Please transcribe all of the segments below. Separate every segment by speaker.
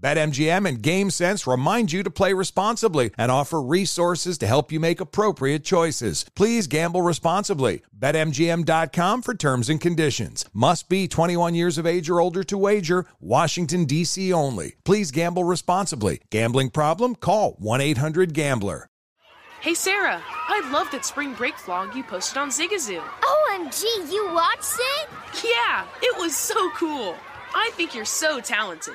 Speaker 1: BetMGM and GameSense remind you to play responsibly and offer resources to help you make appropriate choices. Please gamble responsibly. BetMGM.com for terms and conditions. Must be 21 years of age or older to wager. Washington, D.C. only. Please gamble responsibly. Gambling problem? Call 1 800 Gambler.
Speaker 2: Hey Sarah, I loved that spring break vlog you posted on Zigazoo.
Speaker 3: OMG, you watched it?
Speaker 2: Yeah, it was so cool. I think you're so talented.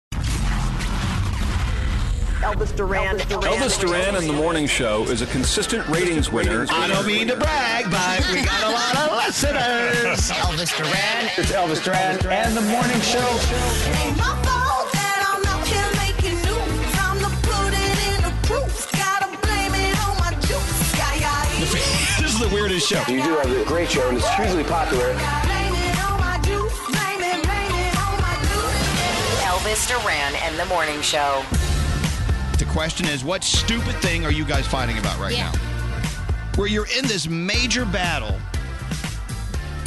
Speaker 4: Elvis Duran.
Speaker 5: Elvis Duran in the morning show is a consistent ratings winner.
Speaker 6: I don't mean to brag, but we got a lot of listeners. Elvis Duran. It's Elvis Duran and the morning show.
Speaker 4: Ain't my fault that I'm out here making news. I'm the put it in the proof. Gotta blame it on my juice. Yeah, yeah, yeah.
Speaker 1: This is the weirdest show.
Speaker 7: You do have a great show, and it's hugely popular.
Speaker 4: Blame it on my juice. Blame it, blame it on my juice.
Speaker 8: Elvis Duran and the Morning Show.
Speaker 6: The question is, what stupid thing are you guys fighting about right
Speaker 9: Yeah.
Speaker 6: now? Where you're in this major battle,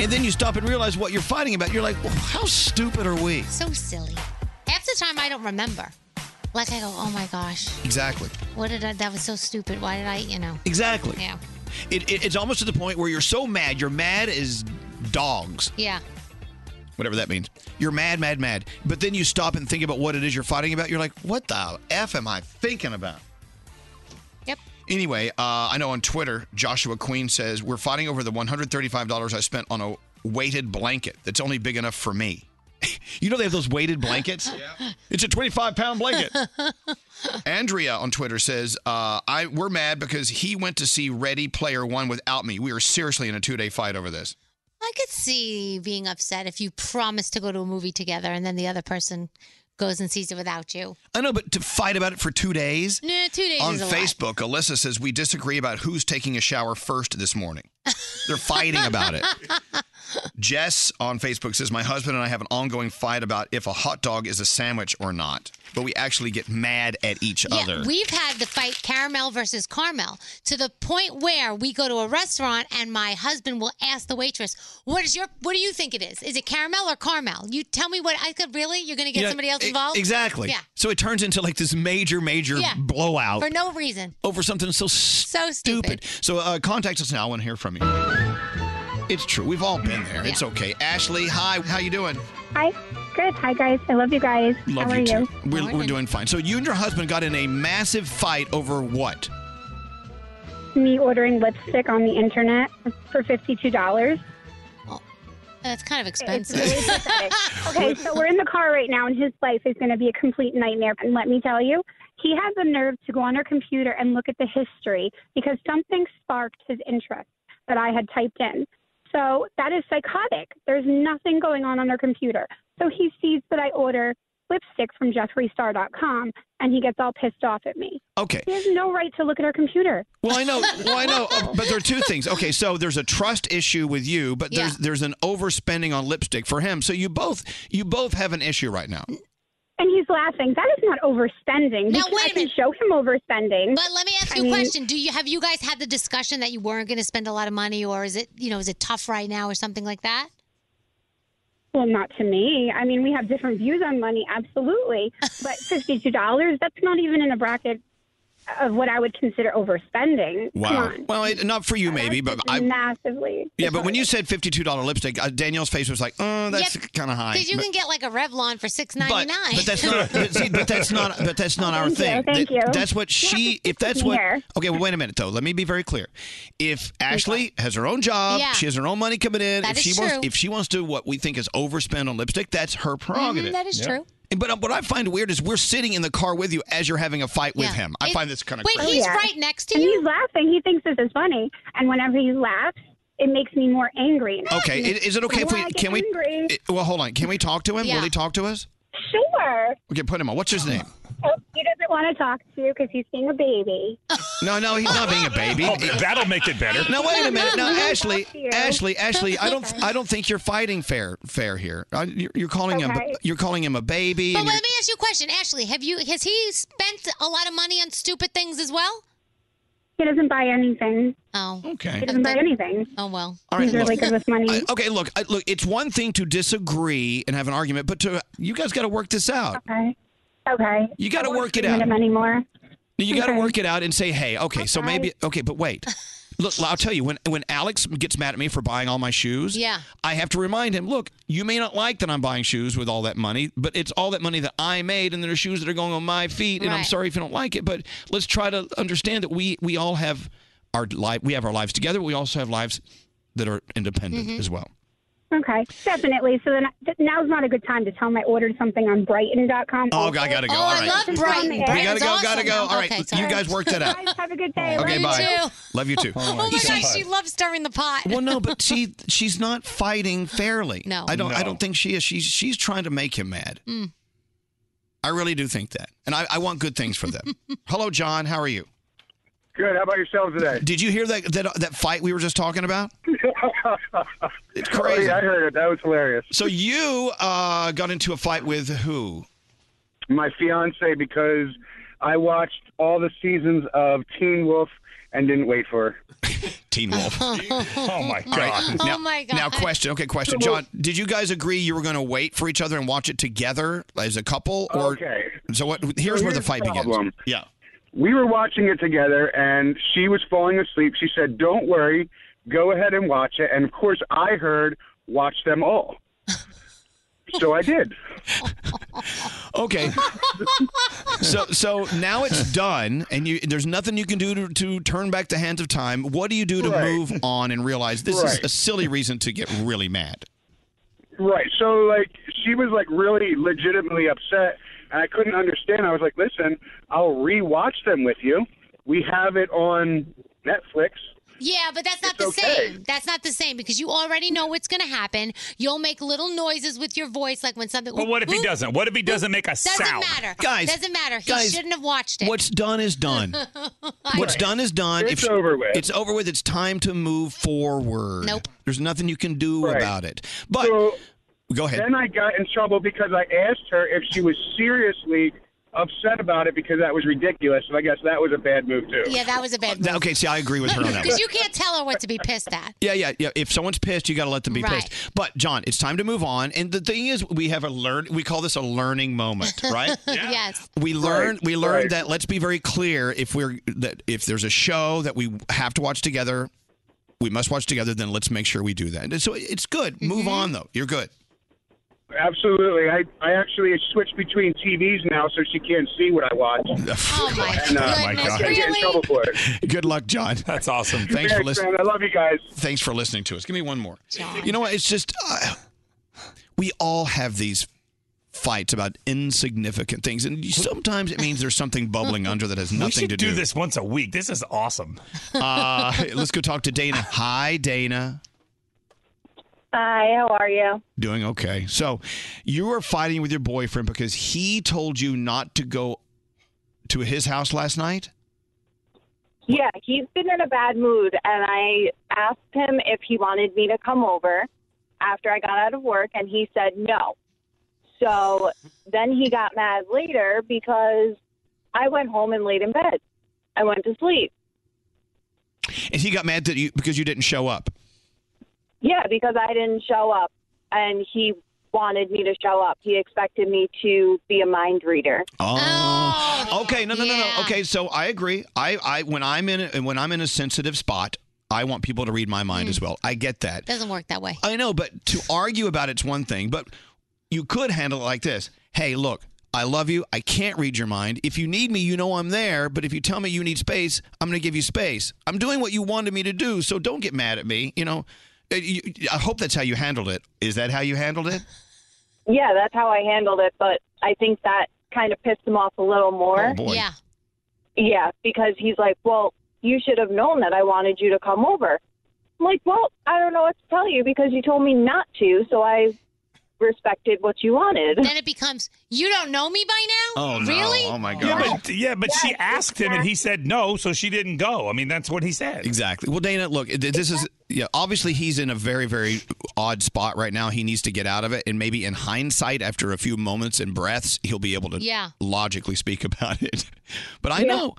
Speaker 6: and then you stop and realize what you're fighting about. You're like, well, how stupid are we?
Speaker 9: So silly. Half the time I don't remember. Like I go, oh my gosh,
Speaker 6: Exactly.
Speaker 9: what did I? That was so stupid. Why did I? You know.
Speaker 6: Exactly.
Speaker 9: Yeah.
Speaker 6: It, it, it's almost to the point where you're so mad, you're mad as dogs,
Speaker 9: Yeah.
Speaker 6: whatever that means. You're mad, mad, mad. But then you stop and think about what it is you're fighting about. You're like, what the F am I thinking about?
Speaker 9: Yep.
Speaker 6: Anyway, uh, I know on Twitter, Joshua Queen says, We're fighting over the $135 I spent on a weighted blanket that's only big enough for me. you know they have those weighted blankets? yeah. It's a 25 pound blanket. Andrea on Twitter says, uh, I, We're mad because he went to see Ready Player One without me. We are seriously in a two day fight over this.
Speaker 9: I could see being upset if you promise to go to a movie together and then the other person goes and sees it without you.
Speaker 6: I know, but to fight about it for two days?
Speaker 9: No, two days
Speaker 6: on
Speaker 9: is a lot.
Speaker 6: Facebook, Alyssa says, We disagree about who's taking a shower first this morning. They're fighting about it. Jess on Facebook says, My husband and I have an ongoing fight about if a hot dog is a sandwich or not, but we actually get mad at each
Speaker 9: Yeah,
Speaker 6: other.
Speaker 9: we've had the fight caramel versus caramel to the point where we go to a restaurant and my husband will ask the waitress, "What is your? What do you think it is? Is it caramel or caramel? You tell me what I could really. You're going to get
Speaker 6: You know,
Speaker 9: somebody else
Speaker 6: e-
Speaker 9: involved?
Speaker 6: exactly.
Speaker 9: Yeah,
Speaker 6: So it turns into like this major, major
Speaker 9: Yeah.
Speaker 6: blowout
Speaker 9: for no reason.
Speaker 6: over something so,
Speaker 9: So stupid.
Speaker 6: So uh, contact us now. I want to hear from you. It's true. We've all been there. It's
Speaker 9: Yeah.
Speaker 6: okay. Ashley, hi. How you doing?
Speaker 10: Hi. Good. Hi, guys. I love you guys.
Speaker 6: Love
Speaker 10: How are
Speaker 6: you
Speaker 10: you?
Speaker 6: too. We're,
Speaker 9: Morning.
Speaker 6: we're doing fine. So you and your husband got in a massive fight over what?
Speaker 10: Me ordering lipstick on the internet for $52.
Speaker 9: That's kind of
Speaker 10: It's
Speaker 9: expensive.
Speaker 10: really pathetic. Okay, so we're in the car right now, and his life is going to be a complete nightmare. And let me tell you, he had the nerve to go on our computer and look at the history because something sparked his interest that I had typed in. So that is psychotic. There's nothing going on on our computer. So he sees that I order lipstick from jeffreestar.com, and he gets all pissed off at me.
Speaker 6: Okay.
Speaker 10: He has no right to look at our computer.
Speaker 6: Well, I know. Well, I know. But there are two things. Okay, so there's a trust issue with you, but there's
Speaker 9: Yeah.
Speaker 6: there's an overspending on lipstick for him. So you both you both have an issue right now.
Speaker 10: And he's laughing. That is not overspending.
Speaker 9: Now,
Speaker 10: because
Speaker 9: wait
Speaker 10: I
Speaker 9: a
Speaker 10: can show him overspending.
Speaker 9: But let me ask you a question. Do you have you guys had the discussion that you weren't going to spend a lot of money, or is it you know is it tough right now, or something like that?
Speaker 10: Well, not to me. I mean, we have different views on money, absolutely. But fifty-two dollars—that's not even in a bracket of what I would consider overspending.
Speaker 6: Wow. Well, it, not for you maybe, but
Speaker 10: Come on,
Speaker 6: I.
Speaker 10: massively.
Speaker 6: Yeah, but when you said fifty-two dollar lipstick, uh, Danielle's face was like, "Oh, that's
Speaker 9: Yep.
Speaker 6: kind of high."
Speaker 9: Because you
Speaker 6: But-
Speaker 9: can get like a Revlon for six ninety nine.
Speaker 6: But that's not. But, see, but that's not. But that's not our
Speaker 9: Thank you,
Speaker 6: thing.
Speaker 9: thank
Speaker 6: That-
Speaker 9: you.
Speaker 6: That's what she. If that's
Speaker 9: me
Speaker 6: what.
Speaker 9: here.
Speaker 6: Okay. Well, wait a minute though. Let me be very clear. If Ashley has her own job,
Speaker 9: Yeah.
Speaker 6: she has her own money coming in.
Speaker 9: That
Speaker 6: if
Speaker 9: is
Speaker 6: she wants,
Speaker 9: true.
Speaker 6: if she wants to, do what we think is overspend on lipstick, that's her
Speaker 9: Mhm,
Speaker 6: prerogative.
Speaker 9: that is Yeah. true.
Speaker 6: And- But uh, what I find weird is we're sitting in the car with you as you're having a fight with
Speaker 10: Yeah.
Speaker 6: him. I
Speaker 10: It-
Speaker 6: find this kind of.
Speaker 9: Oh, next to
Speaker 10: Oh, and you. He's laughing. He thinks this is funny. And whenever he laughs, it makes me more angry. And
Speaker 6: Okay. i- Is it okay if
Speaker 10: Why
Speaker 6: we
Speaker 10: I get
Speaker 6: can we?
Speaker 10: angry?
Speaker 6: i- Well, hold on. Can we talk to him?
Speaker 10: Yeah.
Speaker 6: Will he talk to us?
Speaker 10: Sure.
Speaker 6: Okay, put him on. What's his name?
Speaker 10: Oh, he doesn't want to talk to you because he's being a baby.
Speaker 6: No, no, he's not being a baby.
Speaker 11: Oh, that'll make it better.
Speaker 6: No, wait a minute. Now,
Speaker 10: I'll talk
Speaker 6: Ashley,
Speaker 10: to you.
Speaker 6: Ashley, Ashley, I don't, I don't think you're fighting fair, fair here. I, you're, you're calling him,
Speaker 9: Okay.
Speaker 6: you're calling him a baby.
Speaker 9: But
Speaker 6: and
Speaker 9: let
Speaker 6: you're-
Speaker 9: me ask you a question, Ashley. Have you has he spent a lot of money on stupid things as well?
Speaker 10: He doesn't buy anything.
Speaker 9: Oh.
Speaker 6: Okay.
Speaker 10: He doesn't buy anything.
Speaker 9: Oh well.
Speaker 6: All right,
Speaker 10: he's really
Speaker 6: look.
Speaker 10: good with money.
Speaker 6: I- okay, look, I, look. It's one thing to disagree and have an argument, but to you guys got to work this out.
Speaker 10: Okay. Okay.
Speaker 6: You gotta
Speaker 10: I won't
Speaker 6: work it
Speaker 10: scream at
Speaker 6: out.
Speaker 10: him anymore.
Speaker 6: You got to work it out and say, hey, okay, so
Speaker 10: Okay.
Speaker 6: maybe, okay, but wait. Look, I'll tell you when when Alex gets mad at me for buying all my shoes.
Speaker 9: Yeah.
Speaker 6: I have to remind him, look, you may not like that I'm buying shoes with all that money, but it's all that money that I made and there are shoes that are going on my feet and I'm
Speaker 9: Right.
Speaker 6: sorry if you don't like it, but let's try to understand that we we all have our life we have our lives together, we also have lives that are independent
Speaker 10: Mhm.
Speaker 6: as well.
Speaker 10: Okay, definitely. So then th- now's not a good time to tell him I ordered something on Brighton.com.
Speaker 6: Oh, I gotta go.
Speaker 10: Oh,
Speaker 6: all
Speaker 10: I
Speaker 6: right.
Speaker 10: love Brighton.
Speaker 6: We gotta
Speaker 10: Brighton's
Speaker 6: go, gotta
Speaker 10: awesome.
Speaker 6: go. All right,
Speaker 9: Okay,
Speaker 6: you
Speaker 9: sorry.
Speaker 6: guys work that out.
Speaker 10: Guys, have a good day.
Speaker 6: okay,
Speaker 9: you
Speaker 6: bye.
Speaker 9: too.
Speaker 6: Love you too.
Speaker 9: Oh my gosh, she loves stirring the pot.
Speaker 6: Well, no, but she she's not fighting fairly.
Speaker 9: No.
Speaker 6: I don't. I
Speaker 9: No.
Speaker 6: don't think she is. She's she's trying to make him mad.
Speaker 9: Mm.
Speaker 6: I really do think that, and I, I want good things for them. Hello, John. How are you?
Speaker 12: Good. How about yourselves today?
Speaker 6: Did you hear that that that fight we were just talking about? it's crazy.
Speaker 13: Oh,
Speaker 12: I heard it. That was hilarious.
Speaker 6: So you uh, got into a fight with who?
Speaker 12: My fiance, because I watched all the seasons of Teen Wolf and didn't wait for her.
Speaker 6: Teen Wolf.
Speaker 9: oh
Speaker 6: my
Speaker 9: God.
Speaker 6: Now,
Speaker 9: Oh, my God.
Speaker 6: Now, question. Okay, question. John, did you guys agree you were going to wait for each other and watch it together as a couple? Or,
Speaker 12: Okay.
Speaker 6: So what? Here's, where
Speaker 12: here's
Speaker 6: the
Speaker 12: the
Speaker 6: fight
Speaker 12: problem.
Speaker 6: begins. Yeah.
Speaker 12: We were watching it together, and she was falling asleep. She said, "Don't worry, go ahead and watch it." And of course, I heard, "Watch them all." so I did.
Speaker 6: Okay. so so now it's done, and you there's nothing you can do to, to turn back the hands of time. What do you do to
Speaker 12: Right.
Speaker 6: move on and realize this is
Speaker 12: Right.
Speaker 6: a silly reason to get really mad?
Speaker 12: Right. So like she was like really legitimately upset and I couldn't understand. I was like, "Listen, I'll rewatch them with you. We have it on Netflix."
Speaker 9: Yeah, but that's not the same. That's not the same because you already know what's going to happen. You'll make little noises with your voice, like when something.
Speaker 11: But what if he
Speaker 9: Oop,
Speaker 11: doesn't? What if he doesn't make a
Speaker 9: Doesn't
Speaker 11: sound?
Speaker 9: matter,
Speaker 11: Guys,
Speaker 9: Doesn't matter. He
Speaker 11: guys,
Speaker 9: shouldn't have watched it.
Speaker 6: What's done is done. What's done is done.
Speaker 9: It's
Speaker 6: over with. It's over with. It's time to move forward.
Speaker 9: Nope.
Speaker 6: There's nothing you can do about it. But go ahead.
Speaker 12: Then I got in trouble because I asked her if she was seriously upset about it because that was ridiculous, and I guess that was a bad move too.
Speaker 9: yeah, that was a bad.
Speaker 6: Now, okay, see, I agree with her on that.
Speaker 9: Because you can't tell her what to be pissed at.
Speaker 6: Yeah, yeah, yeah. If someone's pissed, you got to let them be
Speaker 9: Right.
Speaker 6: pissed. But John, it's time to move on. And the thing is, we have a learn. We call this a learning moment, right?
Speaker 9: Yes.
Speaker 6: We learned. We learned
Speaker 9: right.
Speaker 6: that. Let's be very clear. If we're that if there's a show that we have to watch together, we must watch together. Then let's make sure we do that. And so it's good. Move on though. You're good.
Speaker 12: Absolutely. I I actually switched between TVs now, so she can't see what I watch.
Speaker 9: Oh my
Speaker 12: and, uh,
Speaker 6: goodness,
Speaker 12: I get in
Speaker 6: really?
Speaker 12: trouble for it.
Speaker 6: Good luck, John. That's awesome. Thanks for
Speaker 12: Thanks,
Speaker 6: listening.
Speaker 12: man. I love you guys.
Speaker 6: Thanks for listening to us. Give me one more. You know what? It's just uh, we all have these fights about insignificant things, and you- sometimes it means there's something bubbling under that has
Speaker 11: we
Speaker 6: nothing
Speaker 11: should
Speaker 6: to
Speaker 11: do
Speaker 6: do.
Speaker 11: this once a week. This is awesome.
Speaker 6: Uh, let's go talk to Dana. Hi, Dana.
Speaker 14: Hi, how are you?
Speaker 6: Doing okay. So you were fighting with your boyfriend because he told you not to go to his house last night.
Speaker 14: Yeah, he's been in a bad mood, and I asked him if he wanted me to come over after I got out of work, and he said no. So then he got mad later because I went home and laid in bed. I went to sleep.
Speaker 6: And he got mad that you because you didn't show up.
Speaker 14: Yeah, because I didn't show up and he wanted me to show up. He expected me to be a mind reader.
Speaker 6: Oh. okay. No, no, no, no. Okay. So I agree. I, I when I'm in a, when I'm in a sensitive spot, I want people to read my mind
Speaker 15: Mm.
Speaker 6: as well. I get that.
Speaker 15: Doesn't work that way.
Speaker 6: I know, but to argue about it's one thing, but you could handle it like this. Hey, look, I love you. I can't read your mind. If you need me, you know I'm there, but if you tell me you need space, I'm going to give you space. I'm doing what you wanted me to do, so don't get mad at me, you know. Uh, you- I hope that's how you handled it. Is that how you handled it?
Speaker 14: Yeah, that's how I handled it, but I think that kind of pissed him off a little more.
Speaker 6: Oh, boy. Yeah.
Speaker 14: Yeah, because he's like, "Well, you should have known that I wanted you to come over." I'm like, "Well, I don't know what to tell you because you told me not to, so I respected what you wanted."
Speaker 15: Then it becomes you don't know me by now.
Speaker 6: Oh,
Speaker 15: Really?
Speaker 11: Yeah, but, yeah, but she asked him and he said no, so she didn't go. I mean, that's what he said.
Speaker 6: Exactly. Well, Dana, look, th- this is yeah. Obviously, he's in a very, very odd spot right now. He needs to get out of it, and maybe in hindsight, after a few moments and breaths, he'll be able to
Speaker 7: Yeah.
Speaker 6: logically speak about it. But I
Speaker 7: Yeah,
Speaker 6: know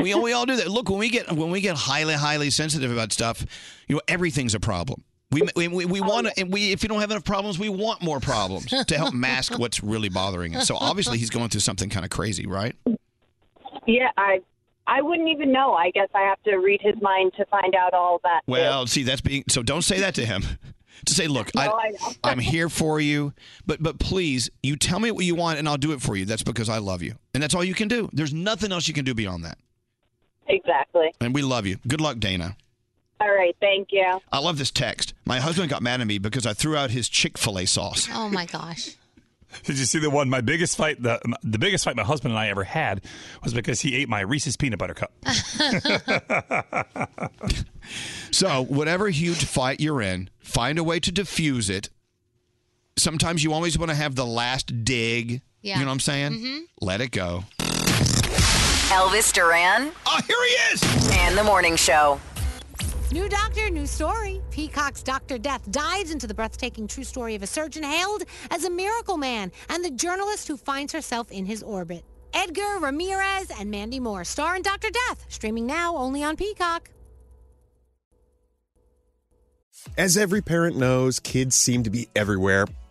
Speaker 6: we all- we all do that. Look, when we get when we get highly, highly sensitive about stuff, you know, everything's a problem. We we, we, we want to, and we if you don't have enough problems, we want more problems to help mask what's really bothering us. So obviously, he's going through something kind of crazy, right?
Speaker 14: Yeah, I I wouldn't even know. I guess I have to read his mind to find out all that.
Speaker 6: Well, see, that's being so. Don't say that to him. To say, look,
Speaker 14: No, I
Speaker 6: I,
Speaker 14: know.
Speaker 6: I'm here for you, but but please, you tell me what you want, and I'll do it for you. That's because I love you, and that's all you can do. There's nothing else you can do beyond that.
Speaker 14: Exactly.
Speaker 6: And we love you. Good luck, Dana.
Speaker 14: All right, thank you.
Speaker 6: I love this text. My husband got mad at me because I threw out his Chick Fil A sauce.
Speaker 15: Oh my gosh.
Speaker 11: Did you see the one? My biggest fight, the the biggest fight my husband and I ever had was because he ate my Reese's peanut butter cup.
Speaker 6: So whatever huge fight you're in, find a way to diffuse it. Sometimes you always want to have the last dig.
Speaker 4: Yeah.
Speaker 6: You know what I'm saying?
Speaker 4: Mhm.
Speaker 6: Let it go.
Speaker 4: Elvis Duran.
Speaker 6: Oh, here he is.
Speaker 4: And the morning show.
Speaker 9: New doctor, new story. Peacock's Dr. Death dives into the breathtaking true story of a surgeon hailed as a miracle man and the journalist who finds herself in his orbit. Edgar Ramirez and Mandy Moore star in Dr. Death, streaming now only on Peacock.
Speaker 16: As every parent knows, kids seem to be everywhere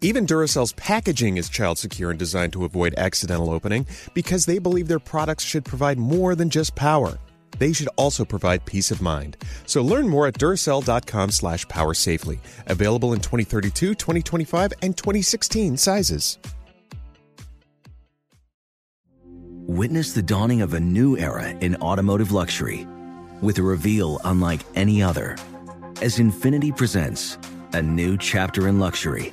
Speaker 16: Even Duracell's packaging is child secure and designed to avoid accidental opening because they believe their products should provide more than just power. They should also provide peace of mind. So learn more at Duracell.com slash power safely. Available in 2032, 2025, and 2016 sizes.
Speaker 17: Witness the dawning of a new era in automotive luxury with a reveal unlike any other as Infinity presents a new chapter in luxury,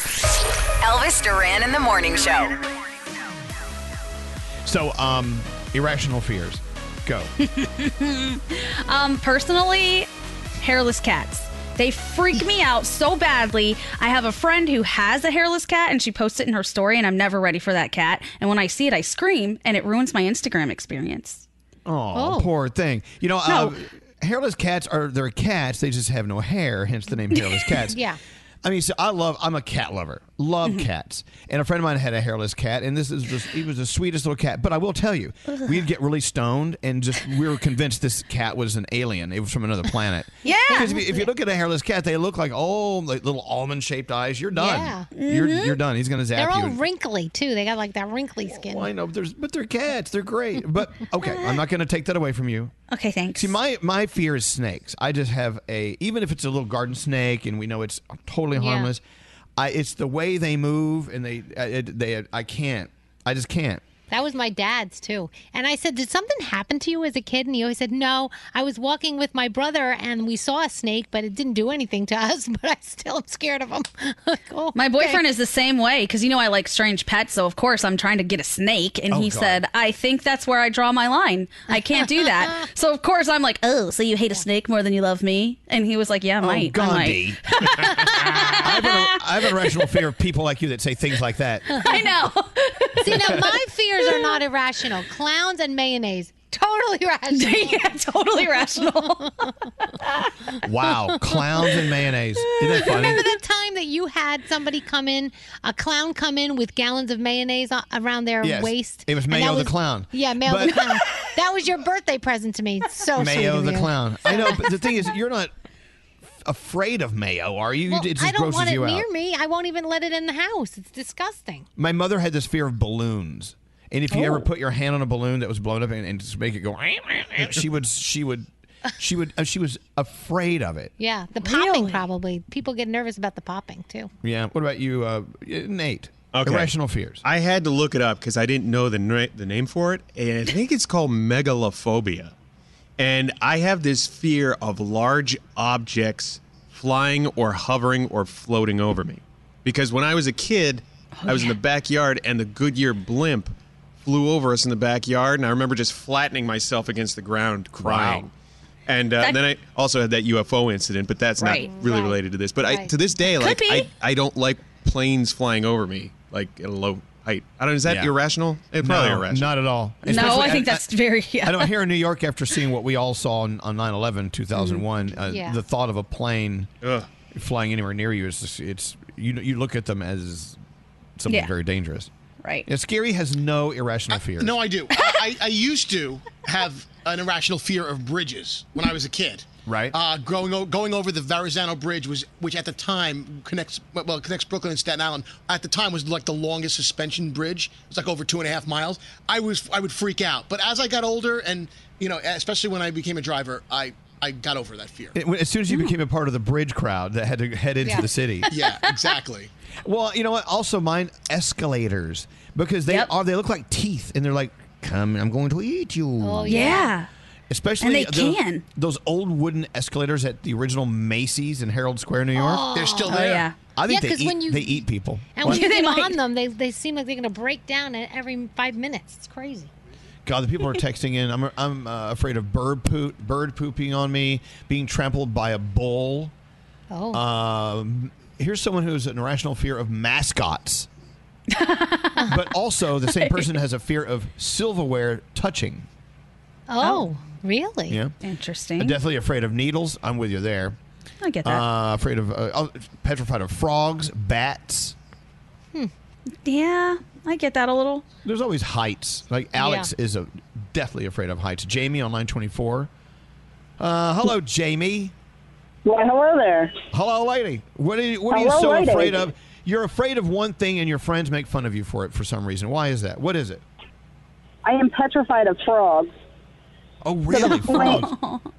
Speaker 4: Elvis Duran in the morning show.
Speaker 6: So, um, irrational fears. Go.
Speaker 18: um, personally, hairless cats. They freak me out so badly. I have a friend who has a hairless cat and she posts it in her story, and I'm never ready for that cat. And when I see it, I scream and it ruins my Instagram experience.
Speaker 6: Aw,
Speaker 18: Oh.
Speaker 6: poor thing. You know,
Speaker 18: No.
Speaker 6: uh, hairless cats are they're cats. They just have no hair. Hence the name hairless cats.
Speaker 9: Yeah.
Speaker 6: I mean, so I love. I'm a cat lover. Love cats. And a friend of mine had a hairless cat, and this is just he was the sweetest little cat. But I will tell you,
Speaker 18: Ugh.
Speaker 6: we'd get really stoned, and just we were convinced this cat was an alien. It was from another planet.
Speaker 18: Yeah.
Speaker 6: Because if, you- if you look at a hairless cat, they look like oh, like little almond shaped eyes. You're done.
Speaker 9: Yeah.
Speaker 6: You're
Speaker 9: Mhm.
Speaker 6: you're done. He's gonna zap
Speaker 9: They're
Speaker 6: you. Oh,
Speaker 9: all wrinkly too. They got like that wrinkly skin.
Speaker 6: I know, but there's but they're cats. They're great. But okay, I'm not gonna take that away from you.
Speaker 18: Okay, thanks.
Speaker 6: See, my my fear is snakes. I just have a even if it's a little garden snake, and we know it's totally
Speaker 18: Yeah.
Speaker 6: harmless. I it's the way they move, and they I, it, they I can't. I just can't.
Speaker 9: That was my dad's too. And I said, Did something happen to you as a kid? And he always said, No, I was walking with my brother and we saw a snake, but it didn't do anything to us, but I still am scared of him.
Speaker 18: My boyfriend is the same way because you know I like strange pets, so of course I'm trying to get a snake. And
Speaker 9: Oh,
Speaker 18: he
Speaker 9: God.
Speaker 18: said, I think that's where I draw my line. I can't do that. so of course I'm like, oh, so you hate a snake more than you love me? And he was like, yeah, I might. I might."
Speaker 6: Oh, Gandhi. I, have an, I have an irrational fear of people like you that say things like that.
Speaker 18: I know.
Speaker 9: See, now my fears are not irrational. Clowns and mayonnaise, totally rational.
Speaker 18: yeah, totally rational.
Speaker 6: Wow, clowns and mayonnaise. Isn't that funny?
Speaker 9: Remember that time that you had somebody come in, a clown come in with gallons of mayonnaise on, around their
Speaker 6: Yes.
Speaker 9: waist?
Speaker 6: It was
Speaker 9: And that
Speaker 6: Mayo the clown.
Speaker 9: Yeah, Mayo the
Speaker 6: But-
Speaker 9: clown. That was your birthday present to me. So sweet
Speaker 6: Mayo
Speaker 9: of
Speaker 6: the
Speaker 9: you.
Speaker 6: clown. I know, but the thing is, you're not afraid of mayo, are you?
Speaker 9: Well,
Speaker 6: it just
Speaker 9: I don't
Speaker 6: grosses
Speaker 9: want it
Speaker 6: you out.
Speaker 9: near me. I won't even let it in the house. It's disgusting.
Speaker 6: My mother had this fear of balloons. And if you
Speaker 18: Oh.
Speaker 6: ever put your hand on a balloon that was blown up and, and just make it go, she would, she would, she would, uh, she was afraid of it.
Speaker 9: Yeah, the popping probably. People get nervous about the popping too.
Speaker 6: Yeah. What about you, uh, Nate?
Speaker 16: Okay.
Speaker 6: Irrational fears.
Speaker 16: I had to look it up because I didn't know the na- the name for it, and I think it's called megalophobia. And I have this fear of large objects flying or hovering or floating over me, because when I was a kid,
Speaker 18: Oh,
Speaker 16: I was in the backyard and the Goodyear blimp flew over us in the backyard, and I remember just flattening myself against the ground, crying. And uh,
Speaker 18: That-
Speaker 16: then I also had that UFO incident, but that's
Speaker 18: Right.
Speaker 16: not really related to this. But I,
Speaker 18: Right.
Speaker 16: to this day,
Speaker 18: Could
Speaker 16: like I,
Speaker 18: be.
Speaker 16: I don't like planes flying over me, like at a low height. I don't. Is that
Speaker 6: Yeah.
Speaker 16: irrational? It's probably
Speaker 6: No,
Speaker 16: irrational.
Speaker 6: Not at all.
Speaker 18: no,
Speaker 6: Especially-
Speaker 18: I think that's very. Yeah.
Speaker 6: I know here in New York, after seeing what we all saw on, on 9-11, 2001, uh,
Speaker 18: Mm-hmm. Yeah.
Speaker 6: the thought of a plane flying anywhere near you is just, it's you you look at them as something
Speaker 19: Yeah.
Speaker 6: very dangerous.
Speaker 18: Right.
Speaker 6: Yeah, scary has no irrational fears.
Speaker 19: No, I do. I, I I used to have an irrational fear of bridges when I was a kid.
Speaker 6: Right.
Speaker 19: Uh, growing o- going over the Verrazano Bridge was, which at the time connects well connects Brooklyn and Staten Island. At the time was like the longest suspension bridge. It was like over two and a half miles. I was I would freak out. But as I got older and you know especially when I became a driver, I I got over that fear.
Speaker 6: It- when- as soon as you
Speaker 18: Mm.
Speaker 6: became a part of the bridge crowd that had to head into
Speaker 19: Yeah.
Speaker 6: the city.
Speaker 19: Yeah, exactly.
Speaker 6: Well, you know what? Also, mine escalators because they are they look like teeth, and they're like, "Come, I'm going to eat you."
Speaker 18: Oh, yeah. Yeah.
Speaker 6: Especially
Speaker 18: And they
Speaker 6: those,
Speaker 18: can.
Speaker 6: those old wooden escalators at the original Macy's in Herald Square, New York.
Speaker 9: Oh. They're still Oh, there. yeah.
Speaker 6: I think
Speaker 9: Yeah,
Speaker 6: they
Speaker 9: 'cause
Speaker 6: eat,
Speaker 9: when you-
Speaker 6: they eat people.
Speaker 9: And when you get on them, they, they seem like they're going to break down at every five minutes. It's crazy.
Speaker 6: God, the people are texting in. I'm I'm uh, afraid of bird poop, bird pooping on me, being trampled by a bull.
Speaker 9: Oh.
Speaker 6: Um, here's someone who has an irrational fear of mascots. but also, the same person has a fear of silverware touching.
Speaker 9: Oh, really?
Speaker 6: Yeah.
Speaker 18: Interesting.
Speaker 6: I'm definitely afraid of needles. I'm with you there.
Speaker 18: I get that.
Speaker 6: Uh, afraid of, uh, oh, petrified of frogs, bats.
Speaker 18: Hmm. Yeah, I get that a little.
Speaker 6: There's always heights. Like Alex
Speaker 18: Yeah.
Speaker 6: is a deathly afraid of heights. Jamie on line 24. Uh, hello, Jamie.
Speaker 20: Well, hello there.
Speaker 6: Hello, lady. What are you, what are you
Speaker 20: Hello,
Speaker 6: so
Speaker 20: lady.
Speaker 6: afraid of? You're afraid of one thing, and your friends make fun of you for it for some reason. Why is that? What is it?
Speaker 20: I am petrified of frogs.
Speaker 6: Oh, really?
Speaker 20: point, to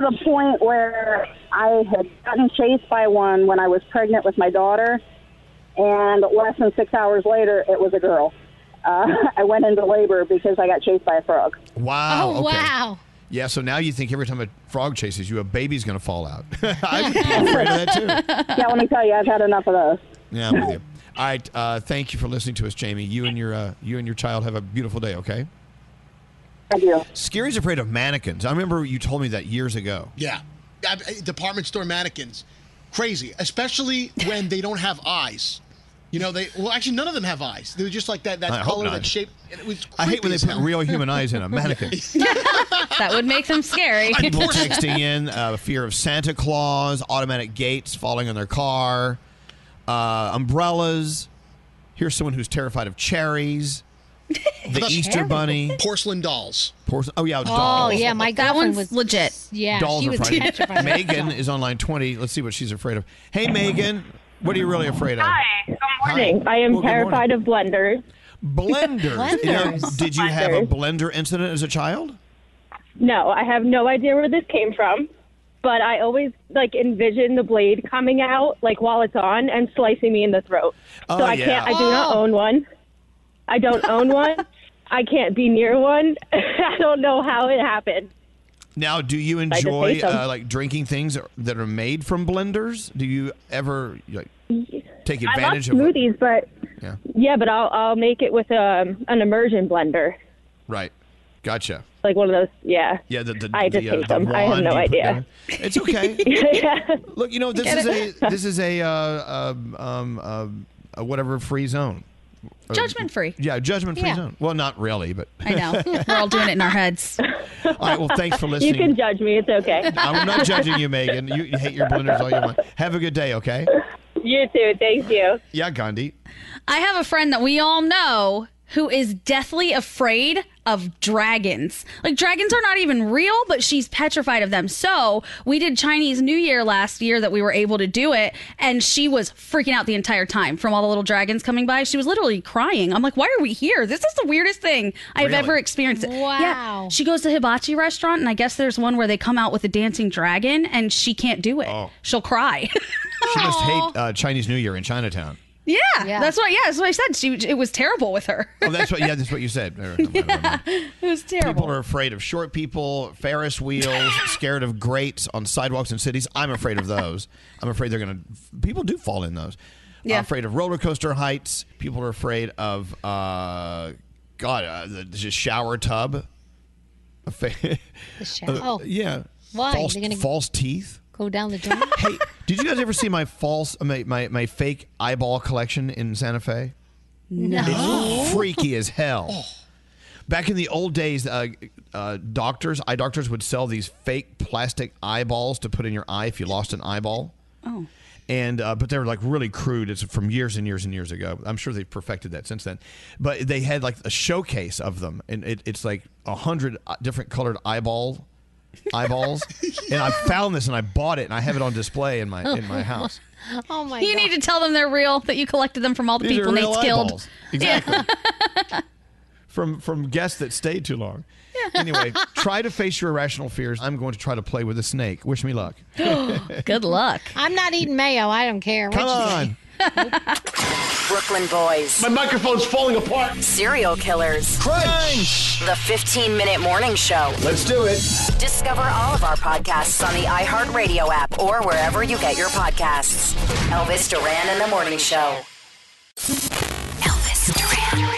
Speaker 20: the point where I had gotten chased by one when I was pregnant with my daughter, and less than six hours later, it was a girl. Uh, I went into labor because I got chased by a frog.
Speaker 6: Wow.
Speaker 20: Oh,
Speaker 6: okay.
Speaker 20: wow.
Speaker 6: Yeah, so now you think every time a frog chases you, a baby's going to fall out. I'd be afraid of that too.
Speaker 20: yeah, let me tell you, I've had enough of those.
Speaker 6: Yeah, I'm with you. All right. Uh, thank you for listening to us, Jamie. You and your uh, you and your child have a beautiful day. Okay.
Speaker 20: Thank you.
Speaker 6: Scary's afraid of mannequins. I remember you told me that years ago.
Speaker 19: Yeah. I- I- Department store mannequins. Crazy. Especially when they don't have eyes. You know, they, well, actually, none of them have eyes. They were just like that, that
Speaker 6: I hope
Speaker 19: color,
Speaker 6: not.
Speaker 19: that shape. It was
Speaker 6: I hate when
Speaker 19: creepy
Speaker 6: they
Speaker 19: as
Speaker 6: put
Speaker 19: hell.
Speaker 6: real human eyes in a mannequin.
Speaker 18: that would make them scary.
Speaker 6: People texting in uh, fear of Santa Claus, automatic gates falling on their car, uh, umbrellas. Here's someone who's terrified of cherries, the
Speaker 19: That's
Speaker 6: Easter
Speaker 19: terrible.
Speaker 6: Bunny,
Speaker 19: porcelain dolls.
Speaker 6: Porce- oh yeah,
Speaker 9: Oh,
Speaker 6: dolls.
Speaker 9: yeah, my
Speaker 18: That
Speaker 9: girlfriend
Speaker 18: one's
Speaker 9: was
Speaker 18: legit.
Speaker 9: Yeah,
Speaker 6: dolls
Speaker 9: she
Speaker 6: are
Speaker 9: was
Speaker 6: frightening.
Speaker 9: petrified. of
Speaker 6: Megan
Speaker 9: dolls.
Speaker 6: is on line 20. Let's see what she's afraid of. Hey, Megan, what are you really afraid of?
Speaker 21: Good morning. I am
Speaker 6: Well, good
Speaker 21: terrified of blenders.
Speaker 6: Blenders. You know,
Speaker 21: Blenders.
Speaker 6: did you have a
Speaker 21: Blenders.
Speaker 6: blender incident as a child?
Speaker 21: No, I have no idea where this came from, but I always like envision the blade coming out like while it's on and slicing me in the throat.
Speaker 6: Oh,
Speaker 21: so I
Speaker 6: yeah.
Speaker 21: can't. I do not own one. I don't own one. I can't be near one. I don't know how it happened.
Speaker 6: Now, do you
Speaker 21: just
Speaker 6: enjoy
Speaker 21: hate them.
Speaker 6: uh, like drinking things that are made from blenders? Do you ever like take advantage
Speaker 21: I
Speaker 6: of
Speaker 21: love smoothies, but
Speaker 6: Yeah.
Speaker 21: yeah, but I'll I'll make it with um, an immersion blender,
Speaker 6: Right. Gotcha.
Speaker 21: like one of those. Yeah.
Speaker 6: Yeah, the, the,
Speaker 21: I just
Speaker 6: the, uh,
Speaker 21: hate
Speaker 6: the
Speaker 21: them. I have
Speaker 6: wand
Speaker 21: no
Speaker 6: you put
Speaker 21: idea.
Speaker 6: down. It's okay. Look, you know this
Speaker 21: Get
Speaker 6: is
Speaker 21: it?
Speaker 6: a this is a uh, uh, um, uh, a whatever free zone. Uh,
Speaker 18: Judgment free.
Speaker 6: Yeah, judgment free
Speaker 18: Yeah.
Speaker 6: zone. Well, not really, but
Speaker 18: I know. We're all doing it in our heads.
Speaker 6: all right. Well, thanks for
Speaker 21: You
Speaker 6: listening.
Speaker 21: can judge me. It's okay.
Speaker 6: I'm not judging you, Megan. You, you hate your blenders all you want. Have a good day, okay?
Speaker 21: You too. Thank you.
Speaker 6: Yeah, Gandhi.
Speaker 18: I have a friend that we all know who is deathly afraid of dragons. Like dragons are not even real, but she's petrified of them. So, we did Chinese New Year last year that we were able to do it and she was freaking out the entire time from all the little dragons coming by. She was literally crying. I'm like, "Why are we here? This is the weirdest thing I've
Speaker 2: Really?
Speaker 18: ever experienced."
Speaker 2: Wow.
Speaker 18: Yeah. She goes to hibachi restaurant and I guess there's one where they come out with a dancing dragon and she can't do it. She'll cry.
Speaker 6: She must hate uh, Chinese New Year in Chinatown.
Speaker 18: Yeah, that's what. Yeah, that's what I said. She it was terrible with her.
Speaker 6: Oh, that's what. Yeah, that's what you said. Never- never mind.
Speaker 18: It was terrible.
Speaker 6: People are afraid of short people, Ferris wheels, scared of grates on sidewalks in cities. I'm afraid of those. I'm afraid they're gonna. People do fall in those.
Speaker 18: Yeah.
Speaker 6: afraid of roller coaster heights. People are afraid of. Uh, God, uh, the, the shower tub. Affa-
Speaker 9: The shower- oh.
Speaker 6: Uh, yeah.
Speaker 9: Why?
Speaker 6: False,
Speaker 9: They're gonna-
Speaker 6: false teeth.
Speaker 9: Go down the drain.
Speaker 6: hey, did you guys ever see my false, uh, my, my, my fake eyeball collection in Santa Fe?
Speaker 9: No.
Speaker 6: It's freaky as hell. Back in the old days, uh, uh, doctors, eye doctors would sell these fake plastic eyeballs to put in your eye if you lost an eyeball.
Speaker 18: Oh.
Speaker 6: And uh, but they were like really crude. It's from years and years and years ago. I'm sure they've perfected that since then. But they had like a showcase of them, and it, it's like a hundred uh, different colored eyeball eyeballs. and I found this and I bought it and I have it on display in my in my
Speaker 16: Oh.
Speaker 6: house.
Speaker 18: Oh my! You need to tell them they're real. That you collected them from all the
Speaker 6: These are
Speaker 18: people
Speaker 6: real
Speaker 18: Nate's killed.
Speaker 6: eyeballs. Exactly. from from guests that stayed too long. Anyway, try to face your irrational fears. I'm going to try to play with a snake. Wish me luck.
Speaker 9: Good
Speaker 18: luck.
Speaker 9: I'm not eating mayo. I don't care.
Speaker 6: Come on.
Speaker 4: Brooklyn Boys. My microphone's falling apart. Serial killers. Crunch. The 15 minute morning show.
Speaker 22: Let's do it.
Speaker 4: Discover all of our podcasts on the iHeartRadio app or wherever you get your podcasts. Elvis Duran and the Morning Show. Elvis Duran.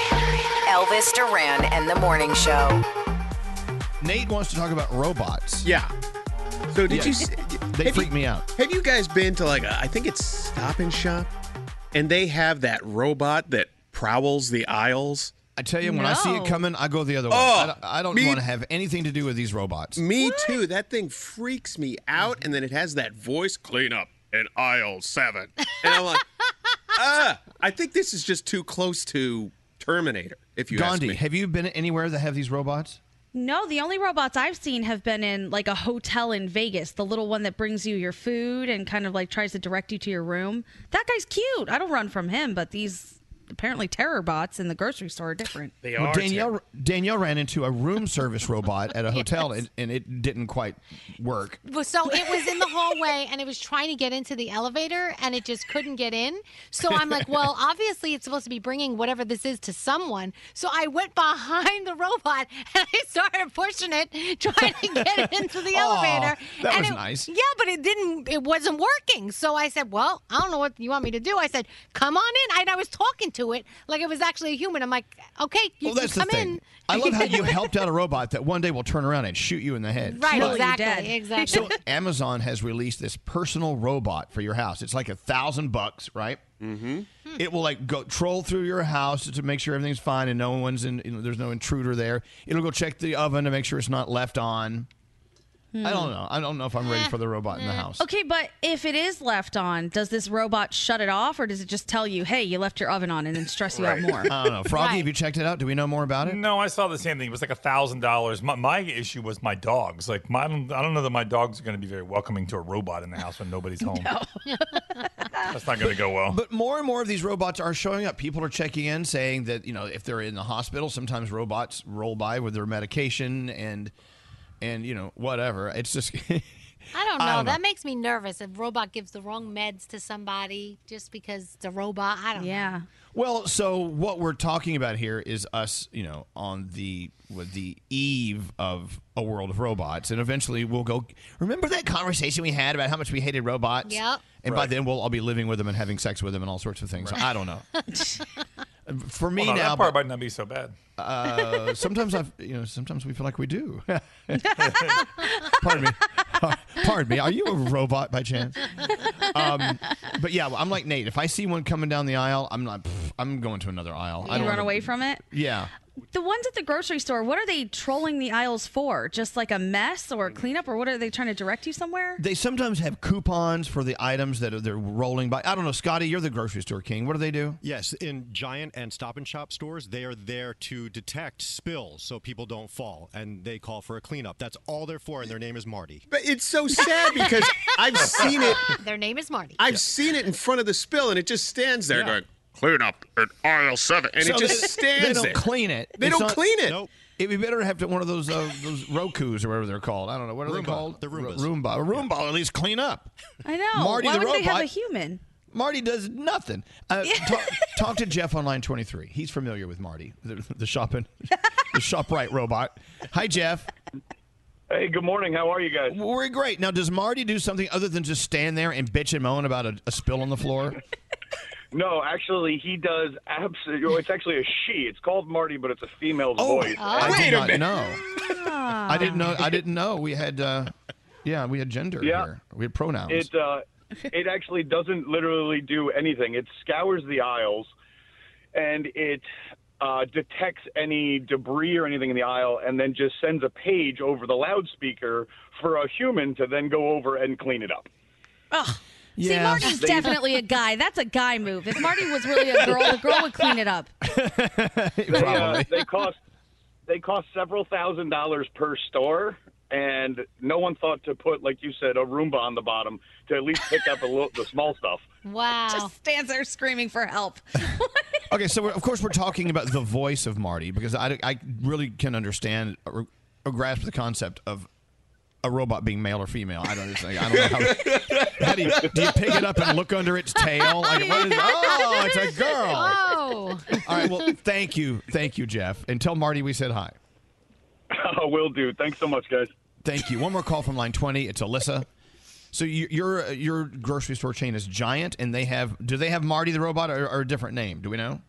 Speaker 4: Elvis Duran and the Morning Show.
Speaker 6: Nate wants to talk about robots.
Speaker 4: Yeah.
Speaker 6: So
Speaker 16: did you s-
Speaker 6: They
Speaker 16: have
Speaker 6: freaked
Speaker 16: you-
Speaker 6: me out.
Speaker 16: Have you guys been to like a, I think it's Stop and Shop, and they have that robot that prowls the aisles.
Speaker 6: I tell you, when I see it coming, I go the other way. I don't- I don't wanna have anything to do with these robots.
Speaker 16: Oh, Me too. That thing freaks me out, and then it has that voice clean up in aisle seven, and I'm like, ah, I think this is just too close to Terminator. If you ask
Speaker 6: Gandhi,
Speaker 16: me.
Speaker 6: have you been anywhere that have these robots?
Speaker 18: No, the only robots I've seen have been in like a hotel in Vegas, the little one that brings you your food and kind of like tries to direct you to your room. That guy's cute. I don't run from him, but these apparently terror bots in the grocery store are different.
Speaker 6: They are Danielle, terrible. Danielle ran into a room service robot at a hotel, and, and it didn't quite work.
Speaker 9: Well, So it was in the hallway and it was trying to get into the elevator and it just couldn't get in. So I'm like, well, obviously it's supposed to be bringing whatever this is to someone. So I went behind the robot and I started pushing it, trying to get it into the
Speaker 6: Aw,
Speaker 9: elevator.
Speaker 6: that
Speaker 9: and
Speaker 6: was
Speaker 9: it-
Speaker 6: nice.
Speaker 9: Yeah, but it didn't, it wasn't working. So I said, well, I don't know what you want me to do. I said, come on in. And I was talking to it like it was actually a human. I'm like, okay, you
Speaker 6: well,
Speaker 9: can
Speaker 6: that's the
Speaker 9: come
Speaker 6: thing.
Speaker 9: in.
Speaker 6: I love how you helped out a robot that one day will turn around and shoot you in the head.
Speaker 9: Right,
Speaker 6: Look,
Speaker 9: exactly. Exactly.
Speaker 6: So Amazon has released this personal robot for your house. It's like a thousand bucks, right? Mm-hmm.
Speaker 9: Hmm.
Speaker 6: It will like go troll through your house to make sure everything's fine and no one's in. You know, there's no intruder there. It'll go check the oven to make sure it's not left on.
Speaker 9: Hmm.
Speaker 6: I don't know. I don't know if I'm
Speaker 9: Eh.
Speaker 6: ready for the robot in the house.
Speaker 18: Okay, but if it is left on, does this robot shut it off or does it just tell you, hey, you left your oven on and then stress you out more?
Speaker 6: I don't know. Froggy, have you checked it out? Do we know more about it?
Speaker 11: No, I saw the same thing. It was like a thousand dollars. My my issue was my dogs. Like, my, I don't I don't know that my dogs are going to be very welcoming to a robot in the house when nobody's home. That's not going to go well.
Speaker 6: But more and more of these robots are showing up. People are checking in, saying that you know if they're in the hospital, sometimes robots roll by with their medication and and you know whatever. It's just
Speaker 9: I don't know.
Speaker 6: I don't know.
Speaker 9: That makes me nervous. If robot gives the wrong meds to somebody just because it's a robot, I don't know.
Speaker 6: well. So what we're talking about here is us, you know, on the with the eve of a world of robots, and eventually we'll go. Remember that conversation we had about how much we hated robots?
Speaker 9: Yep.
Speaker 6: And by
Speaker 9: Right.
Speaker 6: then we'll all be living with them and having sex with them and all sorts of things. I don't know. For me
Speaker 11: Well, no,
Speaker 6: now,
Speaker 11: that part might not be so bad.
Speaker 6: Uh, sometimes I, you know, sometimes we feel like we do. pardon me, pardon me. Are you a robot by chance? Um, but yeah, I'm like Nate. If I see one coming down the aisle, I'm not. pff, I'm going to another aisle. I
Speaker 18: you
Speaker 6: don't
Speaker 18: run
Speaker 6: wanna-
Speaker 18: away from it?
Speaker 6: Yeah.
Speaker 18: The ones at the grocery store, what are they trolling the aisles for? Just like a mess or a cleanup, or what are they trying to direct you somewhere?
Speaker 6: They sometimes have coupons for the items that are, they're rolling by. I don't know, Scotty. You're the grocery store king. What do they do?
Speaker 23: Yes, in Giant and Stop and Shop stores, they are there to detect spills so people don't fall, and they call for a cleanup. That's all they're for, and their name is Marty.
Speaker 16: But it's so sad because I've seen it.
Speaker 9: Their name is Marty.
Speaker 16: I've seen it in front of the spill, and it just stands there going, "Clean up at aisle seven. and it
Speaker 6: So
Speaker 16: just
Speaker 6: they-
Speaker 16: stands
Speaker 6: They don't
Speaker 16: there.
Speaker 6: clean it.
Speaker 16: They
Speaker 6: It's
Speaker 16: don't
Speaker 6: not-
Speaker 16: clean it.
Speaker 6: It'd be better to have to one of those uh, those Roku's or whatever they're called. I don't know what are they Roomba. called? The Roombas. Roomba. A Roomba will at least clean up.
Speaker 18: I know.
Speaker 6: Marty
Speaker 18: Why
Speaker 6: the
Speaker 18: would they have
Speaker 6: robot-
Speaker 18: a human?
Speaker 6: Marty does nothing. Uh, talk, talk to Jeff on line 23. He's familiar with Marty, the, the shopping, the ShopRite robot. Hi, Jeff.
Speaker 13: Hey, good morning. How are you guys?
Speaker 6: We're great. Now, does Marty do something other than just stand there and bitch and moan about a, a spill on the floor?
Speaker 13: No, actually, he does absolutely. It's actually a she. It's called Marty, but it's a female
Speaker 6: Oh,
Speaker 13: voice.
Speaker 6: I
Speaker 13: And-
Speaker 6: did not know.
Speaker 9: Ah.
Speaker 6: I didn't know. I didn't know we had. Uh, yeah, we had gender
Speaker 13: Yeah.
Speaker 6: here. We had pronouns.
Speaker 13: It uh, it actually doesn't literally do anything. It scours the aisles, and it uh, detects any debris or anything in the aisle, and then just sends a page over the loudspeaker for a human to then go over and clean it up.
Speaker 18: See,
Speaker 6: Yeah.
Speaker 18: Marty's
Speaker 13: They-
Speaker 18: definitely a guy. That's a guy move. If Marty was really a girl, the girl would clean it up.
Speaker 13: They, uh, they cost they cost several thousand dollars per store, and no one thought to put, like you said, a Roomba on the bottom to at least pick up a little, the small stuff.
Speaker 18: Wow. Just stands there screaming for help.
Speaker 6: Okay, so we're, of course we're talking about the voice of Marty because I, I really can understand or, or grasp the concept of a robot being male or female. I don't, I don't know how, how do, you, do you pick it up and look under its tail? Like, what is, oh, it's a girl.
Speaker 9: Oh.
Speaker 6: All right, well, thank you, thank you, Jeff, and tell Marty we said hi.
Speaker 13: Oh, will do. Thanks so much, guys.
Speaker 6: Thank you. One more call from line twenty. It's Alyssa. So you, your your grocery store chain is Giant, and they have do they have Marty the robot or, or a different name? Do we know?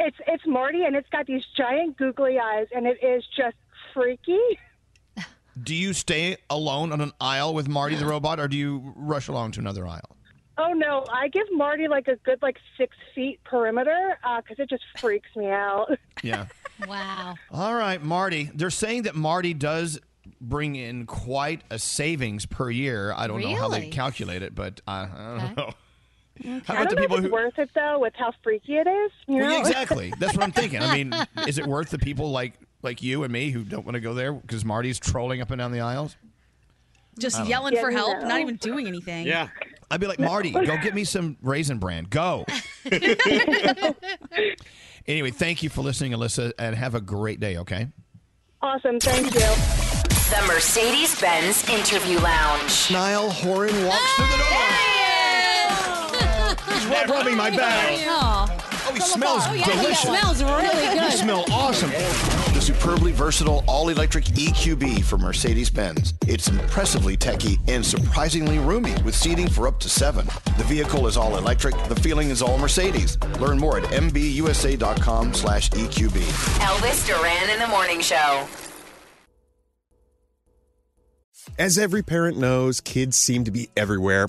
Speaker 14: It's it's Marty, and it's got these giant googly eyes, and it is just freaky.
Speaker 6: Do you stay alone on an aisle with Marty the robot, or do you rush along to another aisle?
Speaker 14: Oh no, I give Marty like a good like six feet perimeter because it just freaks me out.
Speaker 6: Yeah.
Speaker 14: Wow.
Speaker 6: All right, Marty. They're saying that Marty does bring in quite a savings per year. I don't know how they
Speaker 14: Really?
Speaker 6: calculate it, but I, I don't know.
Speaker 14: I
Speaker 6: How
Speaker 14: don't
Speaker 6: about the
Speaker 14: know if
Speaker 6: people
Speaker 14: it's
Speaker 6: who?
Speaker 14: worth it though, with how freaky it is. You
Speaker 6: Well, yeah,
Speaker 14: know?
Speaker 6: exactly. That's what I'm thinking. I mean, is it worth the people like like you and me who don't want to go there because Marty's trolling up and down the aisles? I
Speaker 24: Just
Speaker 6: don't know.
Speaker 24: yelling for
Speaker 23: Yeah,
Speaker 24: help,
Speaker 23: no.
Speaker 24: not even doing anything.
Speaker 6: I'd be like, Marty, go get me some Raisin Bran. Go. anyway, thank you for listening, Alyssa, and have a great day, okay?
Speaker 25: Awesome. Thank you.
Speaker 4: The Mercedes Benz Interview Lounge.
Speaker 6: Niall Horan walks through the door. He's rub- rubbing my back.
Speaker 24: Oh,
Speaker 6: Oh, he smells delicious. You smell awesome.
Speaker 10: The superbly versatile all electric EQB from Mercedes Benz. It's impressively techy and surprisingly roomy with seating for up to seven. The vehicle is all electric, the feeling is all Mercedes. Learn more at mbusa.com slash E EQB.
Speaker 4: Elvis Duran in the Morning Show.
Speaker 16: As every parent knows, kids seem to be everywhere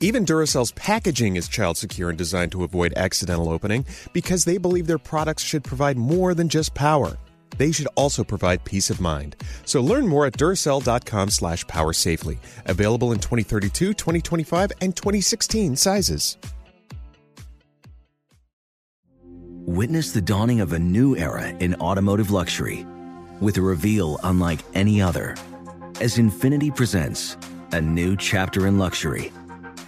Speaker 16: Even Duracell's packaging is child secure and designed to avoid accidental opening because they believe their products should provide more than just power. They should also provide peace of mind. So learn more at Duracell.com slash power safely. Available in 2032, 2025, and 2016 sizes.
Speaker 17: Witness the dawning of a new era in automotive luxury with a reveal unlike any other as Infinity presents a new chapter in luxury,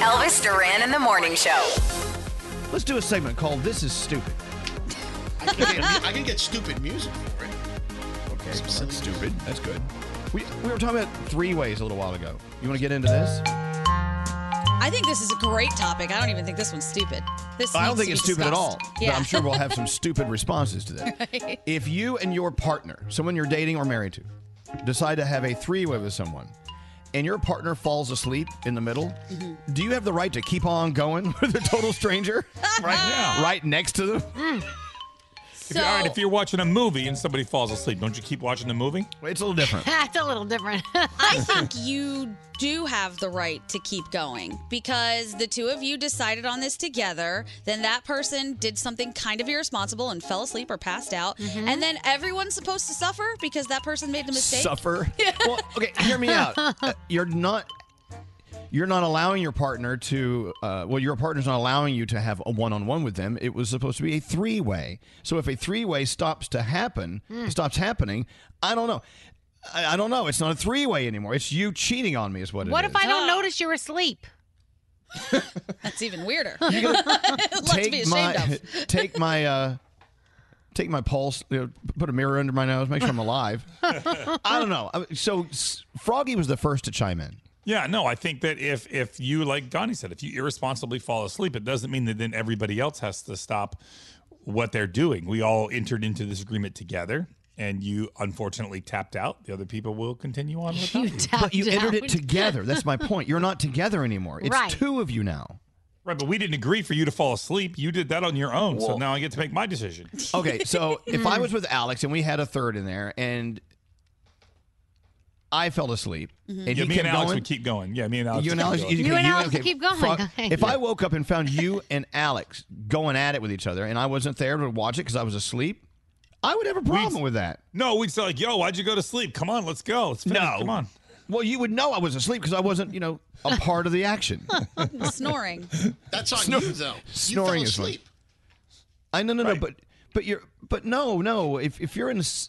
Speaker 4: Elvis Duran in the Morning Show.
Speaker 6: Let's do a segment called This is Stupid.
Speaker 19: I can get, I can get stupid music for it.
Speaker 6: Okay, that's stupid. That's good. We, we were talking about three ways a little while ago. You want to get into this?
Speaker 18: I think this is a great topic. I don't even think this one's stupid. This
Speaker 6: I
Speaker 18: needs
Speaker 6: don't think
Speaker 18: to
Speaker 6: it's
Speaker 18: be
Speaker 6: stupid at all.
Speaker 18: discussed.
Speaker 6: But I'm sure we'll have some stupid responses to that.
Speaker 18: Right.
Speaker 6: If you and your partner, someone you're dating or married to, decide to have a three way with someone, and your partner falls asleep in the middle, do you have the right to keep on going with a total stranger? right now. Right next to them?
Speaker 11: If you- all right, if you're watching a movie and somebody falls asleep, don't you keep watching the movie?
Speaker 6: It's a little different.
Speaker 18: That's a little different. I think you do have the right to keep going because the two of you decided on this together. Then that person did something kind of irresponsible and fell asleep or passed out. And then everyone's supposed to suffer because that person made the mistake.
Speaker 6: Suffer. Well, okay, hear me out. Uh, you're not. You're not allowing your partner to, uh, well, your partner's not allowing you to have a one on one with them. It was supposed to be a three way. So if a three way stops to happen,
Speaker 18: Hmm.
Speaker 7: Mm.
Speaker 6: stops happening, I don't know. I, I don't know. It's not a three way anymore. It's you cheating on me, is what,
Speaker 5: What
Speaker 6: it is.
Speaker 5: if I don't notice you're asleep?
Speaker 18: Ah. That's even weirder.
Speaker 6: You're
Speaker 18: Let's be
Speaker 6: take
Speaker 18: ashamed
Speaker 6: my
Speaker 18: of.
Speaker 6: take my uh, take my pulse. You know, p- put a mirror under my nose. Make sure I'm alive. I don't know. I- So S- Froggy was the first to chime in.
Speaker 11: Yeah, no, I think that if if you like Donnie said, if you irresponsibly fall asleep, it doesn't mean that then everybody else has to stop what they're doing. We all entered into this agreement together, and you unfortunately tapped out. The other people will continue on without you.
Speaker 6: but you entered it together. That's my point. You're not together anymore. It's
Speaker 11: Right.
Speaker 6: two of you now.
Speaker 11: right, but we didn't agree for you to fall asleep. You did that on your own, so
Speaker 6: Well-
Speaker 11: now I get to make my decision.
Speaker 6: Okay, so if I was with Alex and we had a third in there and I fell asleep,
Speaker 11: Mhm.
Speaker 6: and
Speaker 11: Yeah,
Speaker 6: he
Speaker 11: me and
Speaker 6: kept
Speaker 11: Alex
Speaker 6: going-
Speaker 11: would keep going. Yeah, me and Alex
Speaker 6: You and
Speaker 11: would keep
Speaker 6: Alex,
Speaker 11: going.
Speaker 6: you,
Speaker 11: You and
Speaker 6: you-
Speaker 11: Alex
Speaker 6: okay,
Speaker 11: would keep going.
Speaker 6: fuck, if
Speaker 11: Yeah.
Speaker 6: I woke up and found you and Alex going at it with each other, and I wasn't there to watch it because I was asleep, I would have a problem with that.
Speaker 11: No, we'd say like, "Yo, why'd you go to sleep? Come on, let's go. Let's finish.
Speaker 6: No,
Speaker 11: come on."
Speaker 6: Well, you would know I was asleep because I wasn't, you know, a part of the action.
Speaker 18: Snoring.
Speaker 19: That's on
Speaker 6: Snor-
Speaker 19: you though.
Speaker 6: Snoring
Speaker 19: you
Speaker 6: is
Speaker 19: fell
Speaker 6: like-
Speaker 19: asleep.
Speaker 6: I no no no, but but you're but no no. If if you're in a, s-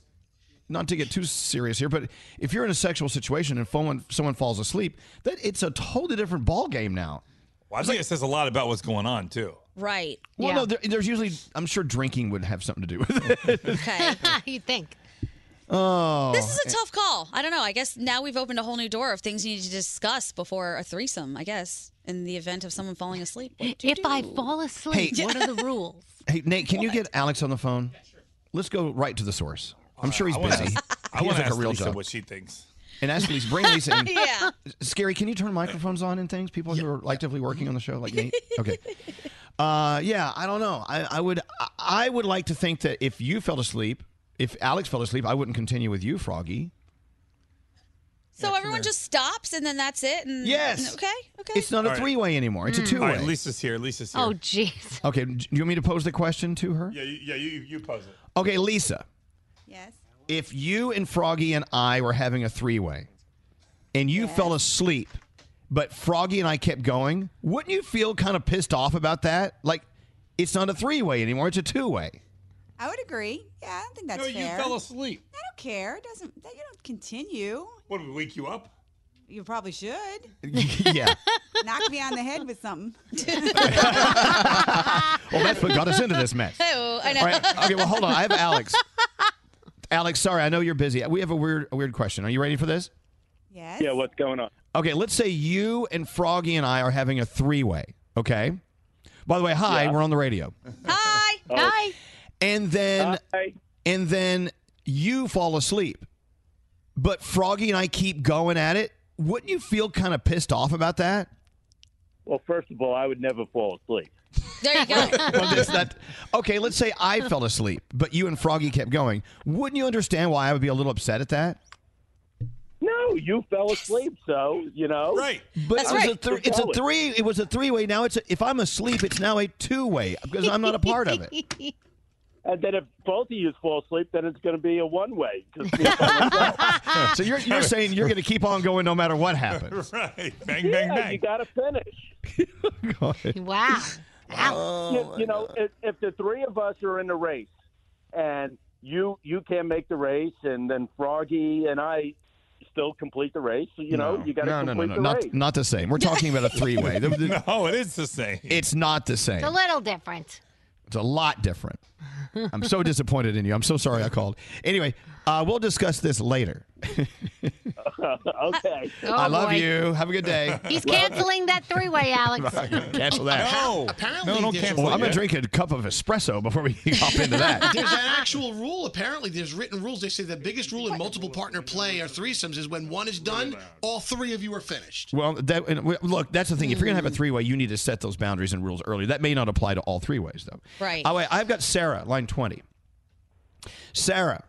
Speaker 6: not to get too serious here, but if you're in a sexual situation and someone someone falls asleep, that it's a totally different ball game now.
Speaker 11: Well, I think it says a lot about what's going on too.
Speaker 18: Right.
Speaker 6: Well, no, there, there's usually I'm sure drinking would have something to do with it.
Speaker 18: Okay.
Speaker 5: you think.
Speaker 6: Oh,
Speaker 18: This is a tough call. I don't know. I guess now we've opened a whole new door of things you need to discuss before a threesome, I guess, in the event of someone falling asleep. If I fall
Speaker 5: asleep,
Speaker 6: Hey.
Speaker 5: what are the rules?
Speaker 6: Hey Nate, can you get Alex on the phone? Let's go right to the source. I'm sure he's
Speaker 11: Uh, I wanna
Speaker 6: busy.
Speaker 11: ask- I
Speaker 6: He
Speaker 11: want
Speaker 6: has
Speaker 11: to
Speaker 6: like
Speaker 11: ask
Speaker 6: a real
Speaker 11: Lisa
Speaker 6: job.
Speaker 11: what she thinks.
Speaker 6: And ask Lisa, bring Lisa in.
Speaker 18: yeah.
Speaker 6: Scary, can you turn microphones on and things? People who are actively working on the show, like Nate. Okay. Uh, yeah, I don't know. I, I would, I- I would like to think that if you fell asleep, if Alex fell asleep, I wouldn't continue with you, Froggy.
Speaker 18: So everyone just stops and then that's it. And
Speaker 6: Yes.
Speaker 18: Okay. Okay. Mm. Oh,
Speaker 6: It's not
Speaker 11: All
Speaker 6: a
Speaker 11: right.
Speaker 6: three-way anymore. It's a
Speaker 11: All
Speaker 6: two-way.
Speaker 11: right, Lisa's here. Lisa's
Speaker 6: Oh,
Speaker 11: here.
Speaker 18: jeez.
Speaker 6: Okay. Do you want me to pose the question to her?
Speaker 11: Yeah, you, yeah, you you pose it.
Speaker 6: Okay, Lisa.
Speaker 18: Yes.
Speaker 6: If you and Froggy and I were having a three-way, and you fell asleep, but Froggy and I kept going, wouldn't you feel kind of pissed off about that? Like, it's not a three-way anymore. It's a two-way.
Speaker 26: I would agree. Yeah, I don't think that's
Speaker 11: No, you
Speaker 26: fair.
Speaker 11: fell asleep.
Speaker 26: I don't care. It doesn't that you don't continue?
Speaker 11: What did we wake you up?
Speaker 26: You probably should.
Speaker 6: yeah.
Speaker 26: Knock me on the head with something.
Speaker 6: Well, that's what got us into this mess.
Speaker 26: Oh, I know.
Speaker 6: All right. Okay. Well, hold on. I have Alex. Alex, sorry, I know you're busy. We have a weird, a weird question. Are you ready for this?
Speaker 26: Yes.
Speaker 27: Yeah, what's going on?
Speaker 6: Okay. Let's say you and Froggy and I are having a three-way. Okay. By the way, hi. We're on the radio.
Speaker 18: Hi.
Speaker 26: Hi.
Speaker 6: And then, and then you fall asleep, but Froggy and I keep going at it. Wouldn't you feel kind of pissed off about that?
Speaker 23: Well, first of all, I would never fall asleep.
Speaker 18: There you go.
Speaker 6: Well, this- that- okay, let's say I fell asleep, but you and Froggy kept going. Wouldn't you understand why I would be a little upset at that?
Speaker 23: No, you fell asleep, so you know.
Speaker 11: Right,
Speaker 6: But it was a thr- it's a three. It was a three-way. Now it's a, if I'm asleep, it's now a two-way because I'm not a part of it.
Speaker 23: And then if both of you fall asleep, then it's going to be a one way.
Speaker 6: so you're you're saying you're going to keep on going no matter what happens.
Speaker 11: right. Bang,
Speaker 23: yeah,
Speaker 11: bang, bang.
Speaker 23: You got to finish.
Speaker 5: Wow.
Speaker 6: Oh,
Speaker 23: you, you know, if, if the three of us are in the race, and you you can't make the race, and then Froggy and I still complete the race, so, you know, you got to
Speaker 6: no, no, no, no,
Speaker 23: complete the race.
Speaker 6: not not the same. We're talking about a three-way.
Speaker 11: no, it is the same.
Speaker 6: It's not the same.
Speaker 5: It's a little different.
Speaker 6: It's a lot different. I'm so disappointed in you. I'm so sorry I called. Anyway, uh, we'll discuss this later.
Speaker 23: okay.
Speaker 9: Oh,
Speaker 6: I love you. Have a good day.
Speaker 5: He's canceling that three way, Alex.
Speaker 6: I'm gonna Cancel that.
Speaker 11: No.
Speaker 19: Apparently
Speaker 6: Well,
Speaker 19: there's a-
Speaker 6: I'm gonna drink a cup of espresso before we hop into
Speaker 19: there's
Speaker 6: that.
Speaker 19: an actual rule. Apparently, there's written rules. They say the biggest rule in multiple partner play or threesomes is when one is done, all three of you are finished.
Speaker 6: well, that, and we- look, that's the thing. If you're gonna have a three-way, you need to set those boundaries and rules early. That may not apply to all three ways, though.
Speaker 26: Right.
Speaker 6: Oh, wait, I've got Sarah, line twenty. Sarah,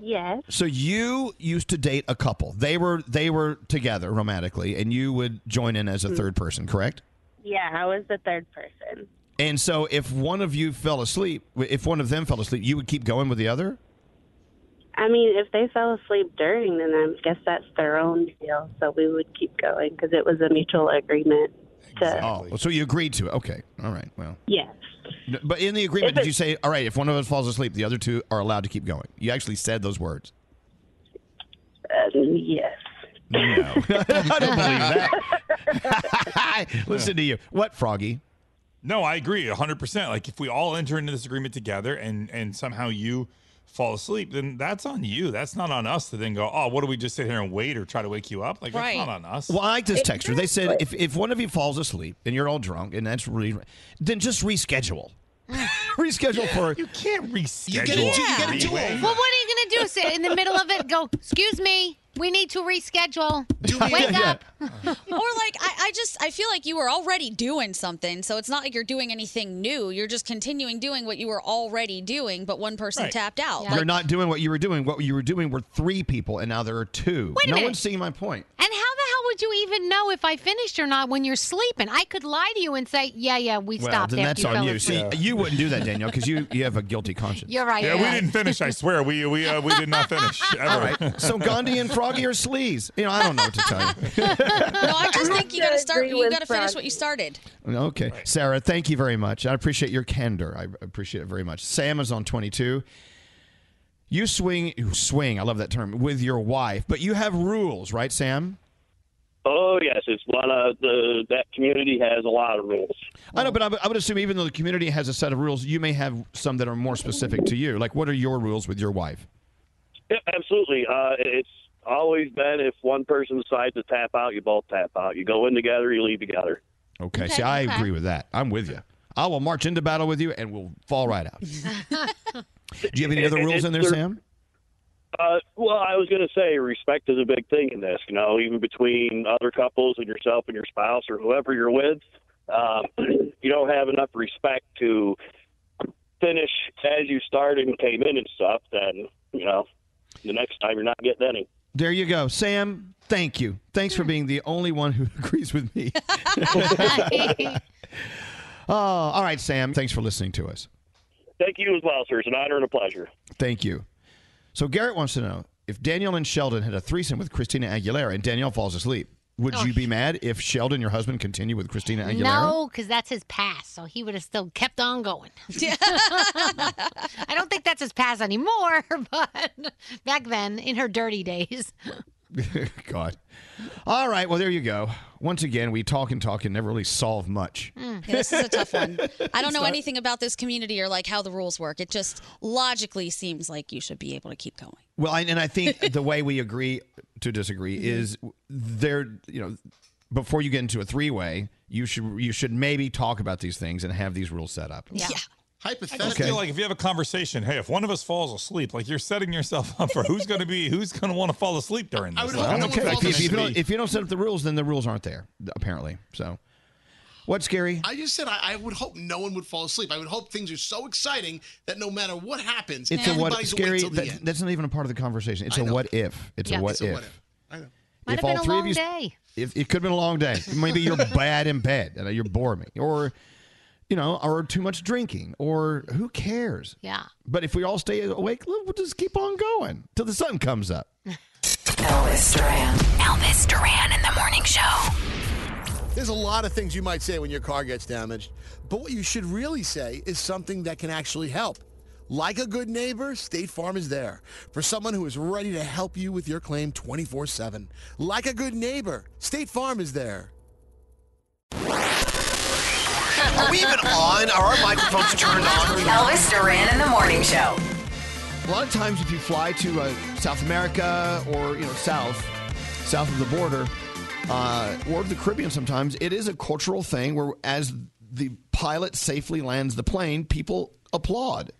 Speaker 26: Yes.
Speaker 6: so you used to date a couple. They were they were together romantically, and you would join in
Speaker 14: Mm.
Speaker 6: as a third person, correct?
Speaker 14: Yeah, I was the third person.
Speaker 6: And so, if one of you fell asleep, if one of them fell asleep, you would keep going with the other.
Speaker 14: I mean, if they fell asleep during, then I guess that's their own deal. So we would keep going because it was a mutual agreement. To,
Speaker 6: Oh, so you agreed to it? Okay, all right. Well,
Speaker 14: Yeah.
Speaker 6: No, But in the agreement,
Speaker 14: If
Speaker 6: did
Speaker 14: it-
Speaker 6: you say, all right, if one of us falls asleep, the other two are allowed to keep going? You actually said those words.
Speaker 14: Um, yes.
Speaker 6: No. I don't believe that. Listen to you. What, Froggy?
Speaker 11: No, I agree 100%. Like if we all enter into this agreement together and and somehow you fall asleep, then that's on you. That's not on us to then go, "Oh, what do we just sit here and wait or try to wake you up?" Like that's not on us.
Speaker 6: Well, I like this texture. They said if, if one of you falls asleep and you're all drunk and that's really, then just reschedule. reschedule for. You
Speaker 11: can't reschedule.
Speaker 6: You
Speaker 9: Well, what are you going to do? Sit in the middle of it, go, excuse me, we need to reschedule. Wake up.
Speaker 18: or like I, I just I feel like you were already doing something, so it's not like you're doing anything new. You're just continuing doing what you were already doing, but one person
Speaker 6: Right.
Speaker 18: tapped out.
Speaker 6: You're not doing what you were doing. What you were doing were three people, and now there are two.
Speaker 9: Wait a
Speaker 6: no
Speaker 9: minute.
Speaker 6: one's seeing my point.
Speaker 9: And how the hell would you even know if I finished or not when you're sleeping? I could lie to you and say, yeah, yeah, we
Speaker 6: well,
Speaker 9: stopped
Speaker 6: then
Speaker 9: after
Speaker 6: that's
Speaker 9: you
Speaker 6: on
Speaker 9: fell
Speaker 6: you. See,
Speaker 9: asleep.
Speaker 6: you wouldn't do that, Danielle, because you, you have a guilty conscience.
Speaker 9: You're right.
Speaker 11: Yeah,
Speaker 9: you're
Speaker 11: we
Speaker 9: right.
Speaker 11: didn't finish. I swear, we we uh, we did not finish. Ever.
Speaker 6: All right. So Gandhi and Froggy are sleaze. You know, I don't know what to tell you.
Speaker 18: no, I just think you
Speaker 9: I
Speaker 18: gotta start
Speaker 9: agree
Speaker 18: you
Speaker 9: with
Speaker 18: gotta finish what
Speaker 9: Frank.
Speaker 18: you started.
Speaker 6: Okay, Sarah, thank you very much. I appreciate your candor. I appreciate it very much. Sam is on 22. You swing, you swing. I love that term with your wife, but you have rules, right, Sam?
Speaker 28: Oh yes, it's one of the that community has a lot of rules.
Speaker 6: I know, but I, would- I would assume even though the community has a set of rules, you may have some that are more specific to you. Like, what are your rules with your wife?
Speaker 28: Yeah, absolutely. Uh, it's always been if one person decides to tap out, you both tap out. You go in together, you leave together.
Speaker 6: Okay, see, I agree with that. I'm with you. I will march into battle with you, and we'll fall right out. Do you have any other
Speaker 28: And- and
Speaker 6: rules in there,
Speaker 28: there-
Speaker 6: Sam?
Speaker 28: Uh, well, I was going to say respect is a big thing in this. You know, even between other couples and yourself and your spouse or whoever you're with, um, you don't have enough respect to finish as you started and came in and stuff. Then you know, the next time you're not getting any.
Speaker 6: There you go, Sam. Thank you. Thanks for being the only one who agrees with me. Oh, all right, Sam. Thanks for listening to us.
Speaker 28: Thank you as well, sir. It's an honor and a pleasure.
Speaker 6: Thank you. So Garrett wants to know if Danielle and Sheldon had a threesome with Christina Aguilera and Danielle falls asleep, would you be mad if Sheldon, your husband, continued with Christina Aguilera?
Speaker 9: No, because that's his past, so he would have still kept on going. I don't think that's his past anymore, but back then, in her dirty days.
Speaker 6: God. All right. Well, there you go. Once again, we talk and talk and never really solve much.
Speaker 18: Yeah, this is a tough one. I don't know
Speaker 6: Sorry.
Speaker 18: anything about this community or like how the rules work. It just logically seems like you should be able to keep going.
Speaker 6: Well, and, and I think the way we agree to
Speaker 9: Mm-hmm.
Speaker 6: disagree is there. You know, before you get into a three-way, you should you should maybe talk about these things and have these rules set up.
Speaker 18: Yeah.
Speaker 11: I just
Speaker 6: Okay.
Speaker 11: feel like if you have a conversation, hey, if one of us falls asleep, like you're setting yourself up for who's going to be who's going to want to fall asleep during this. Like, I'm
Speaker 6: Okay.
Speaker 11: expecting
Speaker 6: If,
Speaker 11: it
Speaker 6: you
Speaker 11: to
Speaker 6: don't,
Speaker 11: be-
Speaker 6: if you don't set up the rules, then the rules aren't there apparently. So, what's scary?
Speaker 19: I just said I, I would hope no one would fall asleep. I would hope things are so exciting that no matter what happens,
Speaker 6: It's a what
Speaker 19: everybody's awake
Speaker 6: scary.
Speaker 19: till the
Speaker 6: That,
Speaker 19: end.
Speaker 6: that's not even a part of the conversation. It's a what if. It's
Speaker 19: Yeah.
Speaker 6: a what
Speaker 19: It's a
Speaker 6: if.
Speaker 19: what if. I know.
Speaker 9: Might
Speaker 6: if
Speaker 9: have been
Speaker 6: all
Speaker 9: a
Speaker 6: three
Speaker 9: long
Speaker 6: of you,
Speaker 9: day.
Speaker 6: If it could have been a long day. Maybe you're bad in bed and you're boring, or you know, or too much drinking, or who cares?
Speaker 9: Yeah.
Speaker 6: But if we all stay awake, we'll we'll just keep on going till the sun comes up.
Speaker 4: Elvis Duran. Elvis Duran in the morning show.
Speaker 21: There's a lot of things you might say when your car gets damaged, but what you should really say is something that can actually help. Like a good neighbor, State Farm is there for someone who is ready to help you with your claim 24 7. Like a good neighbor, State Farm is there.
Speaker 10: Are we even on? Are our microphones turned on?
Speaker 4: Elvis Duran in the morning show.
Speaker 6: A lot of times, if you fly to uh, South America or you know south, south of the border, uh, or the Caribbean, sometimes it is a cultural thing where as the pilot safely lands the plane, people applaud,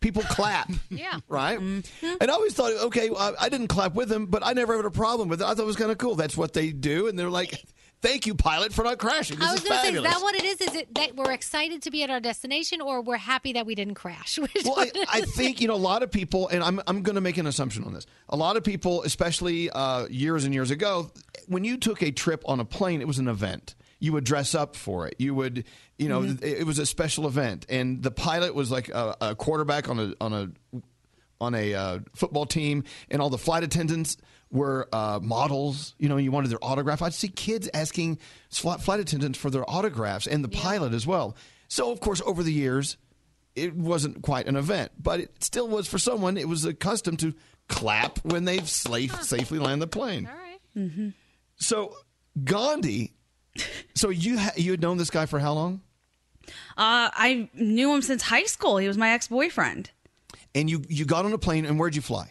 Speaker 6: people clap.
Speaker 9: Yeah. Mm-hmm.
Speaker 6: Right? And I always thought, okay, I, I didn't clap with them, but I never had a problem with it. I thought it was kind of cool. That's what they do. And they're like, thank you, pilot, for not crashing. This
Speaker 9: I was
Speaker 6: is
Speaker 9: going to say, is
Speaker 6: fabulous.
Speaker 9: that what it is? Is it that we're excited to be at our destination or we're happy that we didn't crash? Which
Speaker 6: well,
Speaker 9: one
Speaker 6: I, I
Speaker 9: is it?
Speaker 6: think you know a lot of people, and I'm I'm going to make an assumption on this. A lot of people, especially uh, years and years ago, when you took a trip on a plane, it was an event. You would dress up for it. You would, you know,
Speaker 7: Mhm.
Speaker 6: it, it was a special event, and the pilot was like a, a quarterback on a on a on a uh, football team, and all the flight attendants were uh, models. You know, you wanted their autograph. I'd see kids asking flight, flight attendants for their autographs, and the pilot as well. So, of course, over the years, it wasn't quite an event, but it still was for someone. It was a custom to clap when they safe, safely land the plane.
Speaker 9: right.
Speaker 18: Mm-hmm.
Speaker 6: So Gandhi So you ha- you had known this guy for how long?
Speaker 18: Uh, I knew him since high school. He was my ex boyfriend.
Speaker 6: And you you got on a plane and where'd you fly?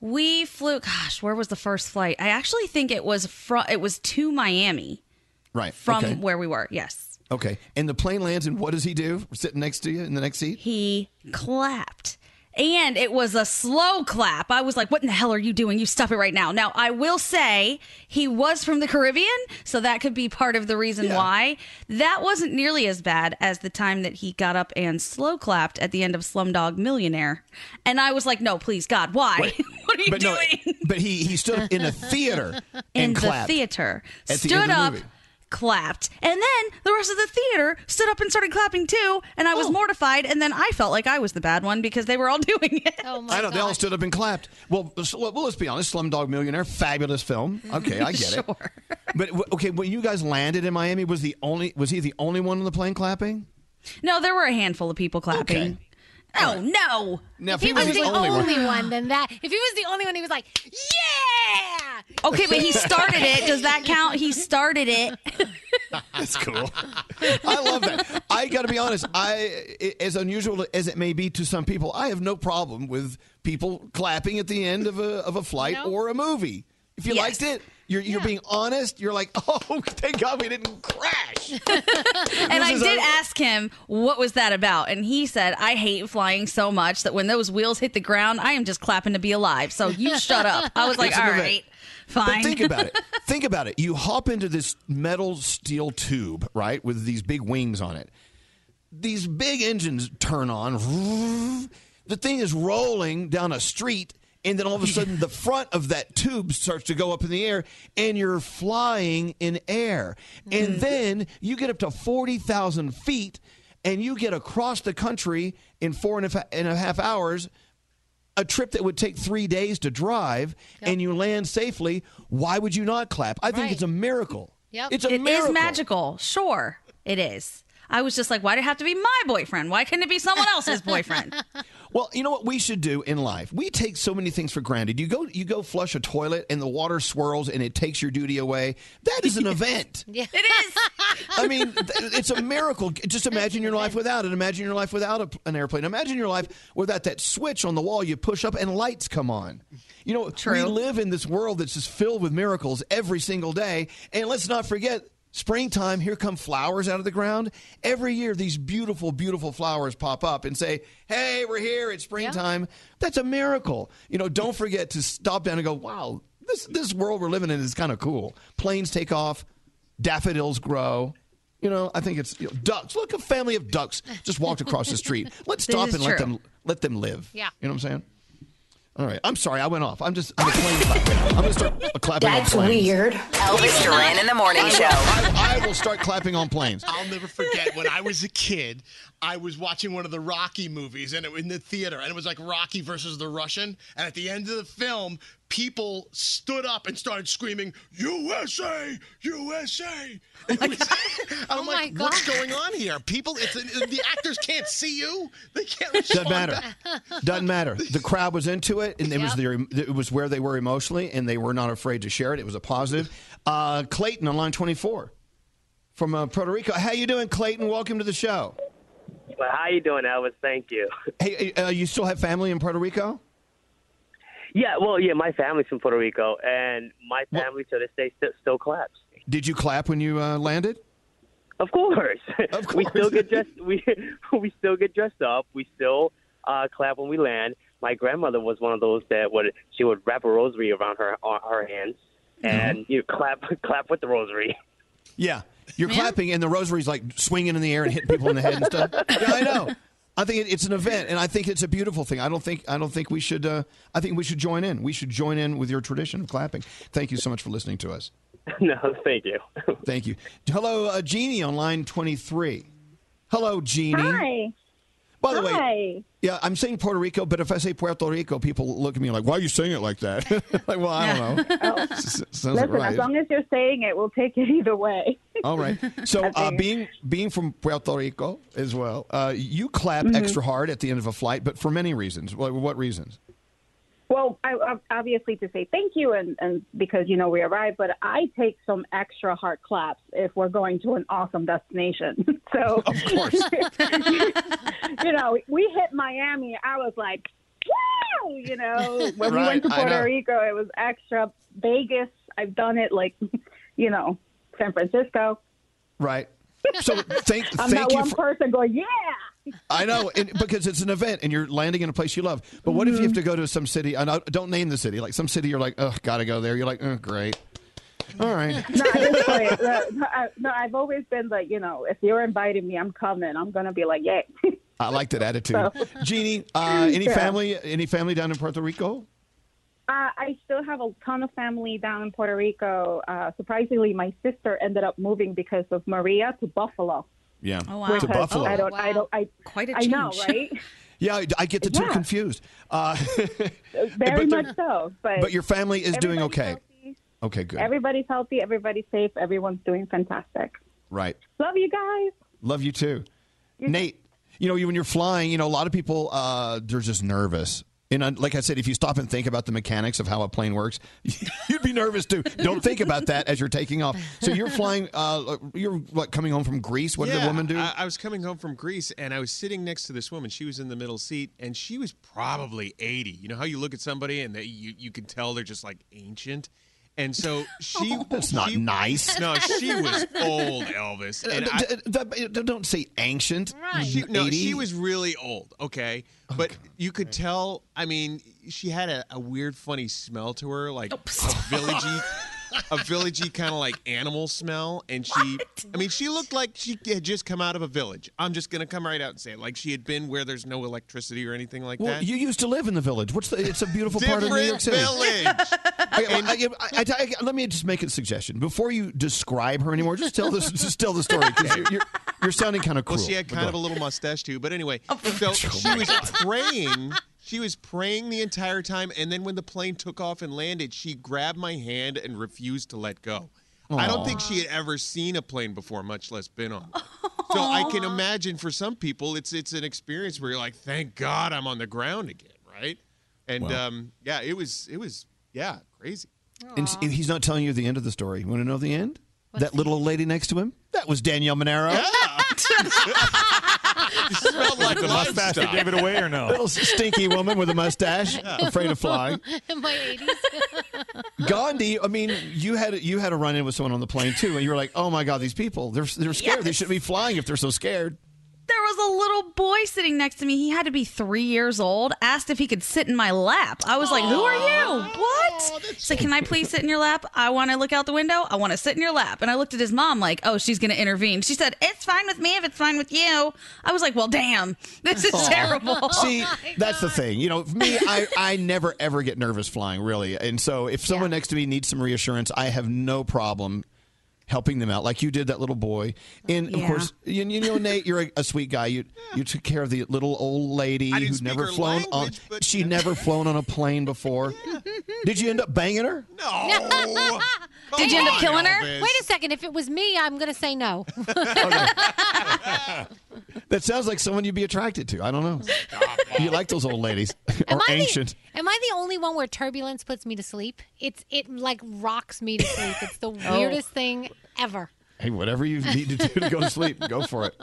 Speaker 18: We flew. Gosh, where was the first flight? I actually think it was from. It was to Miami
Speaker 6: Right.
Speaker 18: from
Speaker 6: okay.
Speaker 18: where we were. Yes,
Speaker 6: Okay. And the plane lands and what does he do? Sitting next to you in the next seat?
Speaker 18: He clapped. and it was a slow clap. I was like, "What in the hell are you doing? You stop it right now!" Now I will say he was from the Caribbean, so that could be part of the reason why that wasn't nearly as bad as the time that he got up and slow clapped at the end of Slumdog Millionaire. And I was like, "No, please, God, why?" what are you
Speaker 6: but doing? No, but he he stood up in a theater
Speaker 18: in
Speaker 6: and clapped.
Speaker 18: the theater.
Speaker 6: at the
Speaker 18: stood
Speaker 6: end of the
Speaker 18: up,
Speaker 6: movie.
Speaker 18: clapped, and then the rest of the theater stood up and started clapping too. And I was mortified. And then I felt like I was the bad one because they were all doing it. Oh
Speaker 6: I know they all stood up and clapped. Well, so- well, let's be honest. Slumdog Millionaire, fabulous film. Okay, I get it.
Speaker 18: Mm-hmm. Sure.
Speaker 6: But w- okay, when you guys landed in Miami, was the only was he the only one on the plane clapping?
Speaker 18: No, there were a handful of people clapping. Oh no!
Speaker 6: Now,
Speaker 18: If he was the only one,
Speaker 9: then that. If he was the only one, he was like, yeah.
Speaker 18: Okay, but he started it. Does that count? He started it.
Speaker 6: That's cool. I love that. I got to be honest. I, i- as unusual as it may be to some people, I have no problem with people clapping at the end of a of a flight or a movie. If you liked it, you're you're being honest. You're like, oh, thank God we didn't crash.
Speaker 18: and I
Speaker 6: is
Speaker 18: did
Speaker 6: a-
Speaker 18: ask him what was that about, and he said, "I hate flying so much that when those wheels hit the ground, I am just clapping to be alive." So you shut up. I was like,
Speaker 6: It's an
Speaker 18: "All
Speaker 6: event."
Speaker 18: right, fine."
Speaker 6: But think about it. Think about it. You hop into this metal steel tube, right, with these big wings on it. These big engines turn on. The thing is rolling down a street, and then all of a sudden, the front of that tube starts to go up in the air, and you're flying in air. And then you get up to 40,000 feet, and you get across the country in four and a fa- and a half hours a trip that would take three days to drive and you land safely, why would you not clap? I think it's a miracle. It's a
Speaker 18: It is
Speaker 6: miracle.
Speaker 18: magical. Sure, it is. I was just like, why did it have to be my boyfriend? Why couldn't it be someone else's boyfriend?
Speaker 6: Well, you know what we should do in life? We take so many things for granted. You go you go flush a toilet and the water swirls and it takes your duty away. That is an event.
Speaker 9: Yeah.
Speaker 18: It is.
Speaker 6: I mean, th- it's a miracle. Just imagine your life without it. Imagine your life without a, an airplane. Imagine your life without that switch on the wall you push up and lights come on. You know, we live in this world that's just filled with miracles every single day. And let's not forget springtime, here come flowers out of the ground. Every year, these beautiful, beautiful flowers pop up and say, Hey, we're here. It's springtime. That's a miracle. You know, don't forget to stop down and go, Wow, this, this world we're living in is kind of cool. Planes take off, daffodils grow. You know, I think it's you know, ducks. Look, a family of ducks just walked across the street. Let's
Speaker 18: This
Speaker 6: stop
Speaker 18: is
Speaker 6: and let
Speaker 18: true.
Speaker 6: them let them live.
Speaker 18: Yeah.
Speaker 6: you know what I'm saying. All right, I'm sorry, I went off. I'm just I'm a plane clapper. I'm gonna start clapping.
Speaker 4: That's
Speaker 6: on planes.
Speaker 4: weird. Elvis Duran in the morning
Speaker 6: I will-
Speaker 4: show.
Speaker 6: I, I will start clapping on planes.
Speaker 19: I'll never forget when I was a kid, I was watching one of the Rocky movies and it was in the theater and it was like Rocky versus the Russian. And at the end of the film, people stood up and started screaming, USA, USA. It was- I'm
Speaker 9: Oh
Speaker 19: like,
Speaker 9: my
Speaker 19: what's
Speaker 9: God.
Speaker 19: going on here? People, it's, the actors can't see you. They can't
Speaker 6: Doesn't
Speaker 19: respond
Speaker 6: matter.
Speaker 19: back.
Speaker 6: Doesn't matter. The crowd was into it, and it was
Speaker 19: Yep.
Speaker 6: their, it was where they were emotionally, and they were not afraid to share it. It was a positive. Uh, Clayton on line 24 from uh, Puerto Rico. How you doing, Clayton? Welcome to the show.
Speaker 29: Well, how you doing, Elvis? Thank you.
Speaker 6: Hey, uh, you still have family in Puerto Rico?
Speaker 29: Yeah, well, yeah, my family's from Puerto Rico, and my family to this day still, still claps.
Speaker 6: Did you clap when you uh, landed?
Speaker 29: Of course. Of course. we still get dressed. We we still get dressed up. We still uh, clap when we land. My grandmother was one of those that would she would wrap a rosary around her on her hands and you clap clap with the rosary.
Speaker 6: Yeah. You're clapping, and the rosary's like swinging in the air and hitting people in the head and stuff. Yeah, I know. I think it, it's an event, and I think it's a beautiful thing. I don't think I don't think we should. Uh, I think we should join in. We should join in with your tradition of clapping. Thank you so much for listening to us.
Speaker 29: no, thank you.
Speaker 6: Thank you. Hello, uh, Jeannie on line 23. Hello, Jeannie.
Speaker 20: Hi.
Speaker 6: By the
Speaker 20: Hi.
Speaker 6: way, yeah, I'm saying Puerto Rico, but if I say Puerto Rico, people look at me like, why are you saying it like that? like, well, I don't know. S- sounds
Speaker 20: Listen, as
Speaker 6: like right.
Speaker 20: long as you're saying it, we'll take it either way.
Speaker 6: All right. So uh, being being from Puerto Rico as
Speaker 20: Mm-hmm.
Speaker 6: well, uh, you clap extra hard at the end of a flight, but for many reasons. Like, what reasons?
Speaker 20: Well, I, ob- obviously to say thank you and, and because you know we arrived, but I take some extra heart claps if we're going to an awesome destination. so,
Speaker 6: Oh.
Speaker 20: of course, you know, we hit Miami. I was like, wow, you know, when we
Speaker 25: Right,
Speaker 20: went to
Speaker 25: I know.
Speaker 20: Puerto Rico, it was extra. Vegas, I've done it. Like, you know, San Francisco.
Speaker 6: Right. So thank
Speaker 20: I'm
Speaker 6: thank
Speaker 20: that
Speaker 6: you
Speaker 20: one
Speaker 6: for,
Speaker 20: person going, yeah.
Speaker 6: I know, and, because it's an event and you're landing in a place you love. But what if you have to go to some city? And I don't name the city. Like some city, you're like, oh, gotta go there. You're like, oh, great. All right.
Speaker 20: no, I just play it. No, no, I, no, I've always been like, you know, if you're inviting me, I'm coming. I'm gonna be like, yay.
Speaker 6: I like that attitude. Jeannie, uh, any
Speaker 20: Yeah.
Speaker 6: family? Any family down in Puerto Rico?
Speaker 20: Uh, I still have a ton of family down in Puerto Rico. Uh, surprisingly, my sister ended up moving because of Maria to Buffalo.
Speaker 6: Yeah.
Speaker 20: Which
Speaker 6: To
Speaker 20: has-
Speaker 6: Buffalo.
Speaker 20: I don't. I don't. I
Speaker 24: quite
Speaker 20: I know,
Speaker 6: change.
Speaker 20: right?
Speaker 6: Yeah, I, I get the two
Speaker 20: Yeah.
Speaker 6: confused. Uh,
Speaker 20: Very
Speaker 6: but they're-
Speaker 20: much so. But
Speaker 6: but your family is doing
Speaker 20: everybody's
Speaker 6: okay.
Speaker 20: healthy.
Speaker 6: Okay, good.
Speaker 20: Everybody's healthy. Everybody's safe. Everyone's doing fantastic.
Speaker 6: right.
Speaker 20: Love you guys.
Speaker 6: Love you too. Nate, you know, you, when you're flying, you know, a lot of people, uh, they're just nervous. And uh, like I said, if you stop and think about the mechanics of how a plane works, you'd be nervous too. Don't think about that as you're taking off. So you're flying, uh, you're what, coming home from Greece? What did the woman do?
Speaker 30: I, I was coming home from Greece and I was sitting next to this woman. She was in the middle seat and she was probably 80. You know how you look at somebody and they, you, you can tell they're just like ancient? And so she.
Speaker 6: Oh, That's not nice. Uh,
Speaker 30: No, she was old, Elvis. And I,
Speaker 6: D- d- d- d- don't say ancient. Oh,
Speaker 30: She, no,
Speaker 6: 80.
Speaker 30: she was really old, okay? But you could tell, I mean, she had a, a weird, funny smell to her, like a villagey. A villagey kind of like animal smell, and she, I mean, she looked like she had just come out of a village. I'm just gonna come right out and say it, like she had been where there's no electricity or anything like
Speaker 6: Well,
Speaker 30: that.
Speaker 6: you used to live in the village. What's the? It's a beautiful part of New
Speaker 30: Different
Speaker 6: York City.
Speaker 30: village.
Speaker 6: I- I- I- I- I- let me just make a suggestion before you describe her anymore. Just tell this. Just tell the story 'cause you're, you're, you're sounding kind of cruel.
Speaker 30: Well, she had
Speaker 6: But
Speaker 30: kind
Speaker 6: go
Speaker 30: of a
Speaker 6: on.
Speaker 30: little mustache too. But anyway, so she was praying. She was praying the entire time, and then when the plane took off and landed, she grabbed my hand and refused to let go. I don't think she had ever seen a plane before, much less been on. one. So I can imagine for some people, it's it's an experience where you're like, "Thank God I'm on the ground again," right? And
Speaker 6: Wow.
Speaker 30: um, yeah, it was it was yeah crazy.
Speaker 6: And s- he's not telling you the end of the story. You want to know the end? that little old lady next to him. That was Danielle Monero.
Speaker 30: smelled like
Speaker 6: the mustache that gave it away or no? Little stinky woman with a mustache, afraid of flying.
Speaker 9: My 80s.
Speaker 6: Gandhi, I mean, you had you had a run in with someone on the plane too, and you were like, "Oh my God, these people! They're they're scared. They shouldn't be flying if they're so scared."
Speaker 24: There was a little boy sitting next to me. He had to be three years old. Asked if he could sit in my lap. I was like, "Who are you? What?" He's like, "Can I please sit in your lap? I want to look out the window. I want to sit in your lap." And I looked at his mom like, "Oh, she's going to intervene." She said, "It's fine with me if it's fine with you." I was like, "Well, damn, this is
Speaker 6: Aw.
Speaker 24: terrible."
Speaker 6: See, that's the thing. You know, for me, I, I never ever get nervous flying, really. And so if someone next to me needs some reassurance, I have no problem helping them out, like you did that little boy. And of
Speaker 30: Yeah.
Speaker 6: course, you, you know, Nate, you're a, a sweet guy. You you took care of the little old lady who's never flown on. She never flown on a plane before. Did you end up banging her?
Speaker 9: No.
Speaker 6: Did you end up killing her? Oh. Elvis.
Speaker 9: Wait a second. If it was me, I'm going to say no.
Speaker 6: That sounds like someone you'd be attracted to. I don't know. You like those old ladies
Speaker 9: Am
Speaker 6: or
Speaker 9: I the-
Speaker 6: ancient.
Speaker 9: Am I the only one where turbulence puts me to sleep? It's it like rocks me to sleep. It's the
Speaker 6: Oh.
Speaker 9: weirdest thing ever.
Speaker 6: Hey, whatever you need to do to go to sleep, go for it.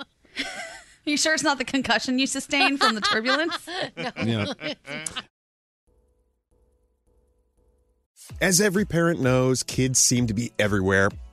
Speaker 24: you sure it's not the concussion you sustained from the turbulence?
Speaker 6: Yeah.
Speaker 16: As every parent knows, kids seem to be everywhere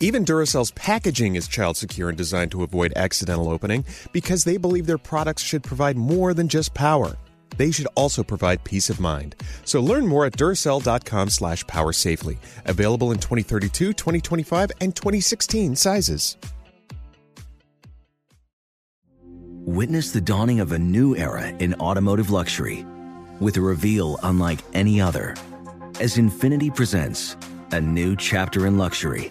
Speaker 16: Even Duracell's packaging is child secure and designed to avoid accidental opening because they believe their products should provide more than just power. They should also provide peace of mind. So learn more at Duracell.com slash power safely. Available in 2032, 2025, and 2016 sizes.
Speaker 17: Witness the dawning of a new era in automotive luxury with a reveal unlike any other as Infinity presents a new chapter in luxury,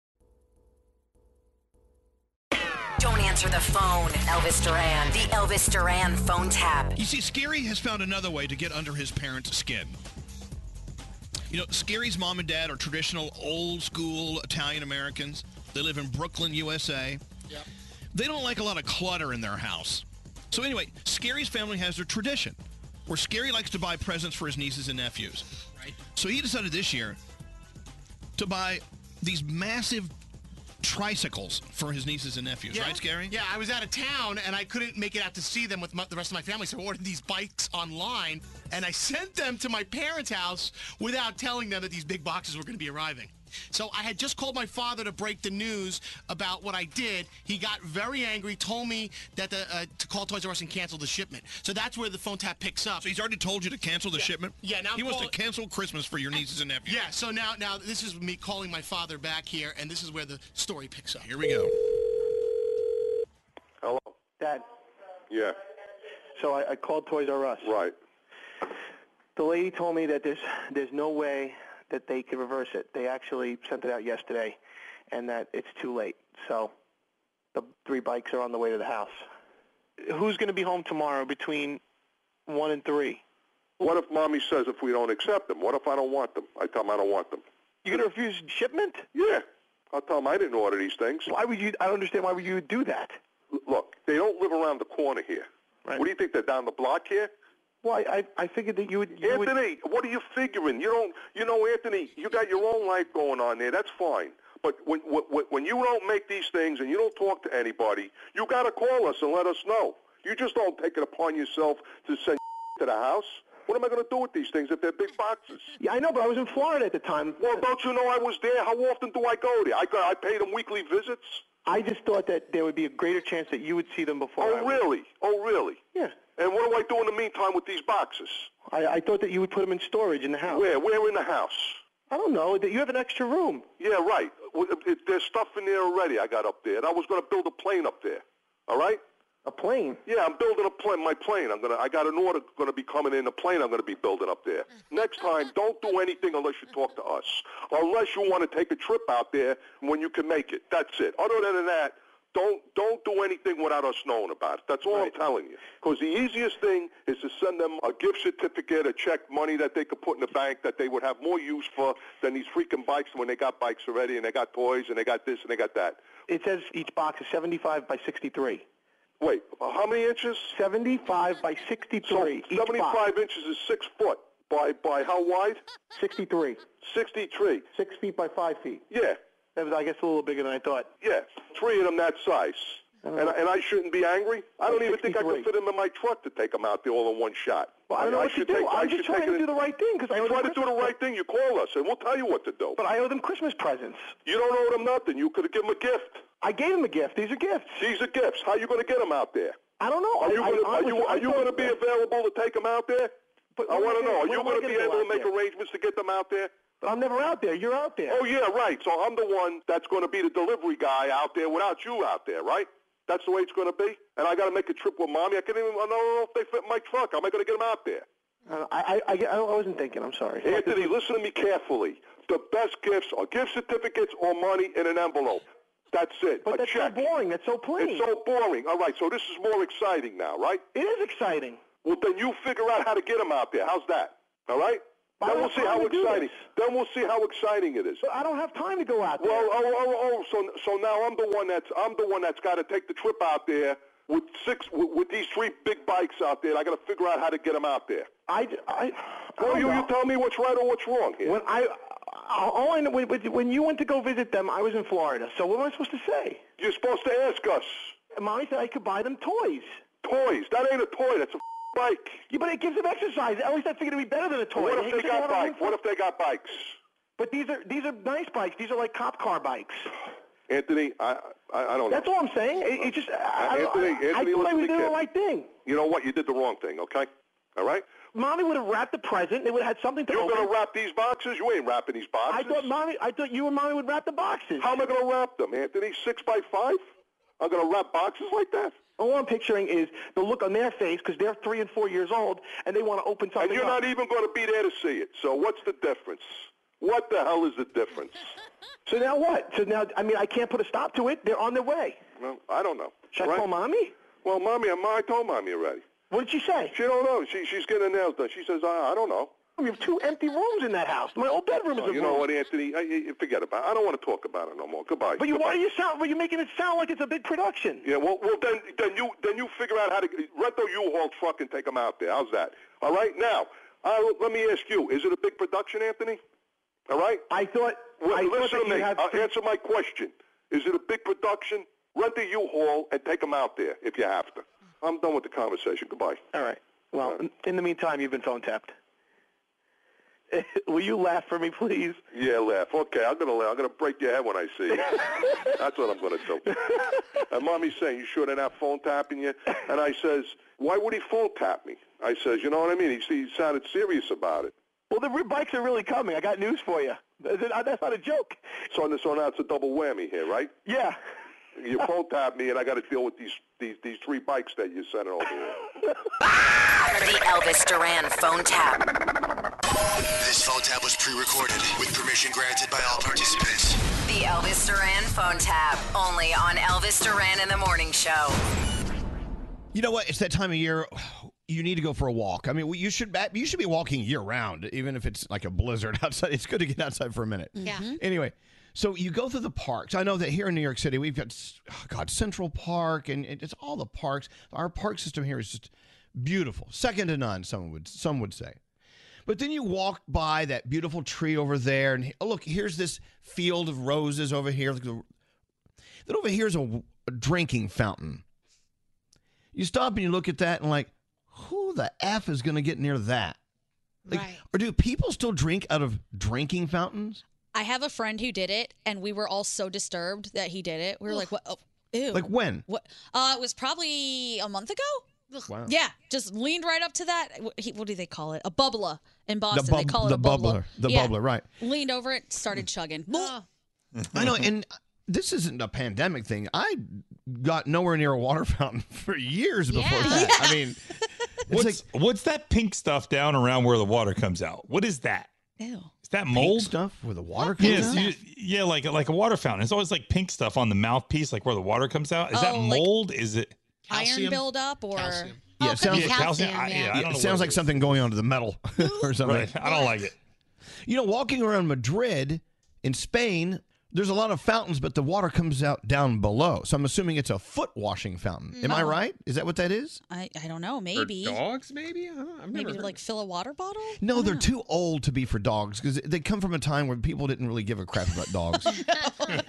Speaker 4: Don't answer the phone, Elvis Duran. The Elvis Duran phone tap.
Speaker 25: You see, Scary has found another way to get under his parents' skin. You know, Scary's mom and dad are traditional, old school Italian Americans. They live in Brooklyn, USA. They don't like a lot of clutter in their house. So anyway, Scary's family has their tradition where Scary likes to buy presents for his nieces and nephews. Right. So he decided this year to buy these massive tricycles for his nieces and nephews, right, Scary?
Speaker 19: Yeah, I was out of town and I couldn't make it out to see them with my, the rest of my family, so I ordered these bikes online and I sent them to my parents' house without telling them that these big boxes were going to be arriving. So I had just called my father to break the news about what I did. He got very angry, told me that the, uh, to call Toys R Us and cancel the shipment. So that's where the phone tap picks up. So
Speaker 25: he's already told you to cancel the shipment?
Speaker 19: Yeah, now
Speaker 25: He
Speaker 19: I'm
Speaker 25: wants to
Speaker 19: calling-
Speaker 25: cancel Christmas for your nieces and nephews.
Speaker 19: Yeah, so now now this is me calling my father back here, and this is where the story picks up.
Speaker 25: Here we go.
Speaker 31: Hello.
Speaker 19: Dad,
Speaker 31: Yeah.
Speaker 19: so I, I called Toys R Us.
Speaker 31: Right.
Speaker 19: The lady told me that there's there's no way that they could reverse it. They actually sent it out yesterday, and that it's too late. So the three bikes are on the way to the house. Who's going to be home tomorrow between one and three?
Speaker 31: What if mommy says if we don't accept them? What if I don't want them? I tell them I don't want them.
Speaker 19: You're going to refuse shipment?
Speaker 31: Yeah. I'll tell them I didn't order these things.
Speaker 19: Why would you? I don't understand why would you do that.
Speaker 31: Look, they don't live around the corner here. What do you think? They're down the block here?
Speaker 19: Well, I, I figured that you would. You would-
Speaker 31: Anthony, what are you figuring? You don't, you know, Anthony, you got your own life going on there. That's fine. But when when, when you don't make these things and you don't talk to anybody, you got to call us and let us know. You just don't take it upon yourself to send to the house. What am I going to do with these things if they're big boxes?
Speaker 19: Yeah, I know, but I was in Florida at the time.
Speaker 31: Well, don't you know I was there? How often do I go there? I go, I pay them weekly visits.
Speaker 19: I just thought that there would be a greater chance that you would see them before. I
Speaker 31: Oh,
Speaker 19: would.
Speaker 31: really? Oh, really?
Speaker 19: Yeah.
Speaker 31: And what do I do in the meantime with these boxes?
Speaker 19: I, I thought that you would put them in storage in the house.
Speaker 31: Where? Where in the house?
Speaker 19: I don't know. That you have an extra room.
Speaker 31: Yeah, right. Well, it- it- There's stuff in there already I got up there, and I was going to build a plane up there. All right?
Speaker 19: A plane?
Speaker 31: Yeah, I'm building a plane. My plane. I'm gonna. I got an order going to be coming in. A plane I'm going to be building up there. Next time, don't do anything unless you talk to us. Unless you want to take a trip out there when you can make it. That's it. Other than that, don't don't do anything without us knowing about it. That's all I'm telling you. Because the easiest thing is to send them a gift certificate, a check, money that they could put in the bank that they would have more use for than these freaking bikes when they got bikes already and they got toys and they got this and they got that.
Speaker 19: It says each box is 75 by 63.
Speaker 31: Wait, how many inches?
Speaker 19: 75 by 63. each box.
Speaker 31: 75 inches is six foot. By by how wide?
Speaker 19: 63.
Speaker 31: 63.
Speaker 19: Six feet by five feet.
Speaker 31: Yeah,
Speaker 19: That was, I guess, a little bigger than I thought.
Speaker 31: yeah. Three of them that size. And, I- and I shouldn't be angry? I don't even think I could fit them in my truck to take them out there all in one shot. Well,
Speaker 27: I don't know what to
Speaker 31: should
Speaker 27: do.
Speaker 31: Take,
Speaker 27: I'm
Speaker 31: I
Speaker 27: just
Speaker 31: should
Speaker 27: trying
Speaker 31: take
Speaker 27: to
Speaker 31: it-
Speaker 27: do the right thing 'cause I
Speaker 31: You
Speaker 27: owe them
Speaker 31: try to do the
Speaker 27: Christmas
Speaker 31: right thing. You call us, and we'll tell you what to do.
Speaker 27: But I owe them Christmas presents.
Speaker 31: You don't owe them nothing. You could have given them a gift.
Speaker 27: I gave them a gift. These are gifts.
Speaker 31: These are gifts. How you going to get them out there?
Speaker 27: I don't know.
Speaker 31: Are
Speaker 27: I-
Speaker 31: you
Speaker 27: I-
Speaker 31: going to
Speaker 27: I
Speaker 31: are
Speaker 27: was-
Speaker 31: you
Speaker 27: I
Speaker 31: are you
Speaker 27: thought-
Speaker 31: going to be available to take them out there? I
Speaker 27: when
Speaker 31: want
Speaker 27: am
Speaker 31: to
Speaker 27: I
Speaker 31: know. Are
Speaker 27: gonna-
Speaker 31: you
Speaker 27: when am I
Speaker 31: going to be
Speaker 27: gonna go
Speaker 31: able
Speaker 27: out
Speaker 31: to make
Speaker 27: there?
Speaker 31: arrangements to get them out there?
Speaker 27: But I'm never out there. You're out there.
Speaker 31: Oh yeah, right. So I'm the one that's going to be the delivery guy out there without you out there, right? That's the way it's going to be. And I got to make a trip with mommy. I can't even. I don't know if they fit in my truck. How am I going to get them out there?
Speaker 27: Uh, I, I, I, I wasn't thinking. I'm sorry.
Speaker 31: Anthony, listen to me carefully. The best gifts are gift certificates or money in an envelope. That's it. But that's so boring.
Speaker 27: That's so plain.
Speaker 31: It's so boring. All right, so this is more exciting now, right?
Speaker 27: It is exciting.
Speaker 31: Well, then you figure out how to get them out there. How's that? All right?
Speaker 27: But I don't
Speaker 31: then we'll
Speaker 27: have
Speaker 31: see
Speaker 27: time
Speaker 31: how
Speaker 27: to do
Speaker 31: exciting. Then we'll see how exciting it is.
Speaker 27: But I don't have time to go out there.
Speaker 31: Well, oh, oh, oh, so so now I'm the one that's I'm the one that's got to take the trip out there with six with, with these three big bikes out there. and I got to figure out how to get them out there.
Speaker 27: I, I,
Speaker 31: Well, you, you tell me what's right or what's wrong here.
Speaker 27: When I, I all I know, when, when you went to go visit them, I was in Florida. So what am I supposed to say?
Speaker 31: You're supposed to ask us.
Speaker 27: Mommy said I could buy them toys.
Speaker 31: Toys? That ain't a toy. That's a bike.
Speaker 27: Yeah, but it gives them exercise. At least I figured it'd be better than a toy. It
Speaker 31: What if they
Speaker 27: makes them
Speaker 31: got
Speaker 27: want to run
Speaker 31: bikes? What if they got bikes?
Speaker 27: But these are these are nice bikes. These are like cop car bikes.
Speaker 31: Anthony, I I, I don't know.
Speaker 27: That's all I'm saying. It, it just I, I don't-
Speaker 31: Anthony,
Speaker 27: I,
Speaker 31: Anthony,
Speaker 27: I thought I
Speaker 31: listen
Speaker 27: was
Speaker 31: to
Speaker 27: doing the
Speaker 31: Kevin.
Speaker 27: right thing.
Speaker 31: You know what? You did the wrong thing. Okay. All right.
Speaker 27: Mommy would have wrapped the present. They would have had something to
Speaker 31: You're
Speaker 27: open.
Speaker 31: gonna wrap these boxes? You ain't wrapping these
Speaker 27: I
Speaker 31: boxes.
Speaker 27: thought mommy, I thought you and mommy would wrap the boxes.
Speaker 31: How am I gonna wrap them, Anthony? Six by five? I'm gonna wrap boxes like that?
Speaker 27: All I'm picturing is the look on their face because they're three and four years old and they want to open something.
Speaker 31: And you're
Speaker 27: up.
Speaker 31: not even going to be there to see it. So what's the difference? What the hell is the difference?
Speaker 27: So now what? So now I mean I can't put a stop to it. They're on their way.
Speaker 31: Well, I don't know.
Speaker 27: Should
Speaker 31: All
Speaker 27: I
Speaker 31: right?
Speaker 27: call mommy?
Speaker 31: Well, mommy, I'm- I told mommy already.
Speaker 27: What did she say?
Speaker 31: She don't know. She, she's getting her nails done. She says, "Ah, I, I don't know.
Speaker 27: We have two empty rooms in that house. My old bedroom is a
Speaker 31: Oh, you
Speaker 27: room.
Speaker 31: know what, Anthony? I, I- forget about it. I don't want to talk about it no more. Goodbye.
Speaker 27: But you
Speaker 31: Goodbye.
Speaker 27: why are you sound? But you're making it sound like it's a big production.
Speaker 31: Yeah, well, well, then, then you, then you figure out how to rent the U-Haul truck and take them out there. How's that? All right, now, uh, let me ask you: Is it a big production, Anthony? All right.
Speaker 27: I thought.
Speaker 31: Well,
Speaker 27: I thought
Speaker 31: listen
Speaker 27: that
Speaker 31: to
Speaker 27: you
Speaker 31: me.
Speaker 27: had
Speaker 31: Uh,
Speaker 27: three-
Speaker 31: answer my question: Is it a big production? Rent the U-Haul and take them out there if you have to. I'm done with the conversation. Goodbye.
Speaker 27: All right. Well, in- in the meantime, you've been phone tapped. Will you laugh for me, please?
Speaker 31: Yeah, laugh. Okay, I'm gonna laugh. I'm gonna break your head when I see you. That's what I'm gonna do. And mommy's saying, "You sure they're not phone tapping you?" And I says, "Why would he phone tap me?" I says, "You know what I mean?" He, he sounded serious about it.
Speaker 27: Well, the re- bikes are really coming. I got news for you. Is it- uh, That's not a joke.
Speaker 31: So, so now it's a double whammy here, right?
Speaker 27: Yeah.
Speaker 31: You phone tap me, and I got to deal with these these these three bikes that you sent over here.
Speaker 4: The Elvis Duran phone tap.
Speaker 26: This phone tap was pre-recorded with permission granted by all participants.
Speaker 4: The Elvis Duran phone tap. Only on Elvis Duran in the Morning Show.
Speaker 6: You know what? It's that time of year. You need to go for a walk. I mean, you should ba- you should be walking year round, even if it's like a blizzard outside. It's good to get outside for a minute.
Speaker 23: Yeah. Mhm.
Speaker 6: Anyway, so you go through the parks. I know that here in New York City, we've got oh God Central Park, and it- it's all the parks. Our park system here is just beautiful, second to none. Some would some would say. But then you walk by that beautiful tree over there, and oh, look, here's this field of roses over here. Look, the- Then over here's a, a drinking fountain. You stop and you look at that and like, who the f is going to get near that? Like, Or do people still drink out of drinking fountains?
Speaker 18: I have a friend who did it, and we were all so disturbed that he did it. We were like, "What? Oh, ew!"
Speaker 6: Like when?
Speaker 18: What? Uh, it was probably a month ago.
Speaker 6: Wow.
Speaker 18: Yeah, just leaned right up to that. What, he, what do they call it? A bubbler in Boston. they
Speaker 6: bub-
Speaker 18: call it
Speaker 6: the
Speaker 18: a bubbler.
Speaker 6: bubbler. The
Speaker 18: Yeah.
Speaker 6: bubbler, right. Mm.
Speaker 18: Leaned over it, started chugging.
Speaker 6: I know, and this isn't a pandemic thing. I got nowhere near a water fountain for years before
Speaker 18: Yeah.
Speaker 6: that. I mean,
Speaker 11: What's what's that pink stuff down around where the water comes out? What is that?
Speaker 18: Ew.
Speaker 11: Is that mold
Speaker 6: stuff where the water comes
Speaker 11: yes,
Speaker 6: out?
Speaker 11: you- yeah, like like a water fountain. It's always like pink stuff on the mouthpiece, like where the water comes out. Is that
Speaker 18: Oh, like-
Speaker 11: mold? is it?
Speaker 18: Iron buildup or Oh,
Speaker 6: yeah,
Speaker 11: yeah, calcium. I, yeah, I don't know.
Speaker 6: it sounds like something going onto the metal or something.
Speaker 11: Right. I don't like it.
Speaker 6: You know, walking around Madrid in Spain, there's a lot of fountains, but the water comes out down below. So I'm assuming it's a foot washing fountain. Am I
Speaker 18: Oh.
Speaker 6: right? Is that what that is?
Speaker 18: I, I don't know. Maybe
Speaker 6: dogs, Maybe I don't know. I've
Speaker 18: maybe
Speaker 6: never
Speaker 18: to
Speaker 6: heard
Speaker 18: like fill a water bottle.
Speaker 6: No, they're too old to be for dogs because they come from a time when people didn't really give a crap about dogs.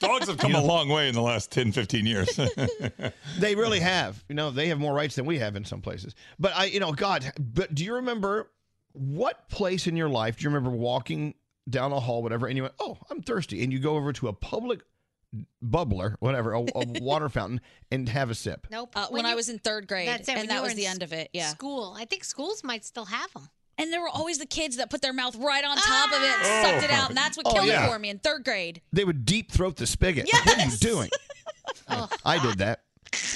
Speaker 11: Dogs have come a long way in the last 10, 15 years.
Speaker 6: they really have. You know, they have more rights than we have in some places. But I, you know, God, but do you remember what place in your life do you remember walking down a hall, whatever, and you went, "Oh, I'm thirsty," and you go over to a public bubbler, whatever, a, a water fountain, and have a sip.
Speaker 9: Nope.
Speaker 18: Uh, when,
Speaker 9: When
Speaker 18: I
Speaker 9: you-
Speaker 18: was in third grade,
Speaker 9: That's it. when
Speaker 18: and
Speaker 9: you
Speaker 18: that
Speaker 9: were
Speaker 18: was
Speaker 9: in
Speaker 18: the
Speaker 9: s-
Speaker 18: end of it. Yeah.
Speaker 9: School. I think schools might still have them.
Speaker 18: And there were always the kids that put their mouth right on top of it and sucked it
Speaker 6: Oh.
Speaker 18: out, and that's what
Speaker 6: Oh,
Speaker 18: killed
Speaker 6: yeah.
Speaker 18: it for me in third grade.
Speaker 6: They would deep throat the spigot. Like, what are you doing? I did that.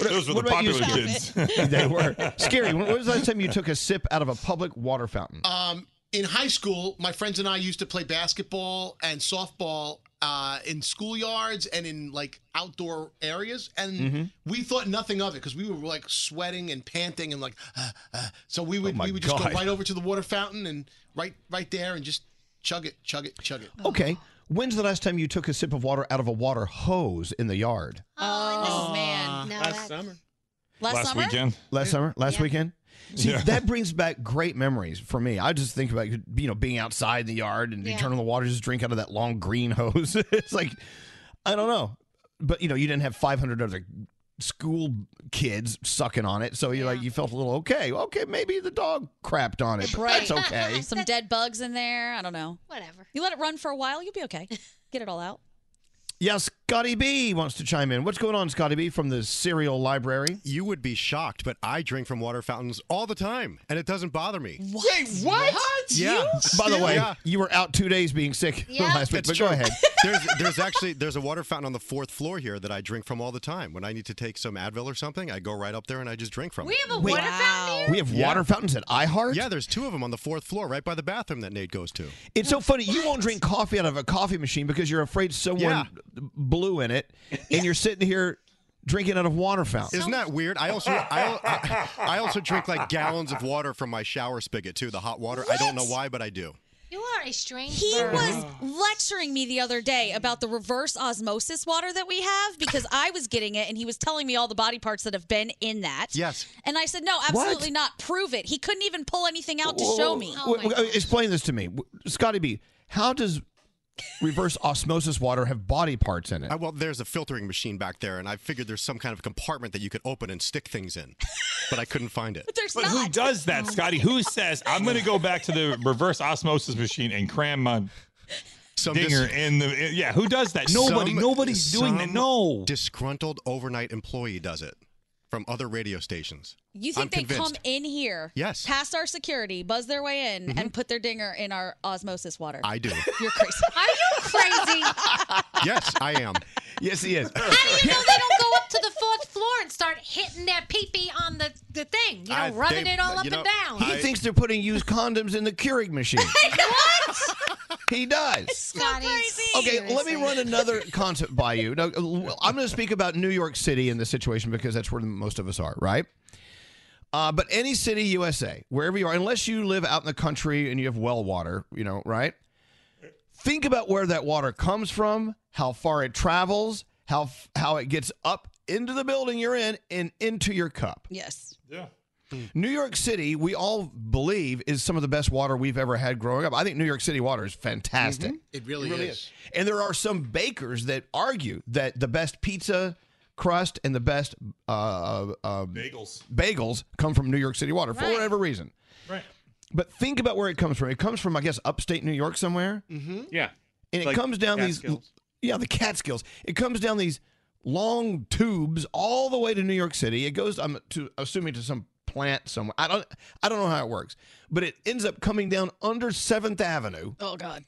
Speaker 11: Those were the
Speaker 6: about you,
Speaker 11: popular
Speaker 6: Scary? they were scary. When when was the last time you took a sip out of a public water fountain?
Speaker 19: Um, in high school, my friends and I used to play basketball and softball uh, in schoolyards and in like outdoor areas, and
Speaker 6: Mhm.
Speaker 19: we thought nothing of it because we were like sweating and panting and like, uh, uh. so we would
Speaker 6: Oh my
Speaker 19: we would just
Speaker 6: God.
Speaker 19: go right over to the water fountain and right right there and just chug it, chug it, chug it.
Speaker 6: Okay. When's the last time you took a sip of water out of a water hose in the yard?
Speaker 18: Oh, man.
Speaker 19: No,
Speaker 18: last
Speaker 19: summer.
Speaker 18: Last, summer?
Speaker 6: Last summer? Last weekend? See,
Speaker 11: Yeah.
Speaker 6: that brings back great memories for me. I just think about you know being outside in the yard and
Speaker 18: Yeah.
Speaker 6: you turn on the water, just drink out of that long green hose. it's like I don't know, but you know you didn't have 500 other school kids sucking on it, so you're like you felt a little okay. Okay, maybe the dog crapped on it, but that's okay.
Speaker 18: Some dead bugs in there. I don't know.
Speaker 9: Whatever.
Speaker 18: You let it run for a while, you'll be okay. Get it all out.
Speaker 6: Yeah, Scotty B wants to chime in. What's going on, Scotty B, from the cereal library?
Speaker 23: You would be shocked, but I drink from water fountains all the time, and it doesn't bother me.
Speaker 18: What?
Speaker 23: what? Yeah.
Speaker 6: By the way,
Speaker 23: Yeah.
Speaker 6: you were out two days being sick last week,
Speaker 23: It's
Speaker 6: but
Speaker 23: true.
Speaker 6: go ahead.
Speaker 23: There's, there's actually there's a water fountain on the fourth floor here that I drink from all the time. When I need to take some Advil or something, I go right up there and I just drink from
Speaker 9: We
Speaker 23: it.
Speaker 9: have a Wait, water fountain here?
Speaker 6: we have water fountains at iHeart.
Speaker 23: Yeah, there's two of them on the fourth floor, right by the bathroom that Nate goes to.
Speaker 6: It's so funny. You won't drink coffee out of a coffee machine because you're afraid someone
Speaker 23: Yeah.
Speaker 6: blew in it, and you're sitting here drinking out of water fountain.
Speaker 23: Isn't that weird? I also I, I, I also drink like gallons of water from my shower spigot too, the hot water. I don't know why, but I do.
Speaker 9: You are a strange
Speaker 18: He
Speaker 9: bird.
Speaker 18: was lecturing me the other day about the reverse osmosis water that we have because I was getting it and he was telling me all the body parts that have been in that.
Speaker 23: Yes.
Speaker 18: And I said, no, absolutely not. Prove it. He couldn't even pull anything out to
Speaker 9: Oh,
Speaker 18: show me.
Speaker 6: Wait, wait, explain this to me, W- Scotty B. How does reverse osmosis water have body parts in it?
Speaker 23: I, well, there's a filtering machine back there, and I figured there's some kind of compartment that you could open and stick things in, but I couldn't find it.
Speaker 18: there's
Speaker 11: but who does that, Scotty? Who says I'm going to go back to the reverse osmosis machine and cram my dinger
Speaker 23: dis-
Speaker 11: in the? Yeah, who does that? Nobody.
Speaker 23: Some-
Speaker 11: nobody's doing that.
Speaker 23: some
Speaker 11: No.
Speaker 23: disgruntled overnight employee does it from other radio stations.
Speaker 18: You think
Speaker 23: I'm
Speaker 18: they
Speaker 23: convinced.
Speaker 18: come in here,
Speaker 23: Yes.
Speaker 18: past our security, buzz their way in,
Speaker 23: Mhm.
Speaker 18: and put their dinger in our osmosis water?
Speaker 23: I do.
Speaker 18: You're crazy.
Speaker 9: Are you crazy?
Speaker 23: yes, I am.
Speaker 6: Yes, he is.
Speaker 9: How do you know they don't go up to the fourth floor and start hitting their pee-pee on the, the thing? You know,
Speaker 6: I-
Speaker 9: rubbing
Speaker 6: they-
Speaker 9: it all up
Speaker 6: you know,
Speaker 9: and down.
Speaker 6: He thinks they're putting used condoms in the Keurig machine. he does.
Speaker 9: Scotty,
Speaker 6: Okay, let me run another concept by you. Now, uh, I'm going to speak about New York City in this situation because that's where the most of us are, right? Uh, but any city, USA, wherever you are, unless you live out in the country and you have well water, you know, right? Think about where that water comes from, how far it travels, how f- how it gets up into the building you're in and into your cup.
Speaker 18: Yes.
Speaker 11: Yeah.
Speaker 6: New York City, we all believe, is some of the best water we've ever had growing up. I think New York City water is fantastic.
Speaker 19: Mhm. It really is.
Speaker 6: And there are some bakers that argue that the best pizza crust and the best uh, uh,
Speaker 11: bagels
Speaker 6: bagels come from New York City water for
Speaker 11: Right.
Speaker 6: whatever reason.
Speaker 11: Right.
Speaker 6: But think about where it comes from. It comes from, I guess, upstate New York somewhere.
Speaker 14: Mm-hmm. Yeah.
Speaker 6: And it
Speaker 14: Like
Speaker 6: comes down these,
Speaker 14: Catskills.
Speaker 6: yeah, the Catskills. It comes down these long tubes all the way to New York City. It goes, I'm to assuming to some plant somewhere. I don't, I don't know how it works, but it ends up coming down under Seventh Avenue.
Speaker 18: Oh God.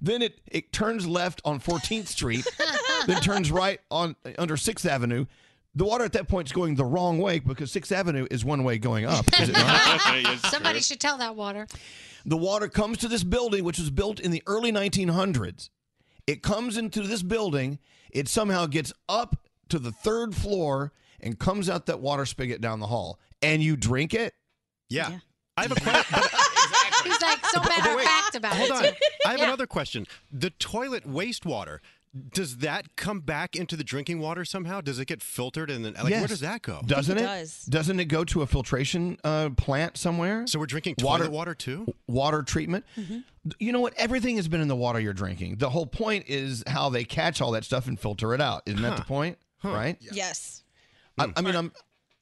Speaker 6: Then it it turns left on 14th Street, then turns right on under 6th Avenue. The water at that point is going the wrong way because 6th Avenue is one way going up. Is it not?
Speaker 9: Somebody should tell that water.
Speaker 6: The water comes to this building, which was built in the early 1900s. It comes into this building. It somehow gets up to the third floor and comes out that water spigot down the hall. And you drink it?
Speaker 23: Yeah. I have a question.
Speaker 9: He's He's like so matter of fact about
Speaker 23: Hold
Speaker 9: it.
Speaker 23: on. I have
Speaker 9: Yeah.
Speaker 23: another question. The toilet wastewater, does that come back into the drinking water somehow? Does it get filtered and then like where
Speaker 6: Yes.
Speaker 23: does that go?
Speaker 6: Doesn't it? Doesn't it go to a filtration uh, plant somewhere? So
Speaker 23: we're drinking toilet water too.
Speaker 6: Water treatment. You know what? Everything has been in the water you're drinking. The whole point is how they catch all that stuff and filter it out. Isn't that the
Speaker 18: Huh.
Speaker 6: point? Right?
Speaker 18: Yes.
Speaker 14: Hmm.
Speaker 6: I, I mean, I'm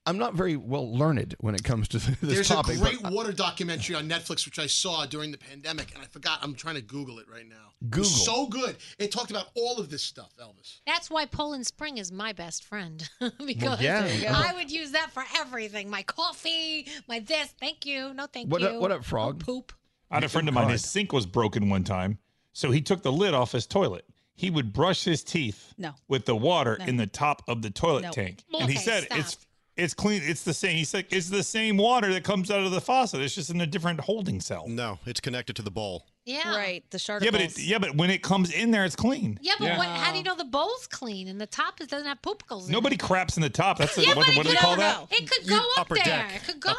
Speaker 6: I'm not very well learned when it comes to this
Speaker 19: There's
Speaker 6: topic.
Speaker 19: a
Speaker 6: but
Speaker 19: great water documentary on Netflix which I saw during the pandemic, and I forgot. I'm trying to Google it right now. It was
Speaker 6: Google.
Speaker 19: so good. It talked about all of this stuff, Elvis.
Speaker 9: That's why Poland Spring is my best friend because
Speaker 6: yeah. There you go.
Speaker 9: I would use that for everything. My coffee, my this. Thank you. No, thank
Speaker 11: What
Speaker 9: you.
Speaker 11: up- what up, Frog?
Speaker 9: No poop.
Speaker 11: I had a friend of mine, his sink was broken one time. So he took the lid off his toilet. He would brush his teeth
Speaker 18: No.
Speaker 11: with the water
Speaker 18: No.
Speaker 11: in the top of the toilet
Speaker 18: No.
Speaker 11: tank. And he
Speaker 18: Okay,
Speaker 11: said it's it's clean. It's the same. He said it's the same water that comes out of the faucet. It's just in a different holding cell.
Speaker 23: No, it's connected to the bowl.
Speaker 9: Yeah.
Speaker 18: Right. The shark.
Speaker 11: Yeah, but it, yeah, but when it comes in there, it's clean.
Speaker 9: Yeah, but what, how do you know the bowl's clean and the top is- doesn't have poopicles? in it?
Speaker 11: Nobody craps in the top. That's the,
Speaker 9: Yeah,
Speaker 11: what,
Speaker 9: but
Speaker 11: what do
Speaker 9: it
Speaker 11: they
Speaker 9: could-
Speaker 11: call
Speaker 9: no,
Speaker 11: that?
Speaker 9: no. It could go up there. It could go.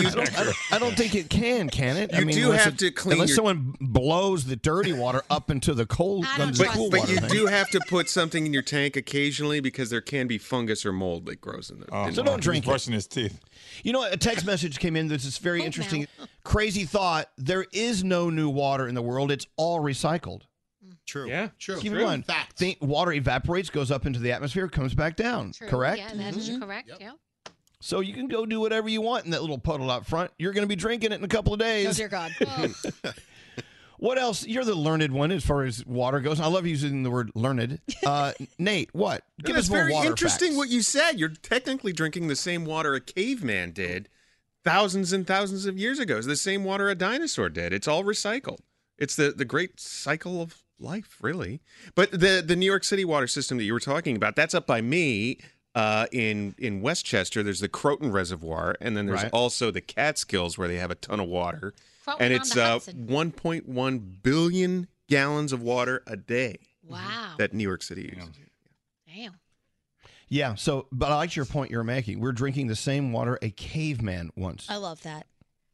Speaker 6: You don't- I, don't, I don't think it can, can it? I
Speaker 14: You
Speaker 6: mean,
Speaker 14: do
Speaker 6: unless
Speaker 14: have
Speaker 6: it-
Speaker 14: to clean
Speaker 6: Unless
Speaker 14: your-
Speaker 6: someone blows the dirty water up into the cold, um, the
Speaker 14: But,
Speaker 6: cool
Speaker 14: but
Speaker 6: water
Speaker 14: you
Speaker 6: thing.
Speaker 14: do have to put something in your tank occasionally because there can be fungus or mold that grows in there.
Speaker 6: So don't drink it.
Speaker 11: Oh brushing his teeth.
Speaker 6: You know, a text message came in. This is very interesting. Crazy thought. There is no new water in the world. It's all recycled.
Speaker 23: True.
Speaker 14: Yeah.
Speaker 19: True.
Speaker 6: Keep in mind, think water evaporates, goes up into the atmosphere, comes back down.
Speaker 9: True.
Speaker 6: Correct.
Speaker 9: Yeah, that
Speaker 18: Mm-hmm.
Speaker 9: is correct. Yeah.
Speaker 6: So you can go do whatever you want in that little puddle out front. You're going to be drinking it in a couple of days.
Speaker 18: Oh, dear God.
Speaker 6: what else? You're the learned one as far as water goes. I love using the word learned. Uh, Nate, what? Give
Speaker 14: it's
Speaker 6: us more
Speaker 14: very
Speaker 6: water
Speaker 14: interesting
Speaker 6: facts.
Speaker 14: what you said. You're technically drinking the same water a caveman did thousands and thousands of years ago. It's the same water a dinosaur did. It's all recycled. It's the, the great cycle of life, really. But the, the New York City water system that you were talking about, that's up by me. Uh, in in Westchester, there's the Croton Reservoir, and then there's
Speaker 6: Right.
Speaker 14: also the Catskills, where they have a ton of water,
Speaker 9: Croton
Speaker 14: and
Speaker 9: on
Speaker 14: it's
Speaker 9: the
Speaker 14: uh,
Speaker 9: Hudson.
Speaker 14: 1.1 billion gallons of water a day
Speaker 9: Wow.
Speaker 14: that New York City uses.
Speaker 9: Damn.
Speaker 6: Yeah. So, but I like your point you're making. We're drinking the same water a caveman once
Speaker 18: I love that.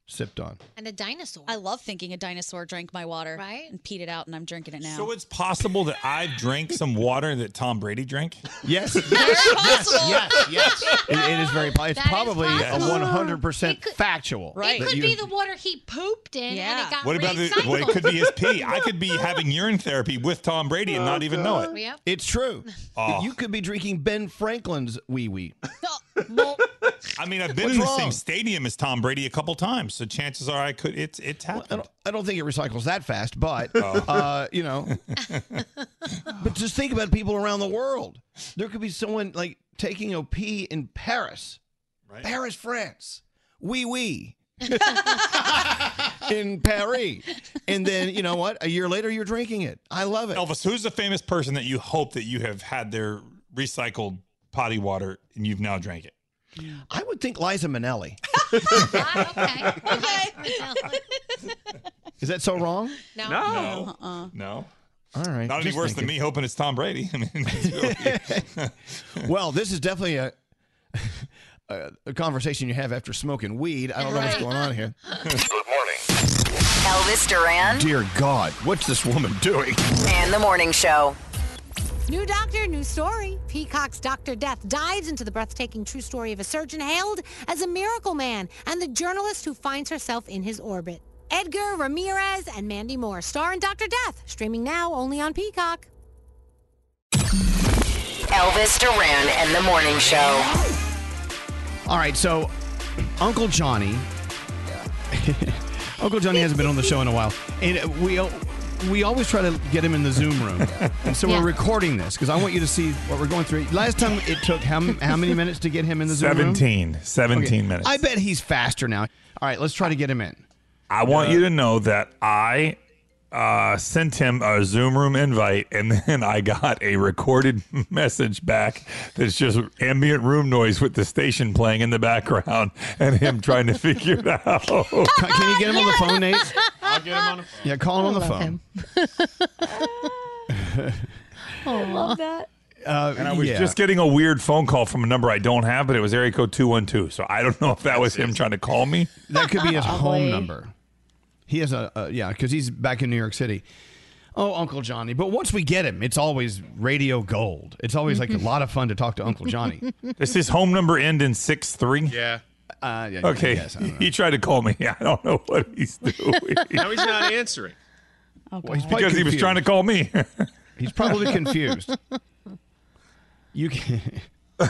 Speaker 6: sipped on.
Speaker 9: And a dinosaur.
Speaker 18: I love thinking a dinosaur drank my water. Right. And peed it out, and I'm drinking it now.
Speaker 11: So it's possible that I drank some water that Tom Brady drank.
Speaker 6: Yes.
Speaker 18: possible.
Speaker 6: yes. It, it is very. po- It's
Speaker 9: That is
Speaker 6: probably a
Speaker 9: possible.
Speaker 6: 100 percent factual.
Speaker 9: It
Speaker 6: that
Speaker 9: could
Speaker 6: you-
Speaker 9: be the water he pooped in and it got
Speaker 11: What about the, well, it could be his pee. I could be having urine therapy with Tom Brady and
Speaker 6: Oh,
Speaker 11: not even know it.
Speaker 9: Yep.
Speaker 6: It's true.
Speaker 11: Oh.
Speaker 6: You could be drinking Ben Franklin's wee wee.
Speaker 11: I mean, I've been
Speaker 6: What's
Speaker 11: in the
Speaker 6: wrong?
Speaker 11: same stadium as Tom Brady a couple times, so chances are I could. It's it's happened. Oh.
Speaker 6: I don't think it recycles that fast, but uh, you know. but just think about people around the world. There could be someone like taking a pee in Paris, Paris, France, wee wee. in Paris, and then you know what? A year later, you're drinking it. I love it.
Speaker 11: Elvis, who's the famous person that you hope that you have had their recycled potty water and you've now drank it?
Speaker 6: I would think Liza Minnelli. Is that so wrong?
Speaker 9: No.
Speaker 11: No.
Speaker 18: Uh-uh.
Speaker 11: No.
Speaker 6: All right.
Speaker 11: Not any
Speaker 6: just
Speaker 11: worse than
Speaker 6: thinking.
Speaker 11: me hoping it's Tom Brady. I mean, it's really-
Speaker 6: Well, this is definitely a, a a conversation you have after smoking weed. I don't know what's
Speaker 4: Right.
Speaker 6: going on here.
Speaker 4: Elvis Duran
Speaker 6: Dear God, what's this woman doing?
Speaker 4: and the Morning Show.
Speaker 5: New doctor, new story. Peacock's Dr. Death dives into the breathtaking true story of a surgeon hailed as a miracle man and the journalist who finds herself in his orbit. Edgar Ramirez and Mandy Moore star in Dr. Death, streaming now only on Peacock.
Speaker 4: Elvis Duran and the Morning Show.
Speaker 6: All right, so Uncle Johnny, Uncle Johnny hasn't been on the show in a while, and we al- we always try to get him in the Zoom room, and so
Speaker 28: Yeah.
Speaker 6: we're recording this because I want you to see what we're going through. Last time it took how m- how many minutes to get him in the Zoom room?
Speaker 11: 17. 17 minutes.
Speaker 6: I bet he's faster now. All right, let's try to get him in.
Speaker 11: I want you to know that I uh, sent him a Zoom room invite, and then I got a recorded message back that's just ambient room noise with the station playing in the background and him trying to figure it out. Can
Speaker 6: you get him on the phone, Nate?
Speaker 11: I'll get him on the
Speaker 6: Yeah, call him on the phone.
Speaker 21: I love that.
Speaker 6: Uh,
Speaker 11: And I was
Speaker 6: yeah.
Speaker 11: just getting a weird phone call from a number I don't have, but it was area code 212. So I don't know if that was him trying to call me.
Speaker 6: That could be his home number. He has a, a yeah, because he's back in New York City. Oh, Uncle Johnny. But once we get him, it's always radio gold. It's always
Speaker 11: Mm-hmm.
Speaker 6: like a lot of fun to talk to Uncle Johnny.
Speaker 11: Does his home number end in six three?
Speaker 6: Yeah. Uh, yeah.
Speaker 11: Okay.
Speaker 6: yes, I don't know.
Speaker 11: he tried to call me. I don't know what he's doing.
Speaker 30: now he's not answering.
Speaker 6: Well, he's probably
Speaker 11: because he was
Speaker 6: confused.
Speaker 11: trying to call me.
Speaker 6: He's probably confused. You can.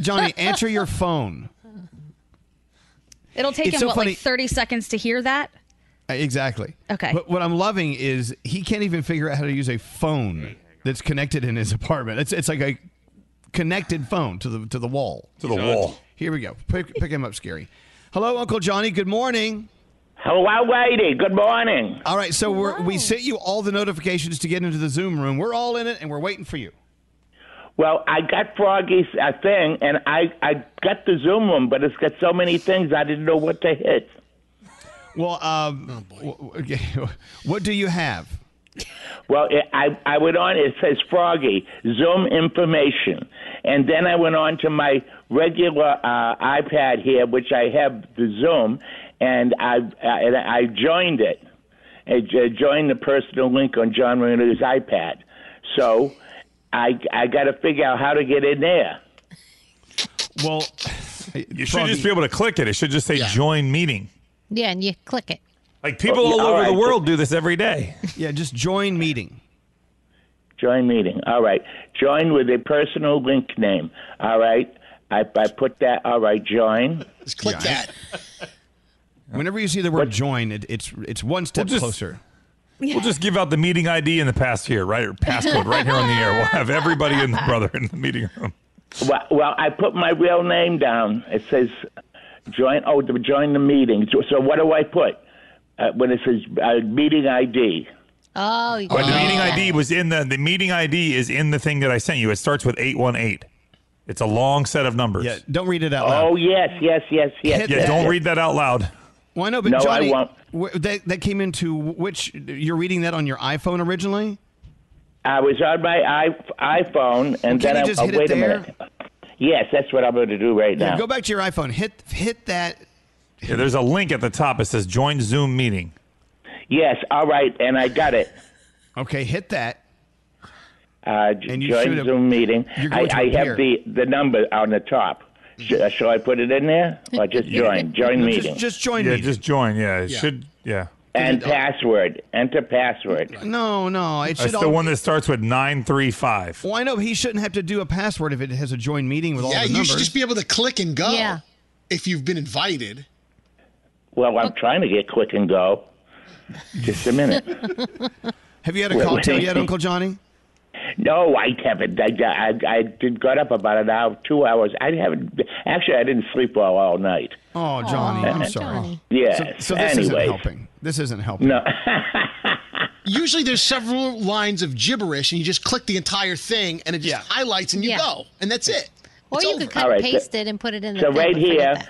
Speaker 6: Johnny, answer your phone.
Speaker 24: It'll take
Speaker 6: It's
Speaker 24: him
Speaker 6: so
Speaker 24: what,
Speaker 6: funny-
Speaker 24: like 30 seconds to hear that.
Speaker 6: Uh, Exactly.
Speaker 24: Okay.
Speaker 6: But what I'm loving is he can't even figure out how to use a phone that's connected in his apartment. It's it's like a connected phone to the to the wall.
Speaker 11: To the wall.
Speaker 6: Here we go. Pick, pick him up, scary. Hello, Uncle Johnny. Good morning.
Speaker 32: Hello, lady. Good morning.
Speaker 6: All right. So we're, we sent you all the notifications to get into the Zoom room. We're all in it, and we're waiting for you.
Speaker 32: Well, I got Froggy's uh, thing, and I, I got the Zoom room, but it's got so many things I didn't know what to hit.
Speaker 6: Well, um,
Speaker 11: Oh,
Speaker 6: w- w- okay. what do you have?
Speaker 32: Well, it, I, I went on, it says Froggy, Zoom information. And then I went on to my regular uh, iPad here, which I have the Zoom, and I, uh, and I joined it. I j- joined the personal link on John Marino's iPad. So I, I got to figure out how to get in there.
Speaker 6: Well,
Speaker 11: you should just be able to click it. It should just say join meeting.
Speaker 9: Yeah, and you click it.
Speaker 11: Like people all over the world do this every day.
Speaker 6: Yeah, just join meeting.
Speaker 32: Join meeting. All right. Join with a personal link name. All right. I, I put that. All right. Join.
Speaker 19: Just click that.
Speaker 6: Whenever you see the word join, it, it's it's one step closer.
Speaker 11: We'll just give out the meeting ID in the past here, right? Or passcode right here on the air. We'll have everybody and the brother in the meeting room.
Speaker 32: Well, well, I put my real name down. It says join. Oh, the, join the meeting. So, so what do I put uh, when it says uh, meeting ID?
Speaker 9: Oh, you
Speaker 11: But the
Speaker 9: can-
Speaker 11: meeting ID was in the the meeting ID is in the thing that I sent you. It starts with eight one eight. It's a long set of numbers. Yeah,
Speaker 6: don't read it out
Speaker 11: loud.
Speaker 32: Oh yes, yes, yes, yes.
Speaker 11: yeah,
Speaker 32: yes,
Speaker 11: don't
Speaker 32: yes.
Speaker 11: read that out loud.
Speaker 6: Well, I know, but
Speaker 32: No, I
Speaker 6: Johnny,
Speaker 32: won't.
Speaker 6: wh- that that came into which you're reading that on your iPhone originally.
Speaker 32: I was on my I, iPhone,
Speaker 6: Well,
Speaker 32: and
Speaker 6: can
Speaker 32: then
Speaker 6: you
Speaker 32: I
Speaker 6: just
Speaker 32: oh,
Speaker 6: hit it
Speaker 32: wait a
Speaker 6: there?
Speaker 32: minute. Yes, that's what I'm going to do right
Speaker 6: Yeah,
Speaker 32: now.
Speaker 6: go back to your iPhone. Hit hit that.
Speaker 11: Yeah, there's a link at the top. It says join Zoom meeting.
Speaker 32: Yes, all right, and I got it.
Speaker 6: Okay, hit that.
Speaker 32: Uh, j-
Speaker 6: And you should
Speaker 32: join
Speaker 6: have-
Speaker 32: Zoom meeting.
Speaker 6: you're
Speaker 32: I,
Speaker 6: going to
Speaker 32: I
Speaker 6: appear.
Speaker 32: have the, the number on the top. Sh- uh, shall I put it in there or just join? Join
Speaker 11: No,
Speaker 32: meeting.
Speaker 11: just- just join Yeah, meeting. just join. Yeah, it
Speaker 32: Yeah.
Speaker 11: should. Yeah.
Speaker 32: And password. Enter password.
Speaker 6: No, no, it should.
Speaker 11: That's the
Speaker 6: all-
Speaker 11: one that starts with nine three five.
Speaker 6: Well, I know he shouldn't have to do a password if it has a join meeting with all
Speaker 19: Yeah,
Speaker 6: the
Speaker 19: you
Speaker 6: numbers.
Speaker 19: should just be able to click and go.
Speaker 6: Yeah.
Speaker 19: If you've been invited.
Speaker 32: Well, I'm trying to get quick and go. Just a minute.
Speaker 6: have you had a
Speaker 32: Well,
Speaker 6: cocktail yet,
Speaker 32: wait.
Speaker 6: Uncle Johnny?
Speaker 32: No, I haven't. I, I, I did got up about an hour, two hours. I haven't. Actually, I didn't sleep well all night.
Speaker 6: Oh, Johnny,
Speaker 32: Aw,
Speaker 6: I'm sorry.
Speaker 32: Johnny. Yes,
Speaker 6: So, so this
Speaker 32: anyways.
Speaker 6: isn't helping. This isn't helping.
Speaker 32: No.
Speaker 19: Usually there's several lines of gibberish, and you just click the entire thing, and it just highlights, and you go, and that's it.
Speaker 9: Or
Speaker 19: It's
Speaker 9: you
Speaker 19: over.
Speaker 9: could cut
Speaker 32: All right,
Speaker 9: and paste
Speaker 32: so-
Speaker 9: it and put it in the
Speaker 32: So
Speaker 9: thing and
Speaker 32: right
Speaker 9: forget
Speaker 32: here,
Speaker 9: that.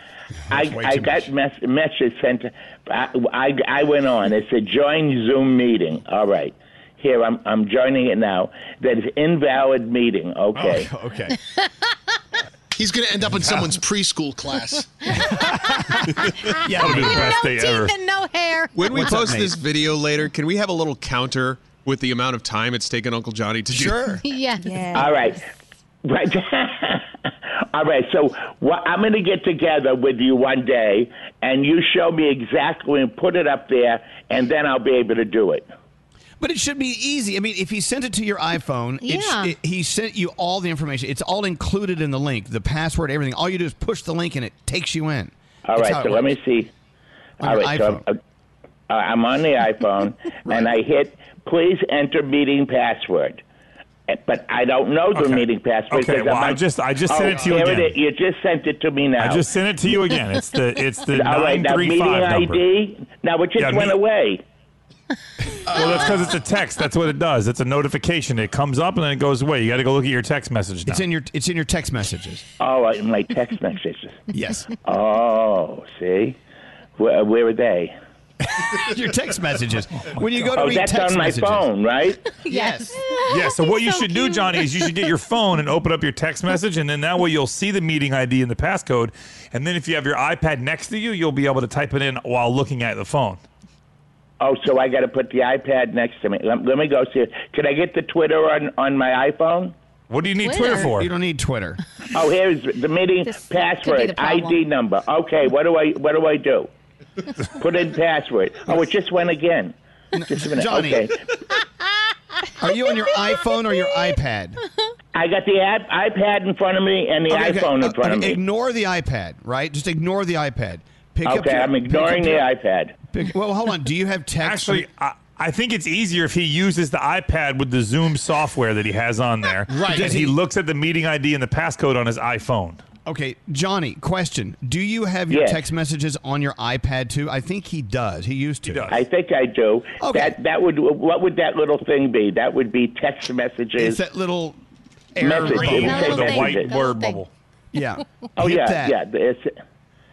Speaker 32: I, I got mes- message sent. I, I, I went on. It said join Zoom meeting. All right. Here, I'm, I'm joining it now. That is invalid meeting.
Speaker 19: Oh,
Speaker 32: Okay.
Speaker 6: okay.
Speaker 19: He's going to end up in someone's preschool class.
Speaker 11: yeah, that'll be the best day ever.
Speaker 9: And no hair.
Speaker 14: When we
Speaker 9: What's up,
Speaker 14: post
Speaker 9: Nate?
Speaker 14: this video later, can we have a little counter with the amount of time it's taken Uncle Johnny to do?
Speaker 9: yeah.
Speaker 32: All right. Right. All right. So wha- I'm going to get together with you one day, and you show me exactly and put it up there, and then I'll be able to do it.
Speaker 6: But it should be easy. I mean, if he sent it to your iPhone, it sh-
Speaker 9: Yeah.
Speaker 6: it, he sent you all the information. It's all included in the link, the password, everything. All you do is push the link and it takes you in.
Speaker 32: All right, so let me see.
Speaker 6: On
Speaker 32: All
Speaker 6: your
Speaker 32: right, so I'm, uh, I'm on the iPhone, and I hit please enter meeting password. Uh, But I don't know the
Speaker 11: Okay.
Speaker 32: meeting password.
Speaker 11: Okay,
Speaker 32: 'cause
Speaker 11: well,
Speaker 32: I'm on-
Speaker 11: I just- I just
Speaker 32: oh,
Speaker 11: sent it to you
Speaker 32: here
Speaker 11: again.
Speaker 32: is. You just sent it to me now.
Speaker 11: I just sent it to you again. It's the it's the
Speaker 32: All right,
Speaker 11: nine
Speaker 32: now
Speaker 11: three
Speaker 32: meeting
Speaker 11: five number.
Speaker 32: ID. Now it just
Speaker 11: Yeah,
Speaker 32: went
Speaker 11: meet-
Speaker 32: away.
Speaker 11: Well, that's because it's a text. That's what it does. It's a notification. It comes up and then it goes away. You got to go look at your text message now.
Speaker 6: It's in your it's in your text messages.
Speaker 32: Oh, in my text messages.
Speaker 6: Yes.
Speaker 32: Oh, see, where, where are they?
Speaker 6: your text messages. When you go to
Speaker 32: oh,
Speaker 6: read
Speaker 32: that's
Speaker 6: text
Speaker 32: on my
Speaker 6: messages,
Speaker 32: phone, right?
Speaker 6: Yes.
Speaker 11: Yeah, so what you should do, Johnny, is you should get your phone and open up your text message, and then that way you'll see the meeting ID and the passcode. And then if you have your iPad next to you, you'll be able to type it in while looking at the phone.
Speaker 32: Oh, so I got to put the iPad next to me. Let, let me go see it. Can I get the Twitter on, on my iPhone?
Speaker 11: What do you
Speaker 6: need Twitter Twitter? for? You don't need Twitter.
Speaker 32: Oh, here's the meeting
Speaker 6: could be
Speaker 32: password,
Speaker 6: the problem.
Speaker 32: ID number. Okay, what do I what do I do? Put in password. Oh, it just went again. Just a minute.
Speaker 6: Johnny.
Speaker 32: Okay.
Speaker 6: Are you on your iPhone or your iPad?
Speaker 32: I got the app, iPad in front of me and the
Speaker 6: Okay, okay.
Speaker 32: iPhone in
Speaker 6: Uh,
Speaker 32: front of
Speaker 6: okay,
Speaker 32: me.
Speaker 6: Ignore the iPad, right? Just ignore the iPad. Pick up
Speaker 32: Okay,
Speaker 6: your-
Speaker 32: I'm
Speaker 6: pick up
Speaker 32: ignoring the
Speaker 6: your-
Speaker 32: iPad.
Speaker 6: Pick, well, hold on. Do you have text?
Speaker 11: Actually, I, I think it's easier if he uses the iPad with the Zoom software that he has on there.
Speaker 6: Right.
Speaker 11: Because he looks at the meeting ID and the passcode on his iPhone.
Speaker 6: Okay, Johnny. Question: Do you have your
Speaker 11: Yes.
Speaker 6: text messages on your iPad too? I think he does. He used to.
Speaker 32: I think I do.
Speaker 6: Okay.
Speaker 32: That that would what would that little thing be? That would be text messages.
Speaker 6: It's that little air
Speaker 32: message.
Speaker 6: bubble
Speaker 32: It would say
Speaker 6: with a white
Speaker 32: messages.
Speaker 6: word bubble. Yeah.
Speaker 32: Oh
Speaker 6: Hit
Speaker 32: yeah,
Speaker 6: that.
Speaker 32: yeah. It's,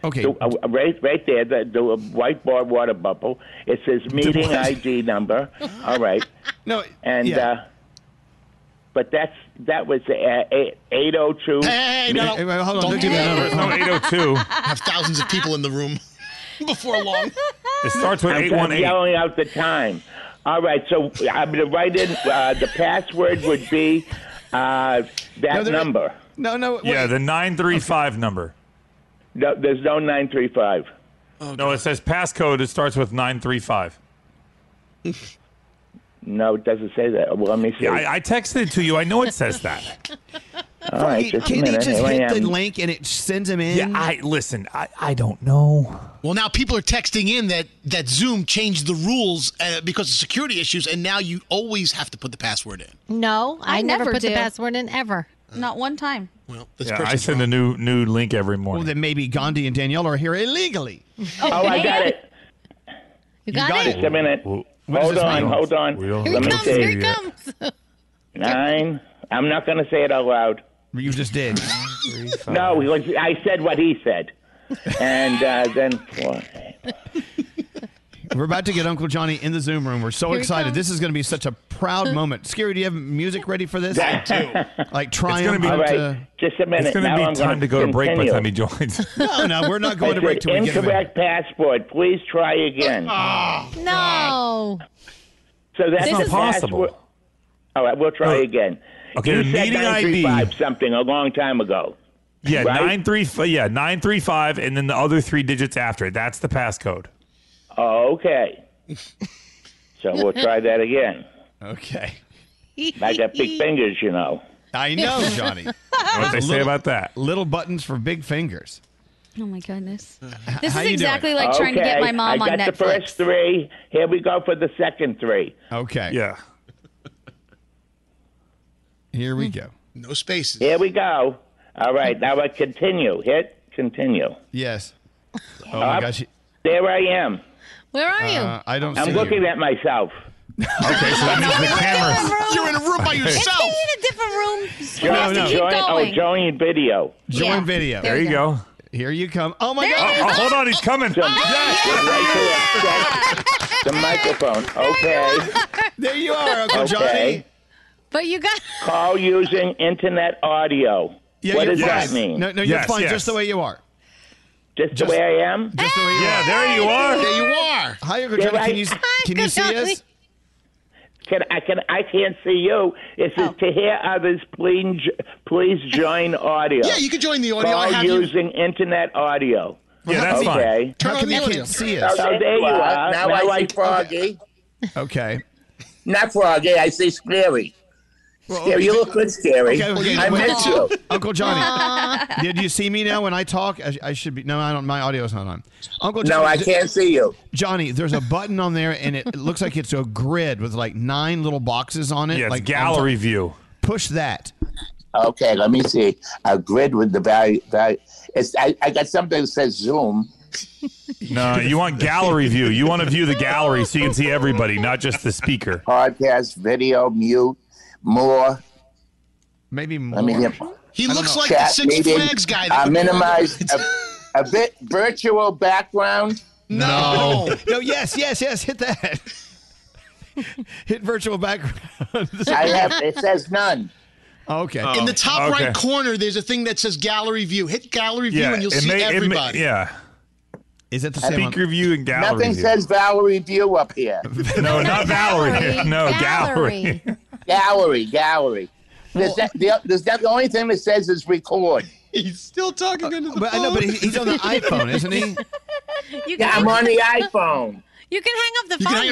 Speaker 32: uh,
Speaker 6: okay.
Speaker 32: right, right there, the, the whiteboard water bubble. It says meeting
Speaker 6: what?
Speaker 32: ID number. All right.
Speaker 6: No.
Speaker 32: And.
Speaker 6: yeah.
Speaker 32: Uh, but that's that was eight oh two.
Speaker 19: Hey, no,
Speaker 6: Hey, wait, hold on, don't give me
Speaker 19: that
Speaker 6: number.
Speaker 11: No, 802.
Speaker 19: Have thousands of people in the room before long.
Speaker 11: It starts with
Speaker 32: I'm,
Speaker 11: eight one
Speaker 32: I'm
Speaker 11: eight.
Speaker 32: yelling out the time. All right, so I'm going to write in. Uh, the password would be uh, that
Speaker 11: there-
Speaker 32: number.
Speaker 6: No, no.
Speaker 11: Yeah, the 935 number.
Speaker 32: No, there's no 935.
Speaker 11: no, it says passcode. It starts with 935.
Speaker 32: No, it doesn't say that. Well, let me see.
Speaker 11: Yeah, I, I texted it to you. I know it says that.
Speaker 32: All right, just a
Speaker 6: Can he
Speaker 32: minute.
Speaker 6: just
Speaker 32: Here I
Speaker 6: hit the
Speaker 32: am.
Speaker 6: link and it sends him in?
Speaker 11: Yeah, I listen. I, I don't know.
Speaker 19: Well, now people are texting in that that Zoom changed the rules uh, because of security issues, and now you always have to put the password in.
Speaker 5: No, I,
Speaker 19: I
Speaker 5: never,
Speaker 19: never
Speaker 5: put the
Speaker 19: do.
Speaker 5: password in ever.
Speaker 18: Not one time.
Speaker 19: Well,
Speaker 11: yeah, I send a new new link every morning.
Speaker 6: Well, then maybe Gandhi and Danielle are here illegally.
Speaker 32: Oh, I got it.
Speaker 6: You got got it? it?
Speaker 32: Just a minute.
Speaker 6: what does
Speaker 32: hold
Speaker 6: this
Speaker 32: on,
Speaker 6: mean?
Speaker 32: hold on.
Speaker 6: We don't-
Speaker 32: Let
Speaker 6: Here he
Speaker 32: me
Speaker 6: comes,
Speaker 32: see.
Speaker 6: here he
Speaker 32: Nine. I'm not going to say it out loud.
Speaker 6: You just did.
Speaker 32: no, he was, I said what he said. And uh, then four.
Speaker 6: We're about to get Uncle Johnny in the Zoom room. We're so
Speaker 32: Here he
Speaker 6: excited. This is going to be such a proud moment. Scary, do you have music ready for this?
Speaker 32: I do.
Speaker 6: Like
Speaker 32: It's gonna
Speaker 6: trying
Speaker 32: be- All right,
Speaker 6: Uh,
Speaker 32: just a minute.
Speaker 11: It's going to
Speaker 32: Now
Speaker 11: be
Speaker 32: I'm
Speaker 11: time
Speaker 32: gonna
Speaker 11: to go to break by the
Speaker 32: continue.
Speaker 11: time he joins.
Speaker 6: No, no, we're not going
Speaker 32: I
Speaker 6: to break
Speaker 32: said,
Speaker 6: till we get him in. Ah.
Speaker 32: Incorrect password. Please try again.
Speaker 19: Oh,
Speaker 5: No.
Speaker 32: So that's
Speaker 5: This
Speaker 32: the
Speaker 5: is-
Speaker 11: Possible.
Speaker 32: password- All right, we'll try
Speaker 6: Oh.
Speaker 32: again.
Speaker 11: Okay,
Speaker 32: you
Speaker 11: the
Speaker 32: said
Speaker 11: meeting
Speaker 32: 935 something a long time ago.
Speaker 11: Yeah,
Speaker 32: Right?
Speaker 11: nine three. Yeah, nine three five, and then the other three digits after it. That's the passcode.
Speaker 32: Okay. so we'll try that again.
Speaker 6: Okay.
Speaker 32: I got big fingers, you know.
Speaker 6: I know, Johnny.
Speaker 11: what they say about that?
Speaker 6: Little buttons for big fingers.
Speaker 18: Oh my goodness.
Speaker 6: This is exactly
Speaker 18: like trying to get my mom
Speaker 32: I
Speaker 18: on
Speaker 32: got the first three. Here we go for the second three.
Speaker 6: Okay.
Speaker 11: Yeah.
Speaker 6: Here
Speaker 32: Hmm.
Speaker 6: we go.
Speaker 19: No spaces.
Speaker 32: Here we go. All right, now I continue. Hit continue.
Speaker 6: Yes. Oh my
Speaker 32: Up.
Speaker 6: gosh.
Speaker 32: There I am.
Speaker 5: Where are you?
Speaker 6: Uh, I don't
Speaker 32: I'm
Speaker 6: see
Speaker 32: looking
Speaker 6: you.
Speaker 32: at myself.
Speaker 11: Okay, so that means the cameras.
Speaker 19: You're in a room by yourself.
Speaker 5: It's been in a different room.
Speaker 32: Join,
Speaker 5: We have to keep
Speaker 32: join, oh,
Speaker 5: going.
Speaker 32: join video.
Speaker 6: Join video.
Speaker 11: There you go.
Speaker 6: Here you come. Oh my
Speaker 5: There
Speaker 6: god.
Speaker 5: he is. Oh,
Speaker 11: hold on, he's coming.
Speaker 32: The microphone. Okay.
Speaker 6: There you are, Uncle
Speaker 32: okay.
Speaker 6: Johnny.
Speaker 5: But you got
Speaker 32: Call using internet audio.
Speaker 6: Yeah,
Speaker 32: what
Speaker 6: you're
Speaker 32: does
Speaker 6: fine.
Speaker 32: that mean?
Speaker 6: No, no, you're fine just the way you are.
Speaker 32: Just,
Speaker 6: just-
Speaker 32: the way I am.
Speaker 6: Just the way you
Speaker 11: Yeah,
Speaker 6: are.
Speaker 11: there you are.
Speaker 19: There you are.
Speaker 6: Hi, Uncle
Speaker 32: There
Speaker 6: Johnny.
Speaker 32: I-
Speaker 6: Can you can you see us?
Speaker 32: Can I can I can't see you. It
Speaker 5: Oh.
Speaker 32: says to hear others, please j- please join audio.
Speaker 19: Yeah, you can join the audio. I
Speaker 32: Call
Speaker 19: have you-
Speaker 32: using internet audio.
Speaker 11: Yeah, that's fine.
Speaker 32: okay.
Speaker 19: Turn on the audio. Oh,
Speaker 6: see
Speaker 32: So there you are.
Speaker 19: Now I see
Speaker 32: Froggy.
Speaker 6: Okay.
Speaker 32: Not Froggy. I say Scary. Scary, you look good, Scary.
Speaker 6: Okay, okay,
Speaker 32: I
Speaker 6: wait.
Speaker 32: miss you.
Speaker 6: Uncle Johnny, did you see me now when I talk? I, I should be. No, I don't. My audio's not on. Uncle Johnny,
Speaker 32: No, I can't see you.
Speaker 6: Johnny, there's a button on there, and it, it looks like it's a grid with like nine little boxes on it.
Speaker 11: Yeah, it's
Speaker 6: like
Speaker 11: gallery
Speaker 6: on top.
Speaker 11: view.
Speaker 6: Push that.
Speaker 32: Okay, let me see. A grid with the value. value. It's, I, I got something that says Zoom.
Speaker 11: No, you want gallery view. You want to view the gallery so you can see everybody, not just the speaker.
Speaker 32: podcast, video, mute, more.
Speaker 6: Maybe more.
Speaker 32: Let me get.
Speaker 19: He
Speaker 32: I
Speaker 19: looks
Speaker 32: don't
Speaker 19: like
Speaker 32: know.
Speaker 19: the
Speaker 32: Chat
Speaker 19: Six
Speaker 32: meeting,
Speaker 19: Flags guy.
Speaker 32: Uh,
Speaker 19: that-
Speaker 32: minimize a, a bit virtual background.
Speaker 6: No. No. yes, yes, yes. Hit that. Hit virtual background.
Speaker 32: I have- it says none.
Speaker 6: Oh, Okay.
Speaker 11: Oh,
Speaker 19: In the top right corner, there's a thing that says gallery view. Hit gallery view, and you'll see everybody.
Speaker 11: yeah.
Speaker 6: Is it the
Speaker 11: Speaker
Speaker 6: same on-
Speaker 11: view and gallery?
Speaker 32: Nothing
Speaker 11: view.
Speaker 32: says Valerie View up here.
Speaker 11: no, not Valerie.
Speaker 32: Valerie.
Speaker 11: No,
Speaker 32: Valerie.
Speaker 11: gallery.
Speaker 32: gallery, gallery. There's that, the, there's that, the only thing that says is record.
Speaker 19: He's still talking into the
Speaker 6: but, I know, but he- he's on the iPhone, isn't he?
Speaker 9: You
Speaker 32: Yeah, I'm on the iPhone.
Speaker 9: You can hang up the phone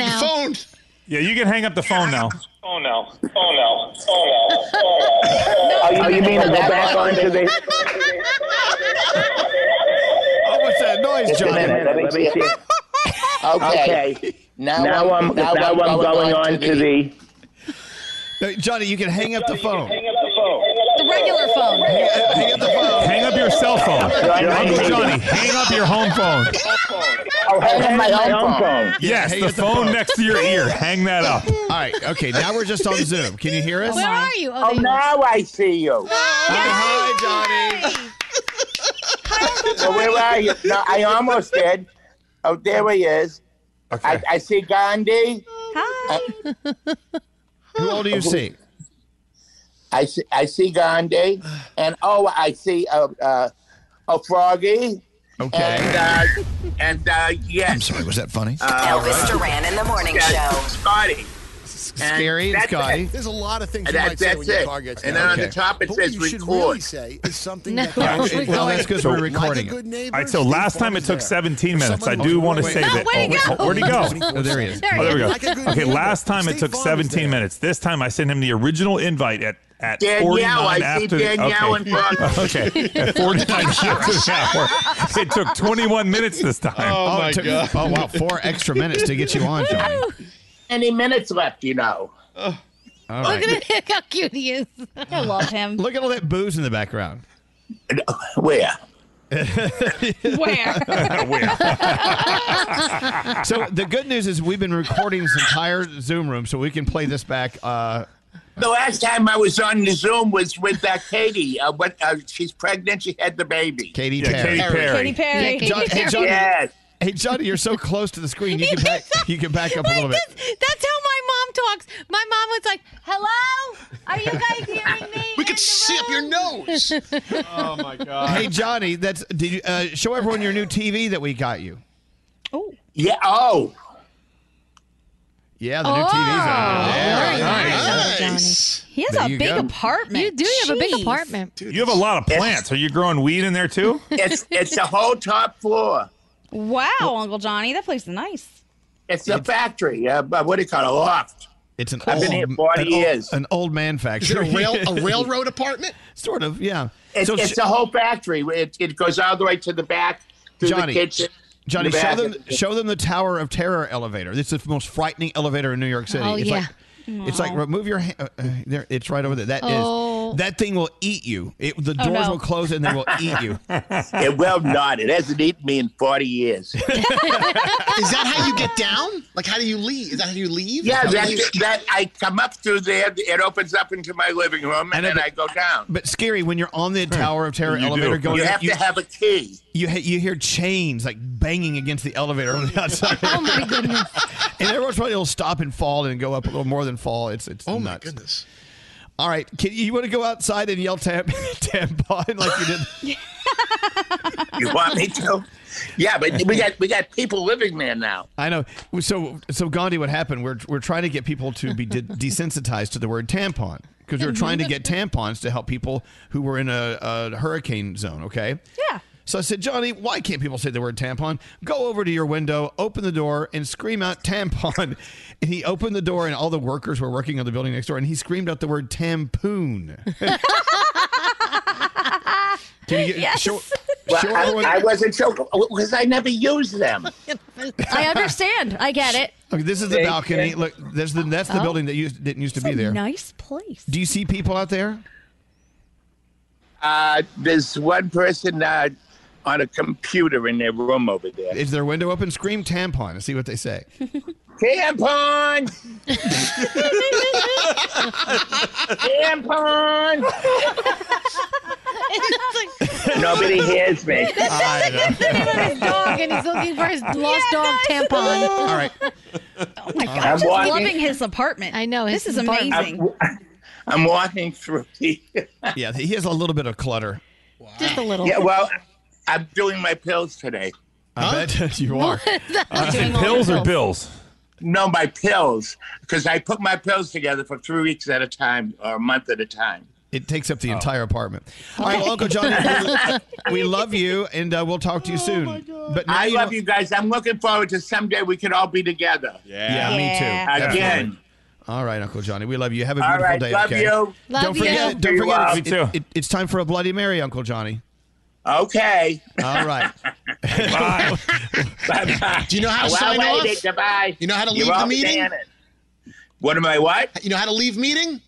Speaker 9: now.
Speaker 11: Yeah, you can hang up the phone now.
Speaker 32: Oh no! Oh no! Oh no! Oh, you, mean to go back onto the?
Speaker 6: oh, what's that noise,
Speaker 32: Just a
Speaker 6: Johnny?
Speaker 32: minute, Let me, see.
Speaker 6: Okay.
Speaker 32: okay. Now, I'm now, I'm going, on to the.
Speaker 6: No, Johnny, you can hang up the phone.
Speaker 18: The regular phone.
Speaker 11: Hang up your cell phone. Uncle Johnny, hang up your home phone.
Speaker 32: Oh, hang up my own phone.
Speaker 11: Yes, the phone next to your ear. Hang that up. All
Speaker 6: right. Okay. Now we're just on Zoom. Can you hear us?
Speaker 9: Where are you?
Speaker 32: Oh, now I see you.
Speaker 6: Hi, Johnny.
Speaker 32: So where are you? No, I almost did. Oh, there he is. I, I see Gandhi. Uh, Hi.
Speaker 6: Who all do you see?
Speaker 32: I see I see Gandhi, and oh, I see a uh, a froggy.
Speaker 6: Okay.
Speaker 32: And uh, and uh, yes. Uh, I'm
Speaker 6: sorry. Was that funny?
Speaker 32: Elvis
Speaker 4: Duran in the morning show.
Speaker 32: Scotty.
Speaker 6: Scary and Scotty.
Speaker 20: There's a lot of things you
Speaker 32: That-
Speaker 20: might say
Speaker 32: that's
Speaker 20: when your
Speaker 32: it.
Speaker 20: car gets
Speaker 32: And
Speaker 20: down.
Speaker 32: then on the Okay. top it
Speaker 20: But
Speaker 32: says
Speaker 20: what you should
Speaker 32: record.
Speaker 20: really say is something
Speaker 32: No.
Speaker 20: that
Speaker 11: Well,
Speaker 20: Like a
Speaker 11: that's because we're recording
Speaker 20: good
Speaker 11: it.
Speaker 20: neighbor,
Speaker 11: All right, so
Speaker 20: State
Speaker 11: last time
Speaker 20: Farm
Speaker 11: it
Speaker 20: is
Speaker 11: took
Speaker 20: there.
Speaker 11: 17 minutes. I do want to say that.
Speaker 20: where'd he
Speaker 11: oh,
Speaker 20: go?
Speaker 11: where'd he go?
Speaker 20: Oh, there he is.
Speaker 11: Oh, there we go.
Speaker 20: Like a good
Speaker 11: Okay,
Speaker 20: neighbor.
Speaker 11: last time it
Speaker 20: State
Speaker 11: took
Speaker 20: Farm is
Speaker 11: 17 minutes. This time I sent him the original invite at at
Speaker 20: Danielle,
Speaker 11: 49
Speaker 20: I see
Speaker 11: after the,
Speaker 20: Danielle
Speaker 11: okay.
Speaker 20: in front.
Speaker 11: okay, at 49 after the hour. It took 21 minutes this time.
Speaker 6: Oh, it took- Oh wow, four extra minutes to get you on, Johnny.
Speaker 32: Any minutes left, you know.
Speaker 6: All
Speaker 9: Look
Speaker 6: right.
Speaker 9: at it, how cute he is. I love him.
Speaker 6: Look at all that booze in the background.
Speaker 32: Where?
Speaker 9: Where?
Speaker 6: so the good news is we've been recording this entire Zoom room, so we can play this back. Uh,
Speaker 32: The last time I was on the Zoom was with uh, Katie. Uh, what, uh, she's pregnant. She had the baby.
Speaker 6: Katie
Speaker 32: Yeah,
Speaker 6: Perry.
Speaker 32: Katy Perry. Katy Perry. Yeah, Katy
Speaker 6: John- hey,
Speaker 32: Perry.
Speaker 6: Johnny,
Speaker 32: Yes.
Speaker 6: hey, Johnny, you're so close to the screen. You can back, you can back up a little bit.
Speaker 9: That's how my mom talks. My mom was like, "Hello, are you guys hearing me?" We could see up your nose.
Speaker 6: Oh, my God. Hey, Johnny, that's did you uh, show everyone your new TV that we got you?
Speaker 32: Yeah. Oh.
Speaker 6: Yeah, the new TV's on. Yeah,
Speaker 24: He has
Speaker 11: There
Speaker 24: a
Speaker 11: you
Speaker 24: big
Speaker 11: go.
Speaker 24: apartment. You do. You have a big apartment.
Speaker 11: You have a lot of plants. Are you growing weed in there too?
Speaker 32: It's it's the whole top floor.
Speaker 24: Wow, Uncle Johnny, that place is nice.
Speaker 32: It's a factory. Uh, but what do you call it? A loft.
Speaker 6: It's an
Speaker 32: I've
Speaker 6: old,
Speaker 32: been here
Speaker 6: an
Speaker 32: 40
Speaker 6: old-
Speaker 32: years.
Speaker 6: An old man factory.
Speaker 32: apartment?
Speaker 6: Sort of, yeah.
Speaker 32: It's,
Speaker 6: So
Speaker 32: it's
Speaker 6: sh-
Speaker 32: a whole factory. It, it goes all the way to the back, to
Speaker 6: Johnny,
Speaker 32: the kitchen.
Speaker 6: Johnny,
Speaker 32: the
Speaker 6: show
Speaker 32: back.
Speaker 6: them show them the Tower of Terror elevator. This is the most frightening elevator in New York City.
Speaker 32: Oh,
Speaker 6: it's like
Speaker 32: yeah.
Speaker 6: it's like remove your hand. Uh, uh, there, it's right over there. That is
Speaker 32: Oh.
Speaker 6: that thing will eat you. It, the
Speaker 32: Oh,
Speaker 6: doors
Speaker 32: no.
Speaker 6: will close and they will eat you.
Speaker 32: It will not. It hasn't eaten me in 40 years.
Speaker 19: Is that how you get down? Like, how do you leave? Is that how you leave?
Speaker 32: Yeah,
Speaker 19: How do
Speaker 32: that,
Speaker 19: you-
Speaker 32: that I come up through there. It opens up into my living room, and then I go down.
Speaker 6: But scary when you're on the Tower of Terror
Speaker 32: You do.
Speaker 6: elevator going.
Speaker 32: You
Speaker 6: up,
Speaker 32: have to have a key.
Speaker 6: You he- you hear chains like banging against the elevator on the outside. oh my goodness! and everyone's trying to stop and fall and go up a little more than fall. It's it's oh nuts. my goodness! All right, can, you want to go outside and yell tam tampon like you did?
Speaker 32: You want me to? Yeah, but we got we got people living there now.
Speaker 6: I know. So, so Gandhi, what happened? We're we're trying to get people to be de- desensitized to the word tampon because we were trying to get tampons to help people who were in a, a hurricane zone. Okay. Yeah. So I said, Johnny, why can't people say the word tampon? Go over to your window, open the door, and scream out tampon. And he opened the door, and all the workers were working on the building next door, and he screamed out the word tampoon. Can you get,
Speaker 32: Yes.
Speaker 6: show,
Speaker 32: Well,
Speaker 6: show everyone-
Speaker 32: I, I wasn't sure because I never used them.
Speaker 21: I understand. I get it.
Speaker 6: Okay, this is the
Speaker 21: Thank
Speaker 6: balcony.
Speaker 21: you.
Speaker 6: Look, there's the that's the
Speaker 21: Oh.
Speaker 6: building that used didn't used to
Speaker 21: It's
Speaker 6: be
Speaker 21: a
Speaker 6: there.
Speaker 21: Nice place.
Speaker 6: Do you see people out there?
Speaker 32: Uh, there's one person uh, on a computer in their room over there.
Speaker 6: Is their window open? Scream tampon and see what they say.
Speaker 32: Tampon. Tampon. Nobody hears me.
Speaker 9: dog and he's looking for his lost dog tampon.
Speaker 6: All right.
Speaker 24: Oh my gosh,
Speaker 32: I'm
Speaker 24: I'm just
Speaker 32: walking-
Speaker 24: loving his apartment. I know. This
Speaker 9: his
Speaker 24: is
Speaker 9: apartment.
Speaker 24: amazing.
Speaker 32: I'm walking through the.
Speaker 6: yeah, he has a little bit of clutter.
Speaker 32: Just
Speaker 9: a little.
Speaker 32: Yeah, well, I'm doing my pills today.
Speaker 6: I bet you are.
Speaker 32: Uh,
Speaker 6: Doing all pills your or
Speaker 11: pills?
Speaker 32: No, my pills, because I put my pills together for three weeks at a time or a month at a time.
Speaker 6: It takes
Speaker 32: Oh.
Speaker 6: up the entire apartment. All right, well, Uncle John, we- we love you, and uh, we'll talk to you soon. But now
Speaker 32: I
Speaker 6: you
Speaker 32: love
Speaker 6: know-
Speaker 32: you guys. I'm looking forward to someday we could all be together.
Speaker 6: Yeah, me too.
Speaker 32: Again.
Speaker 6: Definitely. All right, Uncle Johnny. We love you. Have a
Speaker 32: All
Speaker 6: beautiful
Speaker 32: right,
Speaker 6: day.
Speaker 32: love
Speaker 6: okay?
Speaker 32: you. Love
Speaker 6: don't
Speaker 32: you.
Speaker 6: forget. Don't
Speaker 32: You
Speaker 6: forget.
Speaker 32: are.
Speaker 6: It's,
Speaker 32: Me
Speaker 6: it-
Speaker 32: too.
Speaker 6: it- it's time for a Bloody Mary, Uncle Johnny.
Speaker 32: Okay.
Speaker 6: All right.
Speaker 19: Do you know how to
Speaker 32: Well,
Speaker 19: sign
Speaker 32: I
Speaker 19: off?
Speaker 32: did. Goodbye.
Speaker 19: You know how to
Speaker 32: You're
Speaker 19: leave the
Speaker 32: all
Speaker 19: meeting?
Speaker 32: saying it. What am I? What?
Speaker 19: You know how to leave meeting?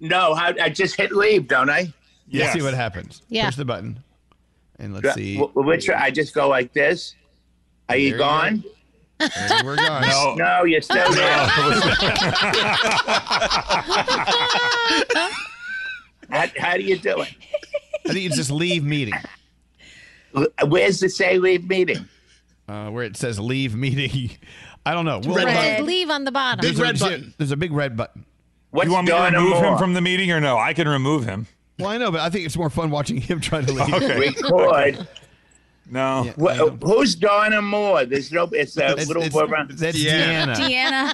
Speaker 32: No, I, I just hit leave, don't I?
Speaker 6: We'll see what happens.
Speaker 32: Yeah.
Speaker 6: Push the button, and let's
Speaker 32: Yeah,
Speaker 6: see.
Speaker 32: wh- Which I just go like this. Are you
Speaker 6: There you go.
Speaker 32: gone?
Speaker 6: And we're gone.
Speaker 32: No, you're still there. how, how do you do it?
Speaker 6: I think you just leave meeting.
Speaker 32: Uh, Where's the say leave meeting?
Speaker 6: Uh, where it says leave meeting. I don't know.
Speaker 5: Red
Speaker 6: look.
Speaker 5: button. Leave on the bottom.
Speaker 6: There's a- There's a big red button.
Speaker 32: What's
Speaker 11: you want me to
Speaker 6: going on
Speaker 11: remove him
Speaker 6: more?
Speaker 11: from the meeting or no? I can remove him.
Speaker 6: Well, I know, but I think it's more fun watching him try to leave.
Speaker 11: Okay.
Speaker 32: Record.
Speaker 11: No.
Speaker 32: Wh- who's Donna Moore? There's no. It's a
Speaker 6: It's-
Speaker 32: little
Speaker 6: it's-
Speaker 32: woman.
Speaker 6: that's Deanna.
Speaker 24: Deanna.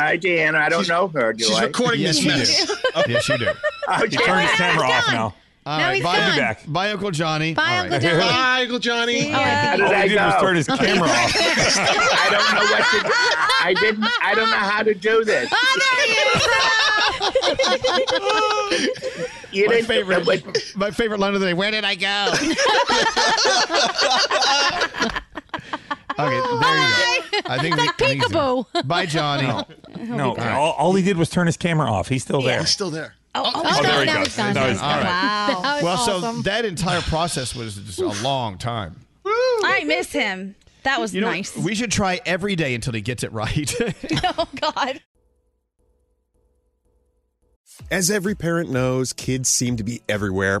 Speaker 32: Hi, Deanna. I don't know her. Do
Speaker 6: she's
Speaker 32: I?
Speaker 6: recording Yes, this you mess. yes, you do.
Speaker 32: Okay. Turn his camera off
Speaker 6: now. All
Speaker 32: Now
Speaker 6: right,
Speaker 32: he's
Speaker 6: bye,
Speaker 32: gone.
Speaker 6: Bye, Uncle Johnny. Bye, All Uncle right. Johnny.
Speaker 19: Bye, Uncle Johnny.
Speaker 6: All right.
Speaker 32: How did
Speaker 6: All
Speaker 32: I
Speaker 6: he did was
Speaker 32: go?
Speaker 6: turn his camera off.
Speaker 32: I don't know what to do. I didn't. I don't know how to do this.
Speaker 6: Ah,
Speaker 32: You
Speaker 6: my
Speaker 32: didn't-
Speaker 6: favorite, my favorite line of the day. Where did I go? okay, there you go. I think
Speaker 11: It's
Speaker 6: we-
Speaker 11: like
Speaker 6: I think he's- Bye, Johnny.
Speaker 11: No,
Speaker 9: Oh,
Speaker 11: no all, all he did was turn his camera off. He's still there.
Speaker 19: He's still there.
Speaker 11: Oh,
Speaker 6: oh,
Speaker 11: oh, there he
Speaker 6: now
Speaker 11: goes.
Speaker 6: he's gone.
Speaker 11: Now he's
Speaker 6: All
Speaker 11: gone.
Speaker 6: right.
Speaker 24: Wow. That was
Speaker 6: well, so
Speaker 24: awesome.
Speaker 6: that entire process was just a long time.
Speaker 24: I miss him. That was
Speaker 6: You know,
Speaker 24: nice.
Speaker 6: We should try every day until he gets it right.
Speaker 24: oh God.
Speaker 16: As every parent knows, kids seem to be everywhere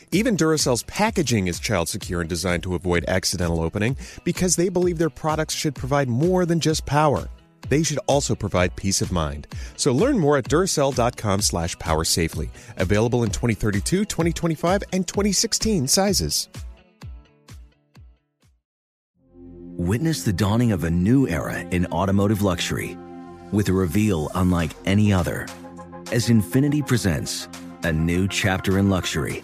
Speaker 16: Even Duracell's packaging is child secure and designed to avoid accidental opening because they believe their products should provide more than just power. They should also provide peace of mind. So learn more at Duracell.com slash power safely. Available in 2032, 2025, and 2016 sizes.
Speaker 17: Witness the dawning of a new era in automotive luxury with a reveal unlike any other as Infinity presents a new chapter in luxury,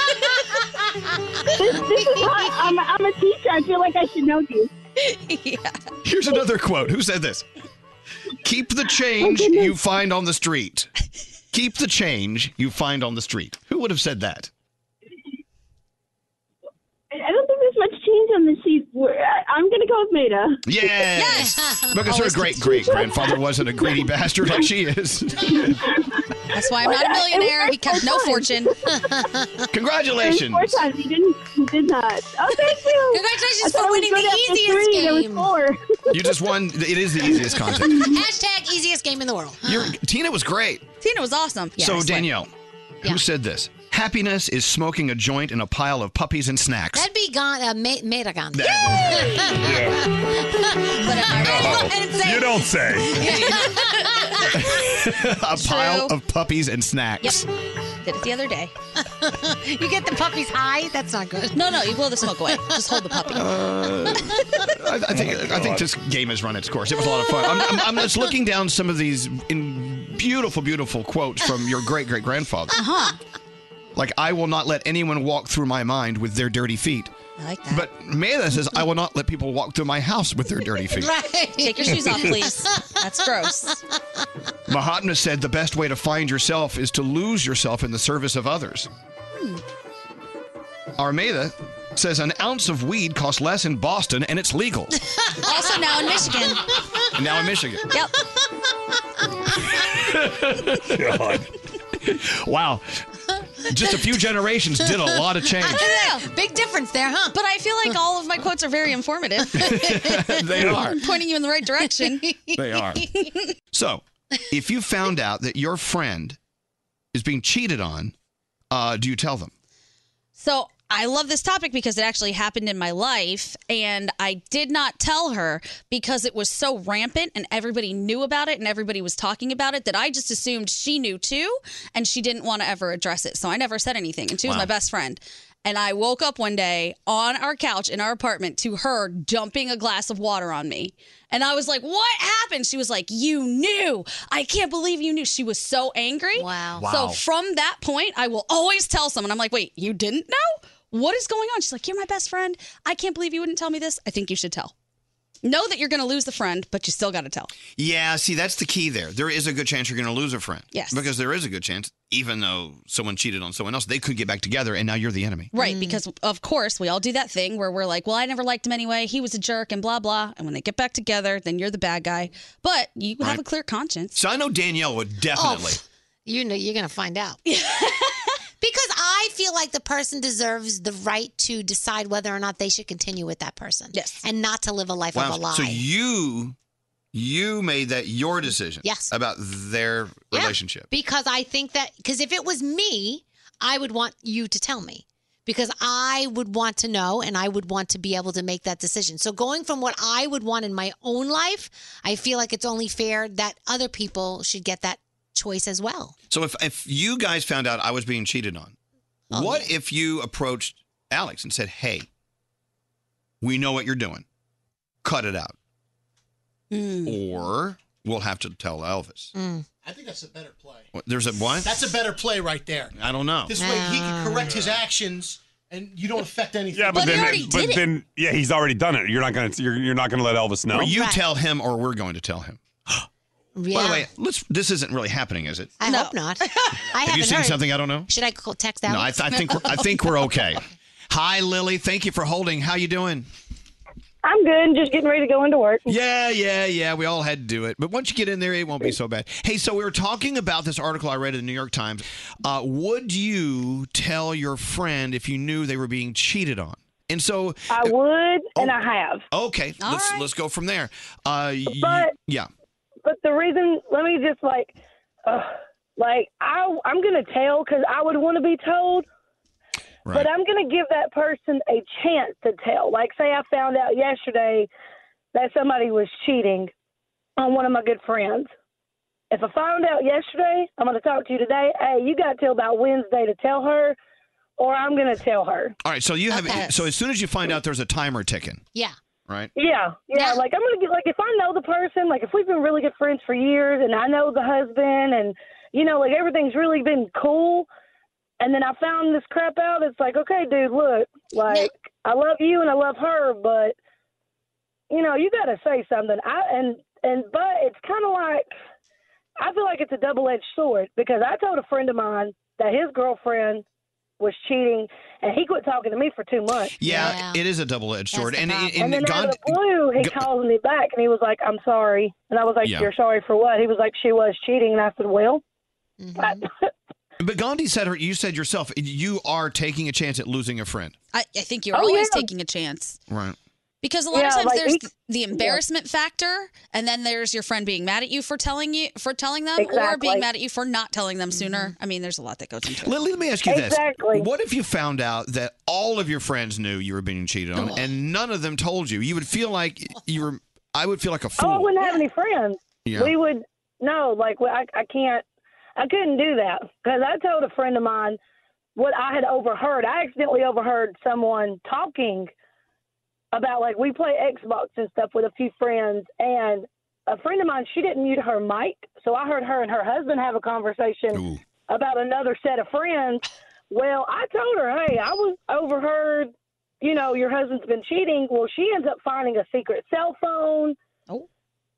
Speaker 14: This, this is hot. I'm, a- I'm a teacher. I feel like I should know these.
Speaker 6: Here's another quote. Who said this? Keep the change you find on the street. Keep the change you find on the street. Who would have said that?
Speaker 14: I I don't think there's much change on the sheet. We're- I- I'm gonna go with Maida.
Speaker 6: Yes. Because her great great grandfather wasn't a greedy bastard like she is.
Speaker 18: That's why I'm not a millionaire. He kept no fortune.
Speaker 6: Congratulations.
Speaker 14: Four times. He didn't. He did not. Oh, thank you.
Speaker 9: Congratulations
Speaker 14: I
Speaker 9: for
Speaker 14: thought it was
Speaker 9: winning
Speaker 14: good
Speaker 9: the
Speaker 14: after
Speaker 9: easiest
Speaker 14: three. There was
Speaker 9: game.
Speaker 14: four.
Speaker 6: You just won. It is the easiest contest.
Speaker 9: Hashtag easiest game in the world.
Speaker 6: Your, Tina was great.
Speaker 18: Tina was awesome. Yeah, I
Speaker 6: so,
Speaker 18: swear.
Speaker 6: Danielle, who said this? Happiness is smoking a joint in a pile of puppies and snacks.
Speaker 9: That'd be gone, uh, Ma- Mera Gandhi.
Speaker 6: That-
Speaker 9: but I didn't say
Speaker 6: you
Speaker 9: it.
Speaker 6: don't say. a pile
Speaker 9: True.
Speaker 6: of puppies and snacks.
Speaker 18: Did it the other day.
Speaker 9: you get the puppies high? That's not good.
Speaker 18: No, no, you blow the smoke away. Just hold the puppy.
Speaker 6: Uh, I, I think I think this game has run its course. It was a lot of fun. I'm, I'm, I'm just looking down some of these in beautiful, beautiful quotes from your great great grandfather.
Speaker 18: Uh huh.
Speaker 6: Like I will not let anyone walk through my mind with their dirty feet.
Speaker 18: I like
Speaker 6: that. But Maida says I will not let people walk through my house with their dirty feet.
Speaker 18: Right. Take your shoes off, please. That's gross.
Speaker 6: Mahatma said the best way to find yourself is to lose yourself in the service of others.
Speaker 18: Hmm.
Speaker 6: Armada says an ounce of weed costs less in Boston and it's legal.
Speaker 18: Also now in Michigan.
Speaker 6: and now in Michigan.
Speaker 18: Yep.
Speaker 6: God. Wow. Just a few generations did a lot of change.
Speaker 18: I don't know. Big difference there, huh? But I feel like all of my quotes are very informative.
Speaker 6: They are.
Speaker 18: Pointing you in the right direction.
Speaker 6: They are. So, if you found out that your friend is being cheated on, uh, do you tell them?
Speaker 18: So I love this topic because it actually happened in my life, and I did not tell her because it was so rampant and everybody knew about it and everybody was talking about it that I just assumed she knew too, and she didn't want to ever address it. So I never said anything, and she was
Speaker 7: Wow.
Speaker 18: my best friend. And I woke up one day on our couch in our apartment to her dumping a glass of water on me. And I was like, What happened? She was like, You knew. I can't believe you knew. She was so angry. Wow.
Speaker 7: Wow.
Speaker 18: So from that point, I will always tell someone, I'm like, wait, you didn't know? What is going on? She's like, you're my best friend. I can't believe you wouldn't tell me this. I think you should tell. Know that you're going to lose the friend, but you still got to tell.
Speaker 6: Yeah, see, that's the key there. There is a good chance you're going to lose a friend.
Speaker 18: Yes.
Speaker 6: Because there is a good chance, even though someone cheated on someone else, they could get back together and now you're the enemy.
Speaker 18: Right. Because, of course, we all do that thing where we're like, well, I never liked him anyway. He was a jerk and blah, blah. And when they get back together, then you're the bad guy. But you have
Speaker 6: Right.
Speaker 18: a clear conscience. Oh.
Speaker 6: So I know Danielle would definitely.
Speaker 9: You know, you're going to find out. because I feel like the person deserves the right to decide whether or not they should continue with that person. Yes. And not to live a life of a lie.
Speaker 6: So you you made that your decision.
Speaker 9: Yes.
Speaker 6: About their relationship.
Speaker 9: Because I think that because if it was me, I would want you to tell me because I would want to know and I would want to be able to make that decision. So going from what I would want in my own life, I feel like it's only fair that other people should get that choice as well.
Speaker 6: So if if you guys found out I was being cheated on,
Speaker 9: Oh,
Speaker 6: what if you approached Alex and said, "Hey, we know what you're doing. Cut it out."
Speaker 9: Hmm.
Speaker 6: Or we'll have to tell Elvis.
Speaker 19: I think that's a better play.
Speaker 6: What- There's a what?
Speaker 19: That's a better play right there.
Speaker 6: I don't know.
Speaker 19: This way he can correct his actions and you don't affect anything.
Speaker 11: Yeah, but, then, but then, yeah, he's already done it. You're not gonna, you're, you're not gonna let Elvis know.
Speaker 6: Or you tell him, or we're going to tell him. By the way, let's. This isn't really happening, is it?
Speaker 9: I hope not. I
Speaker 6: have
Speaker 9: haven't
Speaker 6: you seen
Speaker 9: heard.
Speaker 6: something I don't know?
Speaker 9: Should I call text
Speaker 6: No, I,
Speaker 9: Alex?
Speaker 6: th- I think we're, I think we're okay. Hi, Lily. Thank you for holding. How you doing?
Speaker 28: I'm good. Just getting ready to go into work.
Speaker 6: Yeah, yeah, yeah. We all had to do it, but once you get in there, it won't be so bad. Hey, so we were talking about this article I read in the New York Times. Uh, would you tell your friend if you knew they were being cheated on? And so
Speaker 28: I would, and I have.
Speaker 6: Okay,
Speaker 28: All
Speaker 6: let's let's go from there. Uh, y-
Speaker 28: But-
Speaker 6: yeah,
Speaker 28: But the reason, let me just like, ugh, like I, I'm gonna tell because I would want to be told. But I'm gonna give that person a chance to tell. Like, say I found out yesterday that somebody was cheating on one of my good friends. If I found out yesterday, I'm gonna talk to you today. Hey, you got till about Wednesday to tell her, or I'm gonna tell her.
Speaker 6: All right, so you have so as soon as you find out there's a timer ticking,
Speaker 9: Yeah.
Speaker 6: right?
Speaker 28: Yeah, yeah. Like I'm gonna get like if I know the person, like if we've been really good friends for years, and I know the husband, and you know, like everything's really been cool, and then I found this crap out. It's like, okay, dude, look, like I love you and I love her, but you know, you gotta say something. I and and but it's kind of like I feel like it's a double edged sword because I told a friend of mine that his girlfriend was cheating, and he quit talking to me for two months.
Speaker 6: Yeah, it is a double edged sword, and and,
Speaker 28: And, then out
Speaker 6: Gandhi-
Speaker 28: of the blue, he
Speaker 6: Ga-
Speaker 28: calls me back and he was like, "I'm sorry," and I was like,
Speaker 6: Yeah.
Speaker 28: "You're sorry for what?" He was like, "She was cheating," and I said, "Well, I-
Speaker 6: But Gandhi said, her- you said yourself, you are taking a chance at losing a friend.
Speaker 18: I, I think you're
Speaker 28: Oh,
Speaker 18: always
Speaker 28: yeah.
Speaker 18: taking a chance.
Speaker 6: Right.
Speaker 18: Because a lot
Speaker 28: Yeah,
Speaker 18: of times
Speaker 28: like,
Speaker 18: there's
Speaker 28: we-
Speaker 18: th- the embarrassment factor, and then there's your friend being mad at you for telling you for telling them, or
Speaker 28: Exactly.
Speaker 18: being mad at you for not telling them sooner. I mean, there's a lot that goes into it.
Speaker 6: Let, let me ask you this.
Speaker 28: Exactly.
Speaker 6: What if you found out that all of your friends knew you were being cheated on and none of them told you? You would feel like you were, I would feel like a
Speaker 28: oh, I
Speaker 6: fool.
Speaker 28: wouldn't have any friends.
Speaker 6: Yeah.
Speaker 28: We would no, like we- I, I can't, I couldn't do that because I told a friend of mine what I had overheard. I accidentally overheard someone talking about like we play Xbox and stuff with a few friends, and a friend of mine she didn't mute her mic, so I heard her and her husband have a conversation about another set of friends. Well, I told her, hey, I was overheard. You know, your husband's been cheating. Well, she ends up finding a secret cell phone.
Speaker 33: Oh.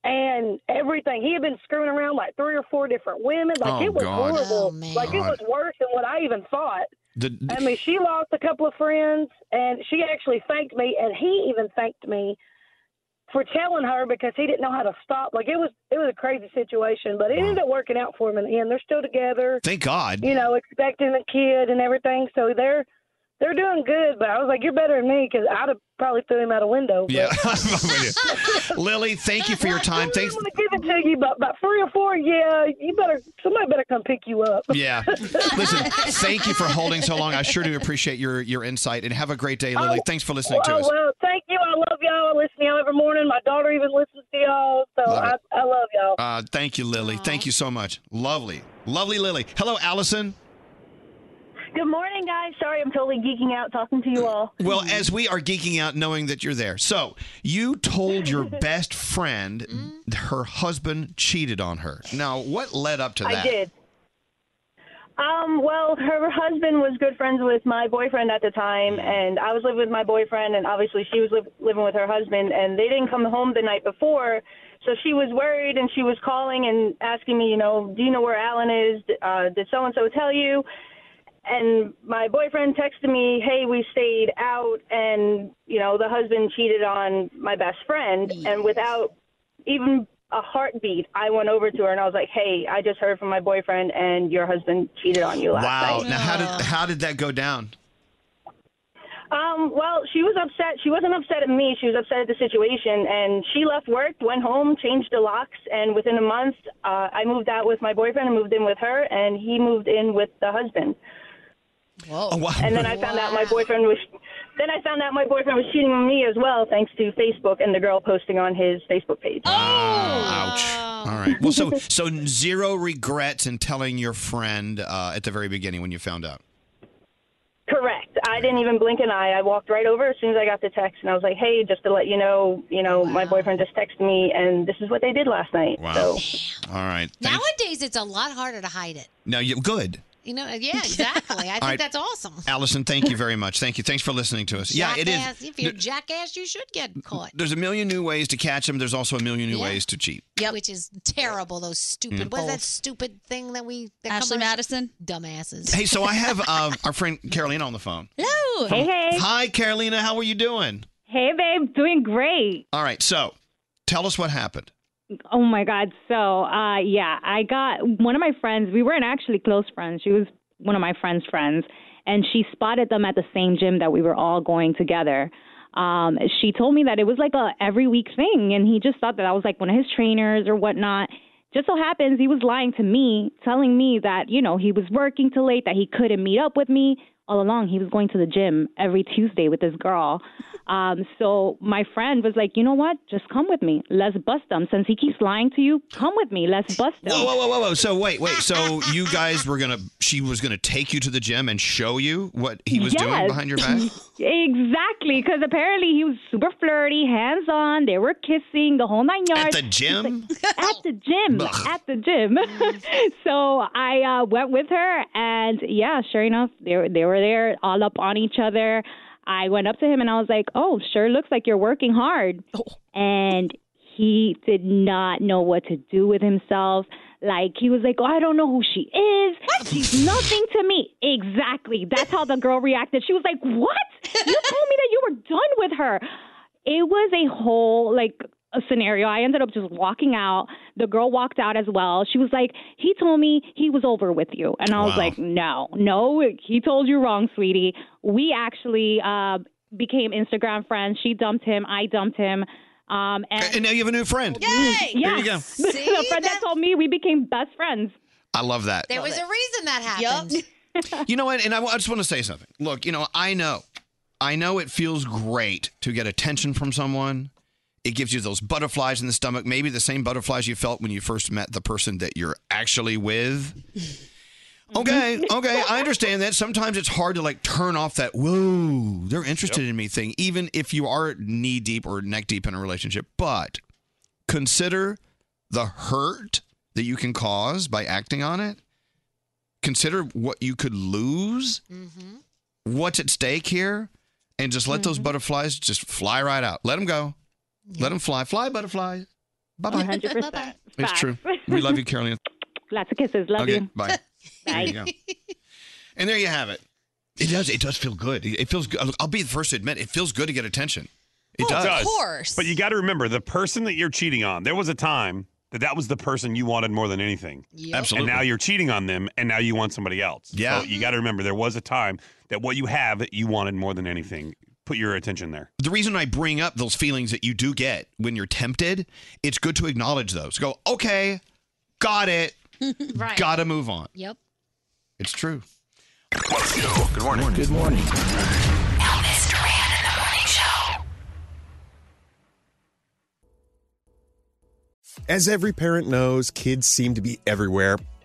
Speaker 28: And everything. He had been screwing around like three or four different women. Like
Speaker 6: Oh,
Speaker 28: it was
Speaker 6: God.
Speaker 28: horrible.
Speaker 6: Oh, man.
Speaker 28: Like it was worse than what I even thought.
Speaker 6: The,
Speaker 28: I mean, she lost a couple of friends, and she actually thanked me, and he even thanked me for telling her because he didn't know how to stop. Like it was, it was a crazy situation, but it ended up working out for him in the end. They're still together.
Speaker 6: Thank God.
Speaker 28: You know, expecting a kid and everything, so they're they're doing good. But I was like, you're better than me because I'd have probably threw him out a window. but-
Speaker 6: Yeah. Lily, thank you for your time. Thanks.
Speaker 28: I'm gonna give it to you, but about three or four, yeah, you better somebody better come pick you up.
Speaker 6: Yeah. Listen, thank you for holding so long. I sure do appreciate your your insight and have a great day, Lily. Thanks for listening to
Speaker 28: oh,
Speaker 6: us.
Speaker 28: well, thank you. I love y'all. I listen to y'all every morning. My daughter even listens to y'all, so
Speaker 6: Love
Speaker 28: I,
Speaker 6: it.
Speaker 28: I love y'all.
Speaker 6: Uh, thank you, Lily. Thank you so much. Lovely. Lovely Lily. Hello, Allison.
Speaker 27: Good morning, guys. Sorry, I'm totally geeking out talking to you all.
Speaker 6: Well, as we are geeking out knowing that you're there. So, you told your best friend
Speaker 27: Mm.
Speaker 6: her husband cheated on her. Now, what led up to that?
Speaker 27: I did. Um, well, her husband was good friends with my boyfriend at the time,
Speaker 6: Mm.
Speaker 27: and I was living with my boyfriend, and obviously she was liv living with her husband, and they didn't come home the night before, so she was worried, and she was calling and asking me, you know, do you know where Alan is? D- Uh, did so and so tell you? And my boyfriend texted me, hey, we stayed out, and you know, the husband cheated on my best friend, and without even a heartbeat, I went over to her and I was like, "Hey, I just heard from my boyfriend, and your husband cheated on you last
Speaker 6: Wow.
Speaker 27: night."
Speaker 6: Now, how did how did that go down?
Speaker 27: Um, well, she was upset. She wasn't upset at me. She was upset at the situation, and she left work, went home, changed the locks, and within a month, uh, I moved out with my boyfriend and moved in with her, and he moved in with the husband.
Speaker 6: Whoa. Oh, wow.
Speaker 27: And then I found out my boyfriend was. Then I found out my boyfriend was cheating on me as well, thanks to Facebook and the girl posting on his Facebook page.
Speaker 6: Ah, Ouch. All right. Well, so so zero regrets in telling your friend uh, at the very beginning when you found out.
Speaker 27: Correct. I didn't even blink an eye. I walked right over as soon as I got the text, and I was like, "Hey, just to let you know, you know, my boyfriend just texted me, and this is what they did last night."
Speaker 6: Wow.
Speaker 27: So,
Speaker 6: All right. Thank-
Speaker 9: Nowadays, it's a lot harder to hide it.
Speaker 6: no, you good.
Speaker 9: You know, yeah, exactly. I think
Speaker 6: right.
Speaker 9: that's awesome.
Speaker 6: Allison, thank you very much. Thank you. Thanks for listening to us. Yeah, it
Speaker 9: jackass.
Speaker 6: is.
Speaker 9: If you're a
Speaker 6: There-
Speaker 9: jackass, you should get caught.
Speaker 6: There's a million new ways to catch them. There's also a million new ways to cheat.
Speaker 9: Which is terrible. Those stupid.
Speaker 6: Mm.
Speaker 9: What's that
Speaker 6: Both.
Speaker 9: stupid thing that we? That
Speaker 33: Ashley
Speaker 9: Madison. Dumbasses.
Speaker 6: Hey, so I have uh, our friend Carolina on the phone.
Speaker 27: Hello.
Speaker 6: From- Hi, Carolina. How are you doing?
Speaker 26: Hey, babe. Doing great.
Speaker 6: All right. So tell us what happened.
Speaker 26: Oh my God. So, uh, yeah, I got one of my friends. We weren't actually close friends. She was one of my friend's friends, and she spotted them at the same gym that we were all going together. Um, she told me that it was like a every week thing, and he just thought that I was like one of his trainers or whatnot. Just so happens he was lying to me, telling me that you know he was working too late, that he couldn't meet up with me. All along, he was going to the gym every Tuesday with this girl. Um, so my friend was like, you know what? Just come with me. Let's bust him. Since he keeps lying to you, come with me. Let's bust him.
Speaker 6: Whoa, whoa, whoa, whoa, whoa. So wait, wait. So you guys were gonna? She was gonna take you to the gym and show you what he was doing
Speaker 26: Yes.
Speaker 6: behind your back.
Speaker 26: Exactly, because apparently he was super flirty, hands on. They were kissing the whole nine yards.
Speaker 6: the gym?
Speaker 26: It's like, at the gym. at the gym. so I uh, went with her, and yeah, sure enough, they were, they were there all up on each other. I went up to him and I was like, "Oh, sure looks like you're working hard." And he did not know what to do with himself. Like he was like, oh, I don't know who she is. She's nothing to me. Exactly. That's how the girl reacted. She was like, What? You told me that you were done with her. It was a whole like a scenario. I ended up just walking out. The girl walked out as well. She was like, He told me he was over with you. And I was
Speaker 10: Wow.
Speaker 26: like, No, no, he told you wrong, sweetie. We actually uh, became Instagram friends. She dumped him. I dumped him. Um, and,
Speaker 6: and now you have a new friend.
Speaker 26: Yay!
Speaker 6: There you go.
Speaker 26: the friend that told me we became best friends.
Speaker 6: I love that.
Speaker 9: There was a reason that happened.
Speaker 6: You know what? And I, I just want to say something. Look, you know, I know, I know it feels great to get attention from someone. It gives you those butterflies in the stomach, maybe the same butterflies you felt when you first met the person that you're actually with. Okay, okay, I understand that. Sometimes it's hard to like turn off that whoa, they're interested in me thing, even if you are knee deep or neck deep in a relationship. But consider the hurt that you can cause by acting on it consider what you could lose, what's at stake here, and just let those butterflies just fly right out. Let them go. Let them fly. Fly, butterflies. Bye bye.
Speaker 26: 100%. Bye.
Speaker 6: It's true. We love you, Carolina.
Speaker 26: Lots of kisses. Love
Speaker 6: okay,
Speaker 26: you.
Speaker 6: bye. There you go. And there you have it. It does. It does feel good. It feels. good. I'll be the first to admit, it feels good to get attention.
Speaker 34: It Oh, does. of course.
Speaker 11: But you got to remember the person that you're cheating on. There was a time that that was the person you wanted more than anything.
Speaker 6: Yep. Absolutely.
Speaker 11: And now you're cheating on them, and now you want somebody else.
Speaker 6: Yeah.
Speaker 11: So you got to remember there was a time that what you have you wanted more than anything. Put your attention there.
Speaker 6: The reason I bring up those feelings that you do get when you're tempted, it's good to acknowledge those. Go, okay, got it.
Speaker 7: right.
Speaker 6: Gotta move on.
Speaker 7: Yep.
Speaker 6: It's true.
Speaker 35: Good morning. Good morning.
Speaker 4: Elvis Duran in the morning show.
Speaker 16: As every parent knows, kids seem to be everywhere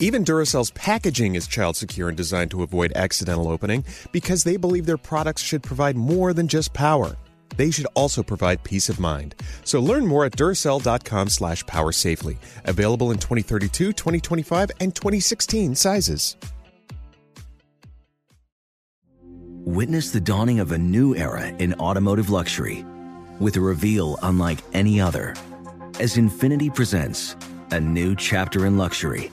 Speaker 16: Even Duracell's packaging is child secure and designed to avoid accidental opening because they believe their products should provide more than just power. They should also provide peace of mind. So learn more at Duracell.com slash power safely. Available in 2032, 2025, and 2016 sizes.
Speaker 17: Witness the dawning of a new era in automotive luxury with a reveal unlike any other as Infinity presents a new chapter in luxury,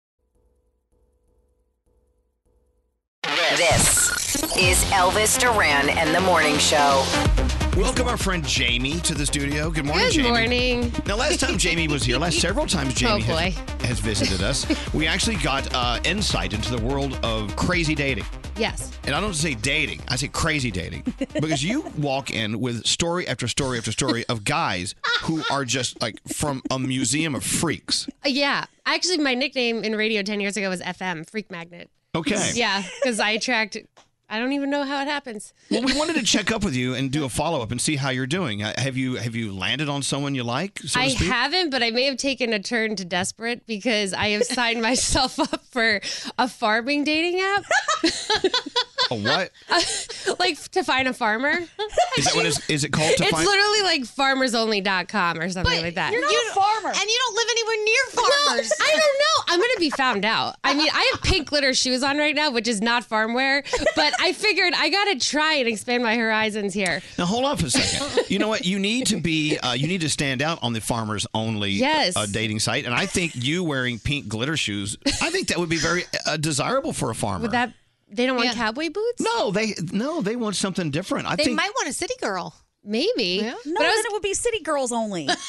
Speaker 4: This is Elvis Duran and the morning show.
Speaker 6: Welcome our friend Jamie to the studio. Good morning,
Speaker 30: Good
Speaker 6: Jamie.
Speaker 30: morning.
Speaker 6: Now, last time Jamie was here, last several times Jamie
Speaker 30: Oh,
Speaker 6: has,
Speaker 30: boy.
Speaker 6: has visited us, we actually got uh, insight into the world of crazy dating.
Speaker 30: Yes.
Speaker 6: And I don't say dating, I say crazy dating. Because you walk in with story after story after story of guys who are just like from a museum of freaks.
Speaker 30: Uh, Yeah. Actually, my nickname in radio 10 years ago was FM, Freak Magnet.
Speaker 6: Okay.
Speaker 30: Yeah, because I attract, I don't even know how it happens.
Speaker 6: Well, we wanted to check up with you and do a follow up and see how you're doing. Uh, Have you have you landed on someone you like? So to
Speaker 30: I
Speaker 6: speak?
Speaker 30: haven't, but I may have taken a turn to desperate because I have signed myself up for a farming dating app.
Speaker 6: A what?
Speaker 30: like to find a farmer.
Speaker 6: Is that what is, is it called to
Speaker 30: it's
Speaker 6: find?
Speaker 30: literally like farmersonly.com or something like that.
Speaker 9: You're not a farmer, and you don't live anywhere near farmers.
Speaker 30: I don't know. I'm gonna be found out. I mean, I have pink glitter shoes on right now, which is not farm wear, but I figured I gotta try and expand my horizons here.
Speaker 6: Now hold on for a second. You know what? You need to be. Uh, you need to stand out on the farmers only
Speaker 30: Yes.
Speaker 6: uh, dating site, and I think you wearing pink glitter shoes. I think that would be very uh, desirable for a farmer.
Speaker 30: Would that they don't want cowboy boots?
Speaker 6: No, they no, they want something different. I think
Speaker 30: want a city girl. Maybe.
Speaker 18: No,
Speaker 30: but I
Speaker 18: then it would be city girls only.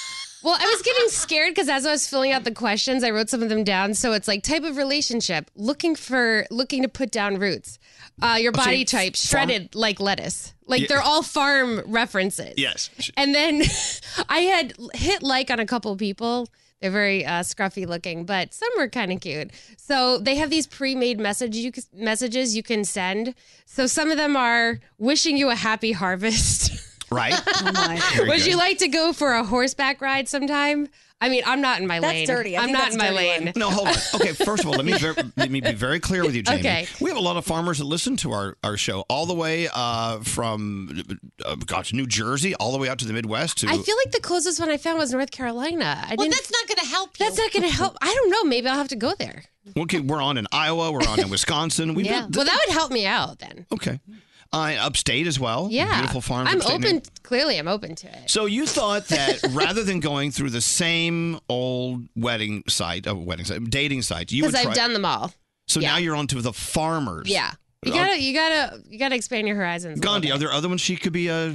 Speaker 30: Well, I was getting scared because as I was filling out the questions, I wrote some of them down. So it's like type of relationship, looking for, looking to put down roots, uh, your
Speaker 6: Oh, so
Speaker 30: body
Speaker 6: you-
Speaker 30: type,
Speaker 6: farm-
Speaker 30: shredded like lettuce. Like
Speaker 6: Yeah.
Speaker 30: they're all farm references.
Speaker 6: Yes.
Speaker 30: And then I had hit like on a couple people. They're very uh, scruffy looking, but some were kind of cute. So they have these pre-made message you, c- messages you can send. So some of them are wishing you a happy harvest.
Speaker 6: right. Very
Speaker 30: Would
Speaker 6: good.
Speaker 30: you like to go for a horseback ride sometime? I mean, I'm not in my
Speaker 18: That's
Speaker 30: lane.
Speaker 18: dirty. I
Speaker 30: I'm
Speaker 18: think
Speaker 30: not
Speaker 18: that's
Speaker 30: in
Speaker 18: a
Speaker 30: my
Speaker 18: dirty
Speaker 30: lane.
Speaker 6: No, hold on. Okay, first of all, let me ver- let me be very clear with you, Jamie.
Speaker 30: Okay.
Speaker 6: We have a lot of farmers that listen to our, our show, all the way uh, from uh, gosh, New Jersey, all the way out to the Midwest. To
Speaker 30: I feel like the closest one I found was North Carolina. I well, that's
Speaker 9: not going to help
Speaker 30: That's not going to help. I don't know. Maybe I'll have to go there.
Speaker 6: okay, we're on in Iowa, we're on in Wisconsin. We've
Speaker 30: yeah.
Speaker 6: got
Speaker 30: well, that would help me out then.
Speaker 6: okay, uh, upstate as well.
Speaker 30: Yeah.
Speaker 6: beautiful farms.
Speaker 30: I'm
Speaker 6: upstate New-
Speaker 30: open. Clearly, I'm open to it.
Speaker 6: So you thought that rather than going through the same old wedding site, uh, wedding site, dating site, you would
Speaker 30: Because
Speaker 6: try.
Speaker 30: I've done them all.
Speaker 6: so now you're on to the farmers.
Speaker 30: Yeah. You
Speaker 6: Uh,
Speaker 30: gotta, you gotta, you gotta expand your horizons. a little
Speaker 6: Gandhi, are there other ones she could be uh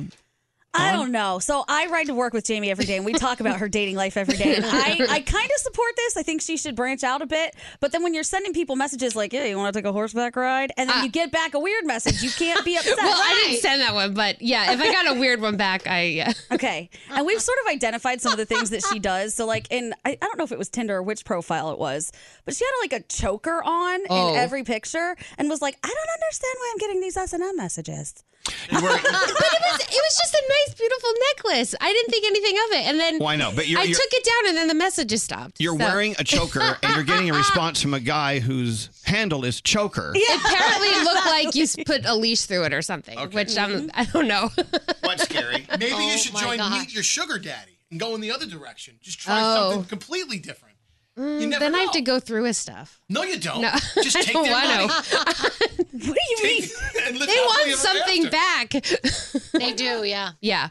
Speaker 18: I don't know. So I ride to work with Jamie every day, and we talk about her dating life every day. And I, I kind of support this. I think she should branch out a bit. But then when you're sending people messages like, "Yeah, you want to take a horseback ride," and then you get back a weird message, you can't be upset.
Speaker 30: well, I didn't send that one, but yeah, if I got a weird one back, I yeah.
Speaker 18: Okay. And we've sort of identified some of the things that she does. So, like, in I, I don't know if it was Tinder or which profile it was, but she had like a choker on
Speaker 6: Oh.
Speaker 18: in every picture and was like, I don't understand why I'm getting these S and M messages.
Speaker 30: but it was it was just a nice, beautiful necklace. I didn't think anything of it, and then
Speaker 6: Well, I know, but you're-
Speaker 30: I
Speaker 6: you're-
Speaker 30: took it down, and then the messages stopped.
Speaker 6: You're
Speaker 30: So-
Speaker 6: wearing a choker and you're getting a response from a guy whose handle is choker.
Speaker 30: Apparently, it looked like you s- put a leash through it or something, which I'm
Speaker 6: Mm-hmm.
Speaker 30: I don't know.
Speaker 19: Maybe
Speaker 30: Oh,
Speaker 19: you should
Speaker 30: my
Speaker 19: join
Speaker 30: gosh.
Speaker 19: Meet Your Sugar Daddy and go in the other direction. Just try
Speaker 30: Oh.
Speaker 19: something completely different.
Speaker 30: Mm,
Speaker 19: never
Speaker 30: then I have to go through his stuff.
Speaker 19: No, you don't.
Speaker 30: No,
Speaker 19: Just
Speaker 30: I
Speaker 19: take
Speaker 30: don't
Speaker 19: their
Speaker 30: want
Speaker 19: money.
Speaker 30: to.
Speaker 18: What do you
Speaker 19: mean?
Speaker 30: They
Speaker 19: And live happily
Speaker 30: want
Speaker 19: ever
Speaker 30: something
Speaker 19: after.
Speaker 30: back.
Speaker 9: They do, yeah.
Speaker 30: Yeah.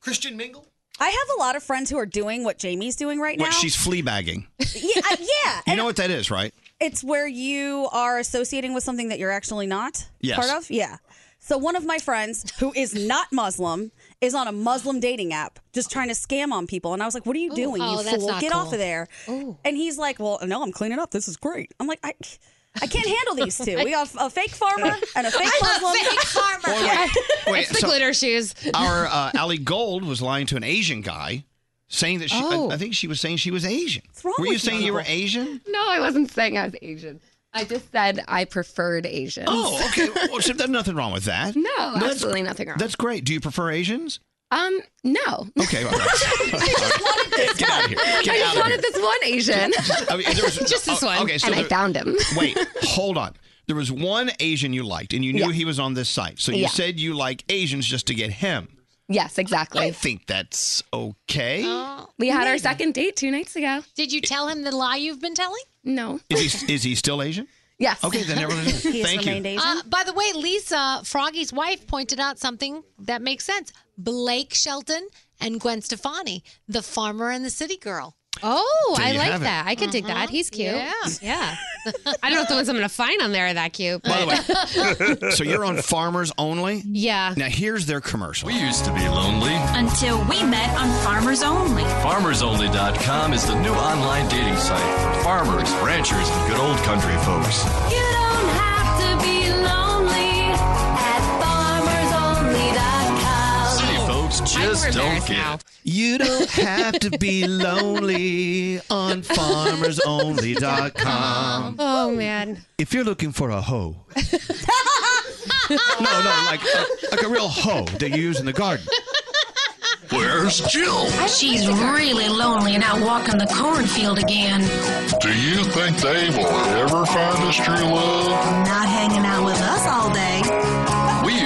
Speaker 19: Christian Mingle?
Speaker 18: I have a lot of friends who are doing what Jamie's doing right
Speaker 6: What
Speaker 18: now.
Speaker 6: she's flea bagging.
Speaker 18: yeah, uh, yeah.
Speaker 6: You know what that is, right?
Speaker 18: It's where you are associating with something that you're actually not
Speaker 6: Yes.
Speaker 18: part of. Yeah. So one of my friends who is not Muslim is on a Muslim dating app just trying to scam on people. And I was like, what are you
Speaker 9: Ooh,
Speaker 18: doing,
Speaker 9: oh,
Speaker 18: you
Speaker 9: that's
Speaker 18: fool?
Speaker 9: not
Speaker 18: Get off
Speaker 9: cool.
Speaker 18: of there. And he's like, well, no, I'm cleaning up. This is great. I'm like, I, I can't handle these two. We got a fake farmer and a fake Muslim.
Speaker 6: farmer. Wait,
Speaker 30: it's the
Speaker 6: so-
Speaker 30: glitter shoes.
Speaker 6: Our uh, Allie Gold was lying to an Asian guy saying that she,
Speaker 30: Oh.
Speaker 6: I, I think she was saying she was Asian. What's
Speaker 30: wrong
Speaker 6: were you
Speaker 30: with you
Speaker 6: saying you were
Speaker 30: people?
Speaker 6: Asian?
Speaker 5: No, I wasn't saying I was Asian. I just said I preferred Asians.
Speaker 6: Oh, okay. Well, so there's nothing wrong with that.
Speaker 5: No,
Speaker 6: that's-
Speaker 5: absolutely nothing wrong.
Speaker 6: That's great. Do you prefer Asians?
Speaker 5: Um, no.
Speaker 6: Okay, all right. Get out of here. Get
Speaker 5: I
Speaker 6: out
Speaker 5: just
Speaker 6: of
Speaker 5: wanted
Speaker 6: here.
Speaker 5: this one Asian.
Speaker 6: I mean, there was-
Speaker 5: just this
Speaker 6: oh,
Speaker 5: one.
Speaker 6: okay, so
Speaker 5: and I
Speaker 6: there-
Speaker 5: found him.
Speaker 6: Wait, hold on. There was one Asian you liked, and you knew
Speaker 5: Yeah.
Speaker 6: he was on this site. So you
Speaker 5: Yeah.
Speaker 6: said you like Asians just to get him.
Speaker 5: Yes, exactly. Oh.
Speaker 6: I think that's okay.
Speaker 5: we had our second date two nights ago.
Speaker 9: Oh. Did you tell him the lie you've been telling?
Speaker 5: No.
Speaker 6: Is he is he still Asian?
Speaker 5: Yes.
Speaker 6: Okay, then never mind. Thank you.
Speaker 9: Uh, by the way, Lisa, Froggy's wife, pointed out something that makes sense. Blake Shelton and Gwen Stefani, the farmer and the city girl.
Speaker 30: Oh,
Speaker 6: There
Speaker 30: I
Speaker 6: you
Speaker 30: like
Speaker 6: have it.
Speaker 30: that. I could dig that. He's cute.
Speaker 9: Uh-huh. Yeah.
Speaker 30: Yeah. I don't know if the ones I'm going to find on there are that cute.
Speaker 6: By
Speaker 30: but-
Speaker 6: the way, so you're on Farmers Only.
Speaker 30: Yeah.
Speaker 6: Now here's their commercial.
Speaker 36: We used to be lonely.
Speaker 7: Until we met on Farmers Only.
Speaker 36: FarmersOnly.com is the new online dating site for farmers, ranchers, and good old country folks.
Speaker 7: You don't have to be lonely at farmersonly.com.
Speaker 36: City folks just don't get it.
Speaker 6: You don't have to be lonely on farmersonly.com.
Speaker 30: Oh, man.
Speaker 6: If you're looking for a hoe. No, no, like a, like a real hoe that you use in the garden.
Speaker 36: Where's Jill?
Speaker 7: She's really lonely and out walking the cornfield again.
Speaker 36: Do you think they will ever find us true love?
Speaker 7: Not hanging out with us all day.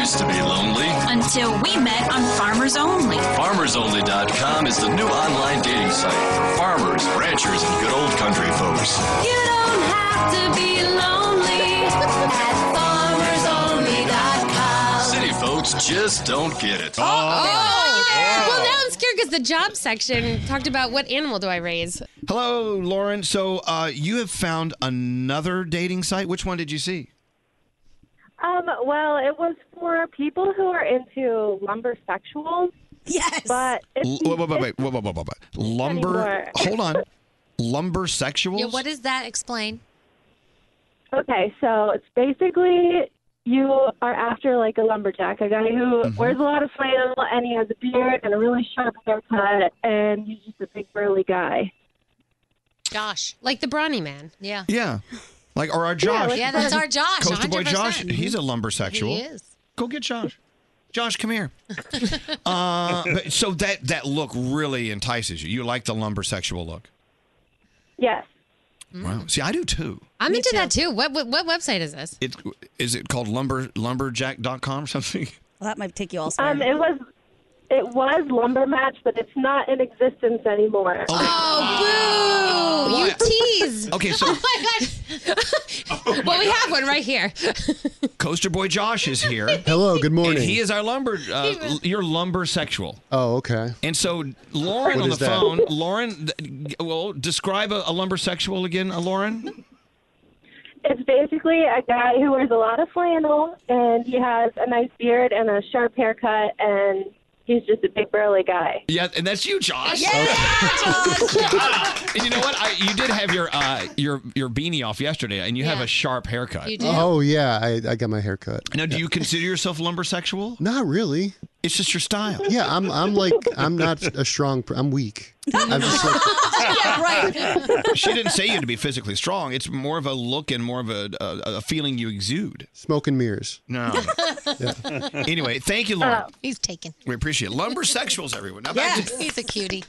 Speaker 36: used to be lonely.
Speaker 37: Until we met on Farmers Only.
Speaker 36: FarmersOnly.com is the new online dating site for farmers, ranchers, and good old country folks.
Speaker 38: You don't have to be lonely at farmersonly.com.
Speaker 36: City folks just don't get it.
Speaker 30: Oh, well, now I'm scared because the job section talked about what animal do I raise.
Speaker 6: Hello, Lauren. So uh, you have found another dating site. Which one did you see?
Speaker 21: Um, well, it was for people who are into lumber sexuals. Yes. But
Speaker 6: L- wait, wait, wait, wait, wait, wait, wait, wait. Lumber.
Speaker 21: Anymore.
Speaker 6: Hold on. Lumber sexuals.
Speaker 21: does that explain? Okay, so it's basically you are after like a lumberjack, a guy who
Speaker 6: Mm-hmm.
Speaker 21: wears a lot of flannel and he has a beard and a really sharp haircut, and he's just a big burly guy.
Speaker 30: Josh. Like the brawny man. Yeah.
Speaker 6: Yeah. Like or our Josh.
Speaker 30: like- Yeah, that's our Josh,
Speaker 6: Coastal boy Josh.
Speaker 30: 100%.
Speaker 6: He's a lumber sexual. Go get Josh. Josh, come here. Uh, but, so that that look really entices you. You like the lumber sexual look.
Speaker 21: Yes.
Speaker 30: Mm-hmm.
Speaker 6: Wow. See, I do too.
Speaker 30: I'm into that too. What, what what website is this?
Speaker 6: It is it called lumber lumberjack.com or something?
Speaker 21: Well, that might take you all. Um, it was it was lumber match, but it's not in existence anymore.
Speaker 30: Oh, boo! You tease.
Speaker 6: Okay, so-
Speaker 30: Oh my god. well, we have one right here.
Speaker 6: Coaster boy Josh is here.
Speaker 39: Hello, good morning.
Speaker 6: And he is our lumber. Uh, l- your lumber sexual.
Speaker 39: Oh, okay.
Speaker 6: And so Lauren on
Speaker 39: What
Speaker 6: the
Speaker 39: is that?
Speaker 6: phone. Lauren, th- well, describe a, a lumber sexual again, uh, Lauren.
Speaker 21: It's basically a guy who wears a lot of flannel and he has a nice beard and a sharp haircut, and he's just a big burly guy.
Speaker 6: Yeah, and that's you, Josh.
Speaker 21: Josh!
Speaker 6: and you know what? I, you did have your uh, your your beanie off yesterday, and you have a sharp haircut.
Speaker 39: Oh yeah, I, I got my hair cut.
Speaker 6: Now, do you consider yourself lumber sexual?
Speaker 39: Not really.
Speaker 6: It's just your style.
Speaker 39: Yeah, I'm. I'm like. I'm not a strong. per- I'm weak. I'm just like.
Speaker 6: she didn't say you to be physically strong. It's more of a look and more of a, a, a feeling you exude.
Speaker 39: Smoke and mirrors.
Speaker 6: No.
Speaker 39: Yeah.
Speaker 6: Um, Anyway, thank you, Lauren.
Speaker 9: he's taken.
Speaker 6: We appreciate it. Lumber sexuals, everyone. Now back
Speaker 9: Yes,
Speaker 6: to
Speaker 9: he's a cutie.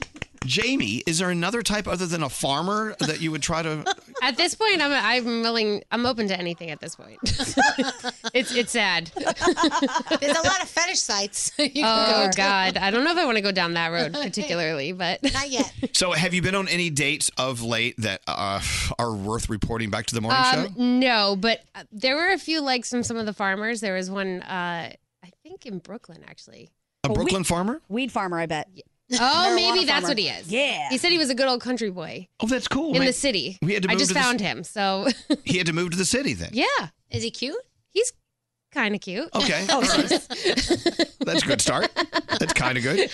Speaker 6: Jamie. Is there another type other than a farmer that you would try to?
Speaker 30: At this point, I'm I'm willing. I'm open to anything at this point. it's it's sad.
Speaker 9: There's a lot of fetish sites. you can
Speaker 30: oh
Speaker 9: go to.
Speaker 30: God, I don't know if I want to go down that road particularly, but not yet.
Speaker 6: So, have you been on any dates of late that uh, are worth reporting back to the morning show?
Speaker 30: Um, no, but uh, there were a few likes from some of the farmers. There was one, uh, I think, in Brooklyn actually.
Speaker 6: A Brooklyn farmer?
Speaker 21: Weed farmer, I bet.
Speaker 30: Oh,
Speaker 21: Marijuana
Speaker 30: maybe that's
Speaker 21: farmer.
Speaker 30: what he is.
Speaker 21: Yeah.
Speaker 30: He said he was a good old country boy.
Speaker 6: Oh, that's cool.
Speaker 30: In
Speaker 6: man.
Speaker 30: the city.
Speaker 6: We had to
Speaker 30: I
Speaker 6: move
Speaker 30: just
Speaker 6: to the
Speaker 30: found
Speaker 6: ci-
Speaker 30: him. So,
Speaker 6: He had to move to the city then.
Speaker 30: yeah. Is he cute? He's kind of cute.
Speaker 6: Okay. all right. That's a good start. That's kind of good.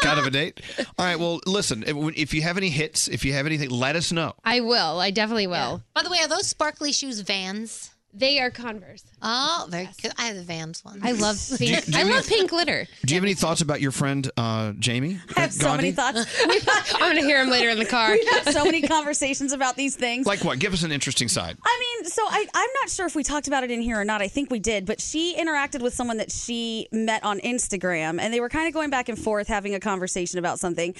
Speaker 6: kind of a date. All right. Well, listen, if, if you have any hits, if you have anything, let us know.
Speaker 30: I will. I definitely will.
Speaker 9: By the way, are those sparkly shoes Vans?
Speaker 30: They are Converse.
Speaker 9: Oh, very good. I have the Vans one.
Speaker 30: I love pink.
Speaker 6: do
Speaker 30: I
Speaker 6: you
Speaker 30: love pink glitter.
Speaker 6: Do you have any thoughts about your friend, uh, Jamie? I have
Speaker 30: I'm going to hear him later in the car.
Speaker 18: We've had so many conversations about these things.
Speaker 6: Like what? Give us an interesting side.
Speaker 18: I mean, so I, I'm not sure if we talked about it in here or not. I think we did, but she interacted with someone that she met on Instagram, and they were kind of going back and forth having a conversation about something.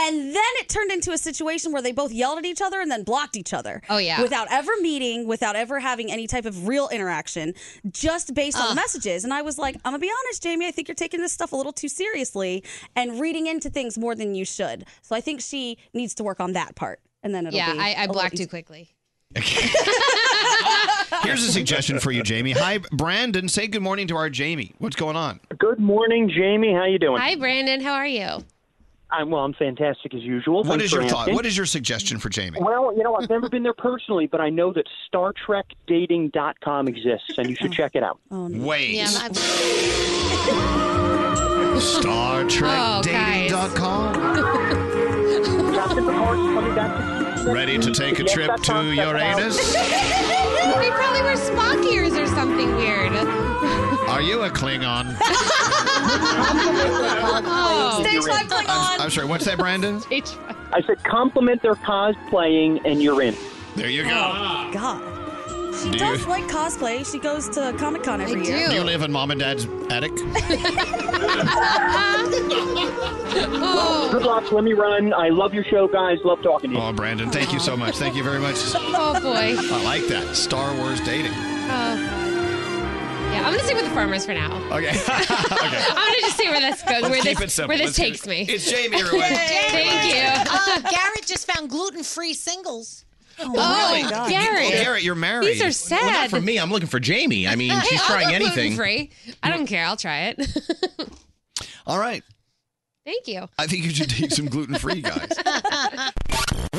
Speaker 18: And then it turned into a situation where they both yelled at each other and then blocked each other.
Speaker 30: Oh, yeah.
Speaker 18: Without ever meeting, without ever having any type of real interaction, just based on messages. And I was like, I'm going to be honest, Jamie, I think you're taking this stuff a little too seriously and reading into things more than you should. So I think she needs to work on that part. And then it'll
Speaker 30: Yeah,
Speaker 18: be
Speaker 30: I,
Speaker 18: a
Speaker 30: I
Speaker 18: little
Speaker 30: blocked too
Speaker 18: easier.
Speaker 30: quickly.
Speaker 6: Here's a suggestion for you, Jamie. Hi, Brandon. Say good morning to our Jamie. What's going on?
Speaker 7: Good morning, Jamie. How you doing?
Speaker 30: Hi, Brandon. How are you?
Speaker 7: I'm well. I'm fantastic as usual.
Speaker 6: What
Speaker 7: Thanks
Speaker 6: is
Speaker 7: for
Speaker 6: your thought?
Speaker 7: asking.
Speaker 6: What is your suggestion for Jamie?
Speaker 7: Well, you know, I've never been there personally, but I know that Star Trek dating.com exists and you should check it out.
Speaker 6: Wait.
Speaker 7: Yeah,
Speaker 6: Star
Speaker 7: Oh,
Speaker 6: Trek
Speaker 7: guys. Ready
Speaker 6: to take a
Speaker 7: Yes,
Speaker 6: trip
Speaker 7: that
Speaker 6: to
Speaker 7: sounds good.
Speaker 6: Uranus?
Speaker 30: they probably were Spock ears or something weird.
Speaker 6: Are you a Klingon?
Speaker 30: oh.
Speaker 7: Stage five
Speaker 6: I'm, I'm sorry. What's that, Brandon?
Speaker 7: I said compliment their cosplaying and you're in.
Speaker 6: There you
Speaker 18: Oh, God. She
Speaker 6: Do
Speaker 18: does
Speaker 6: you-
Speaker 18: like cosplay. She goes to Comic Con every year.
Speaker 6: Do you live in mom and dad's attic?
Speaker 7: Well, good luck. Let me run. I love your show, guys. Love talking to you.
Speaker 6: Oh, Brandon, thank you so much. Thank you very much.
Speaker 30: Oh, boy.
Speaker 6: I like that. Star Wars dating.
Speaker 30: Oh. Yeah, I'm gonna stick with the farmers for now.
Speaker 6: Okay.
Speaker 30: I'm gonna just see where this goes.
Speaker 6: Let's
Speaker 30: where
Speaker 6: keep
Speaker 30: this
Speaker 6: it simple.
Speaker 30: where this
Speaker 6: Let's keep
Speaker 30: takes
Speaker 6: it-
Speaker 30: me.
Speaker 6: It's Jamie Irwin.
Speaker 30: Thank you.
Speaker 9: Uh, Garrett just found gluten-free singles. Oh,
Speaker 30: really? God. Garrett.
Speaker 7: Well, Garrett, you're married.
Speaker 30: These are
Speaker 7: Well, not
Speaker 30: sad.
Speaker 7: for me. I'm looking for Jamie. I mean,
Speaker 30: Hey,
Speaker 7: she's
Speaker 30: I'll
Speaker 7: trying
Speaker 30: go
Speaker 7: anything.
Speaker 30: gluten-free. I don't care. I'll try it.
Speaker 6: All right.
Speaker 30: Thank you.
Speaker 6: I think you should take some gluten free, guys.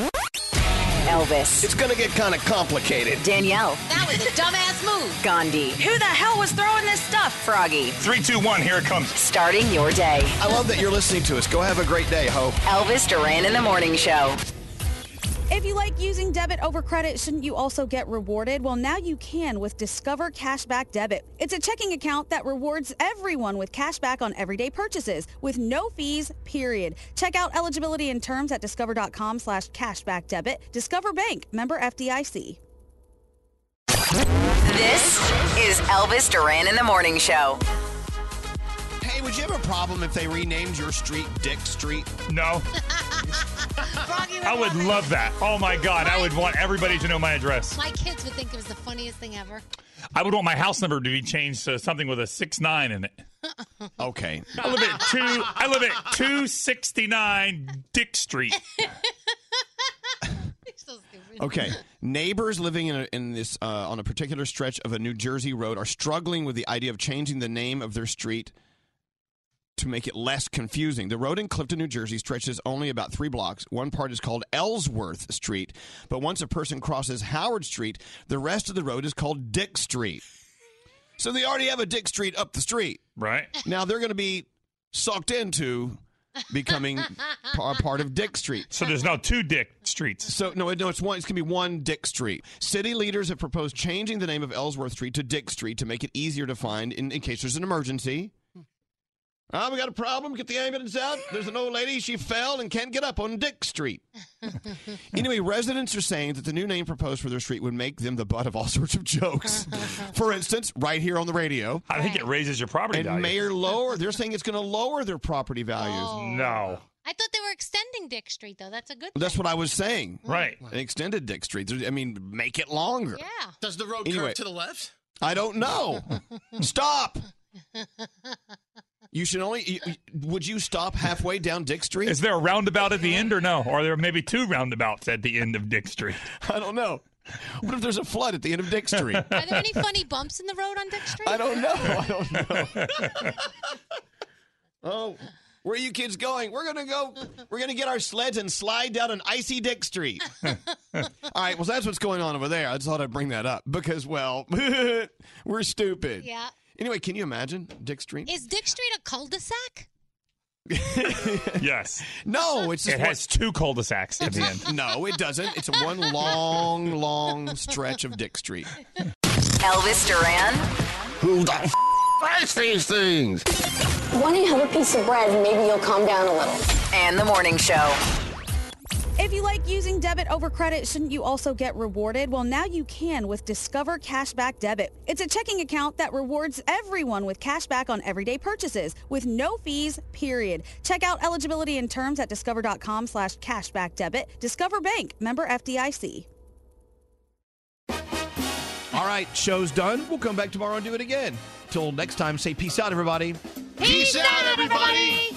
Speaker 4: Elvis.
Speaker 6: It's going to get kind of complicated.
Speaker 4: Danielle.
Speaker 9: That was a dumbass move.
Speaker 4: Gandhi. Who the hell was throwing this stuff? Froggy.
Speaker 6: Three, two, one. Here it comes.
Speaker 4: Starting your day.
Speaker 6: I love that you're listening to us. Go have a great day, ho.
Speaker 4: Elvis Duran in the Morning Show.
Speaker 18: If you like using debit over credit, shouldn't you also get rewarded? Well, now you can with Discover Cashback Debit. It's a checking account that rewards everyone with cash back on everyday purchases with no fees, period. Check out eligibility and terms at discover.com slash cashback debit. Discover Bank, member FDIC.
Speaker 4: This is Elvis Duran in the Morning Show.
Speaker 6: Hey, would you have a problem if they renamed your street Dick Street? No.
Speaker 11: I would love that. Oh my God, I would want everybody to know my address.
Speaker 9: My kids would think it was the funniest thing ever.
Speaker 11: I would want my house number to be changed to something with a six nine in it.
Speaker 6: Okay.
Speaker 11: I live at two. I live at two sixty nine Dick Street.
Speaker 6: Okay. Neighbors living in, a, in this uh, on a particular stretch of a New Jersey road are struggling with the idea of changing the name of their street to make it less confusing. The road in Clifton, New Jersey stretches only about 3 blocks. One part is called Ellsworth Street, but once a person crosses Howard Street, the rest of the road is called Dick Street. So they already have a Dick Street up the street.
Speaker 11: Right.
Speaker 6: Now they're going to be sucked into becoming par- part of Dick Street.
Speaker 11: So there's now two Dick Streets.
Speaker 6: So no, no, it's one. It's going to be one Dick Street. City leaders have proposed changing the name of Ellsworth Street to Dick Street to make it easier to find in, in case there's an emergency. Ah, we got a problem. Get the ambulance out. There's an old lady. She fell and can't get up on Dick Street. Anyway, residents are saying that the new name proposed for their street would make them the butt of all sorts of jokes. for instance, right here on the radio.
Speaker 11: I think it raises your property
Speaker 6: and
Speaker 11: value.
Speaker 6: Mayor lower. They're saying it's going to lower their property values.
Speaker 11: Oh. No.
Speaker 9: I thought they were extending Dick Street though. That's a good.
Speaker 6: That's what I was saying.
Speaker 11: Right.
Speaker 6: An extended Dick Street. There- I mean, make it longer.
Speaker 9: Yeah.
Speaker 19: Does the road
Speaker 6: Anyway.
Speaker 19: curve to the left?
Speaker 6: I don't know. stop. You should only. you- you- would you stop halfway down Dick Street?
Speaker 11: Is there a roundabout at the end or no? Or are there maybe two roundabouts at the end of Dick Street?
Speaker 6: I don't know. What if there's a flood at the end of Dick Street?
Speaker 9: Are there any funny bumps in the road on Dick Street?
Speaker 6: I don't know. I don't know. oh, where are you kids going? We're gonna go. We're gonna get our sleds and slide down an icy Dick Street. All right. Well, that's what's going on over there. I just thought I'd bring that up because, well, we're stupid.
Speaker 9: Yeah.
Speaker 6: Anyway, can you imagine Dick Street?
Speaker 9: Is Dick Street a cul-de-sac?
Speaker 11: yes.
Speaker 6: No, it's just
Speaker 11: it has two cul-de-sacs at the end.
Speaker 6: No, it doesn't. It's one long, long stretch of Dick Street.
Speaker 4: Elvis Duran.
Speaker 6: Who the f- writes these things?
Speaker 4: Why don't you have a piece of bread and maybe you'll calm down a little? And the Morning Show.
Speaker 18: If you like using debit over credit, shouldn't you also get rewarded? Well, now you can with Discover Cashback Debit. It's a checking account that rewards everyone with cash back on everyday purchases with no fees, period. Check out eligibility and terms at discover.com slash cashback debit. Discover Bank, member FDIC.
Speaker 6: All right, show's done. We'll come back tomorrow and do it again. Till next time, say peace out, everybody.
Speaker 40: Peace out, everybody!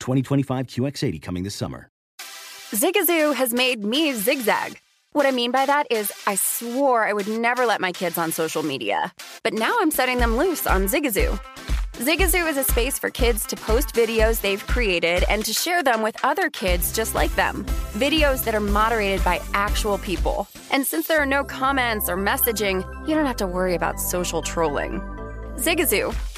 Speaker 17: 2025 QX80 coming this summer.
Speaker 5: Zigazoo has made me zigzag. What I mean by that is, I swore I would never let my kids on social media, but now I'm setting them loose on Zigazoo. Zigazoo is a space for kids to post videos they've created and to share them with other kids just like them. Videos that are moderated by actual people. And since there are no comments or messaging, you don't have to worry about social trolling. Zigazoo,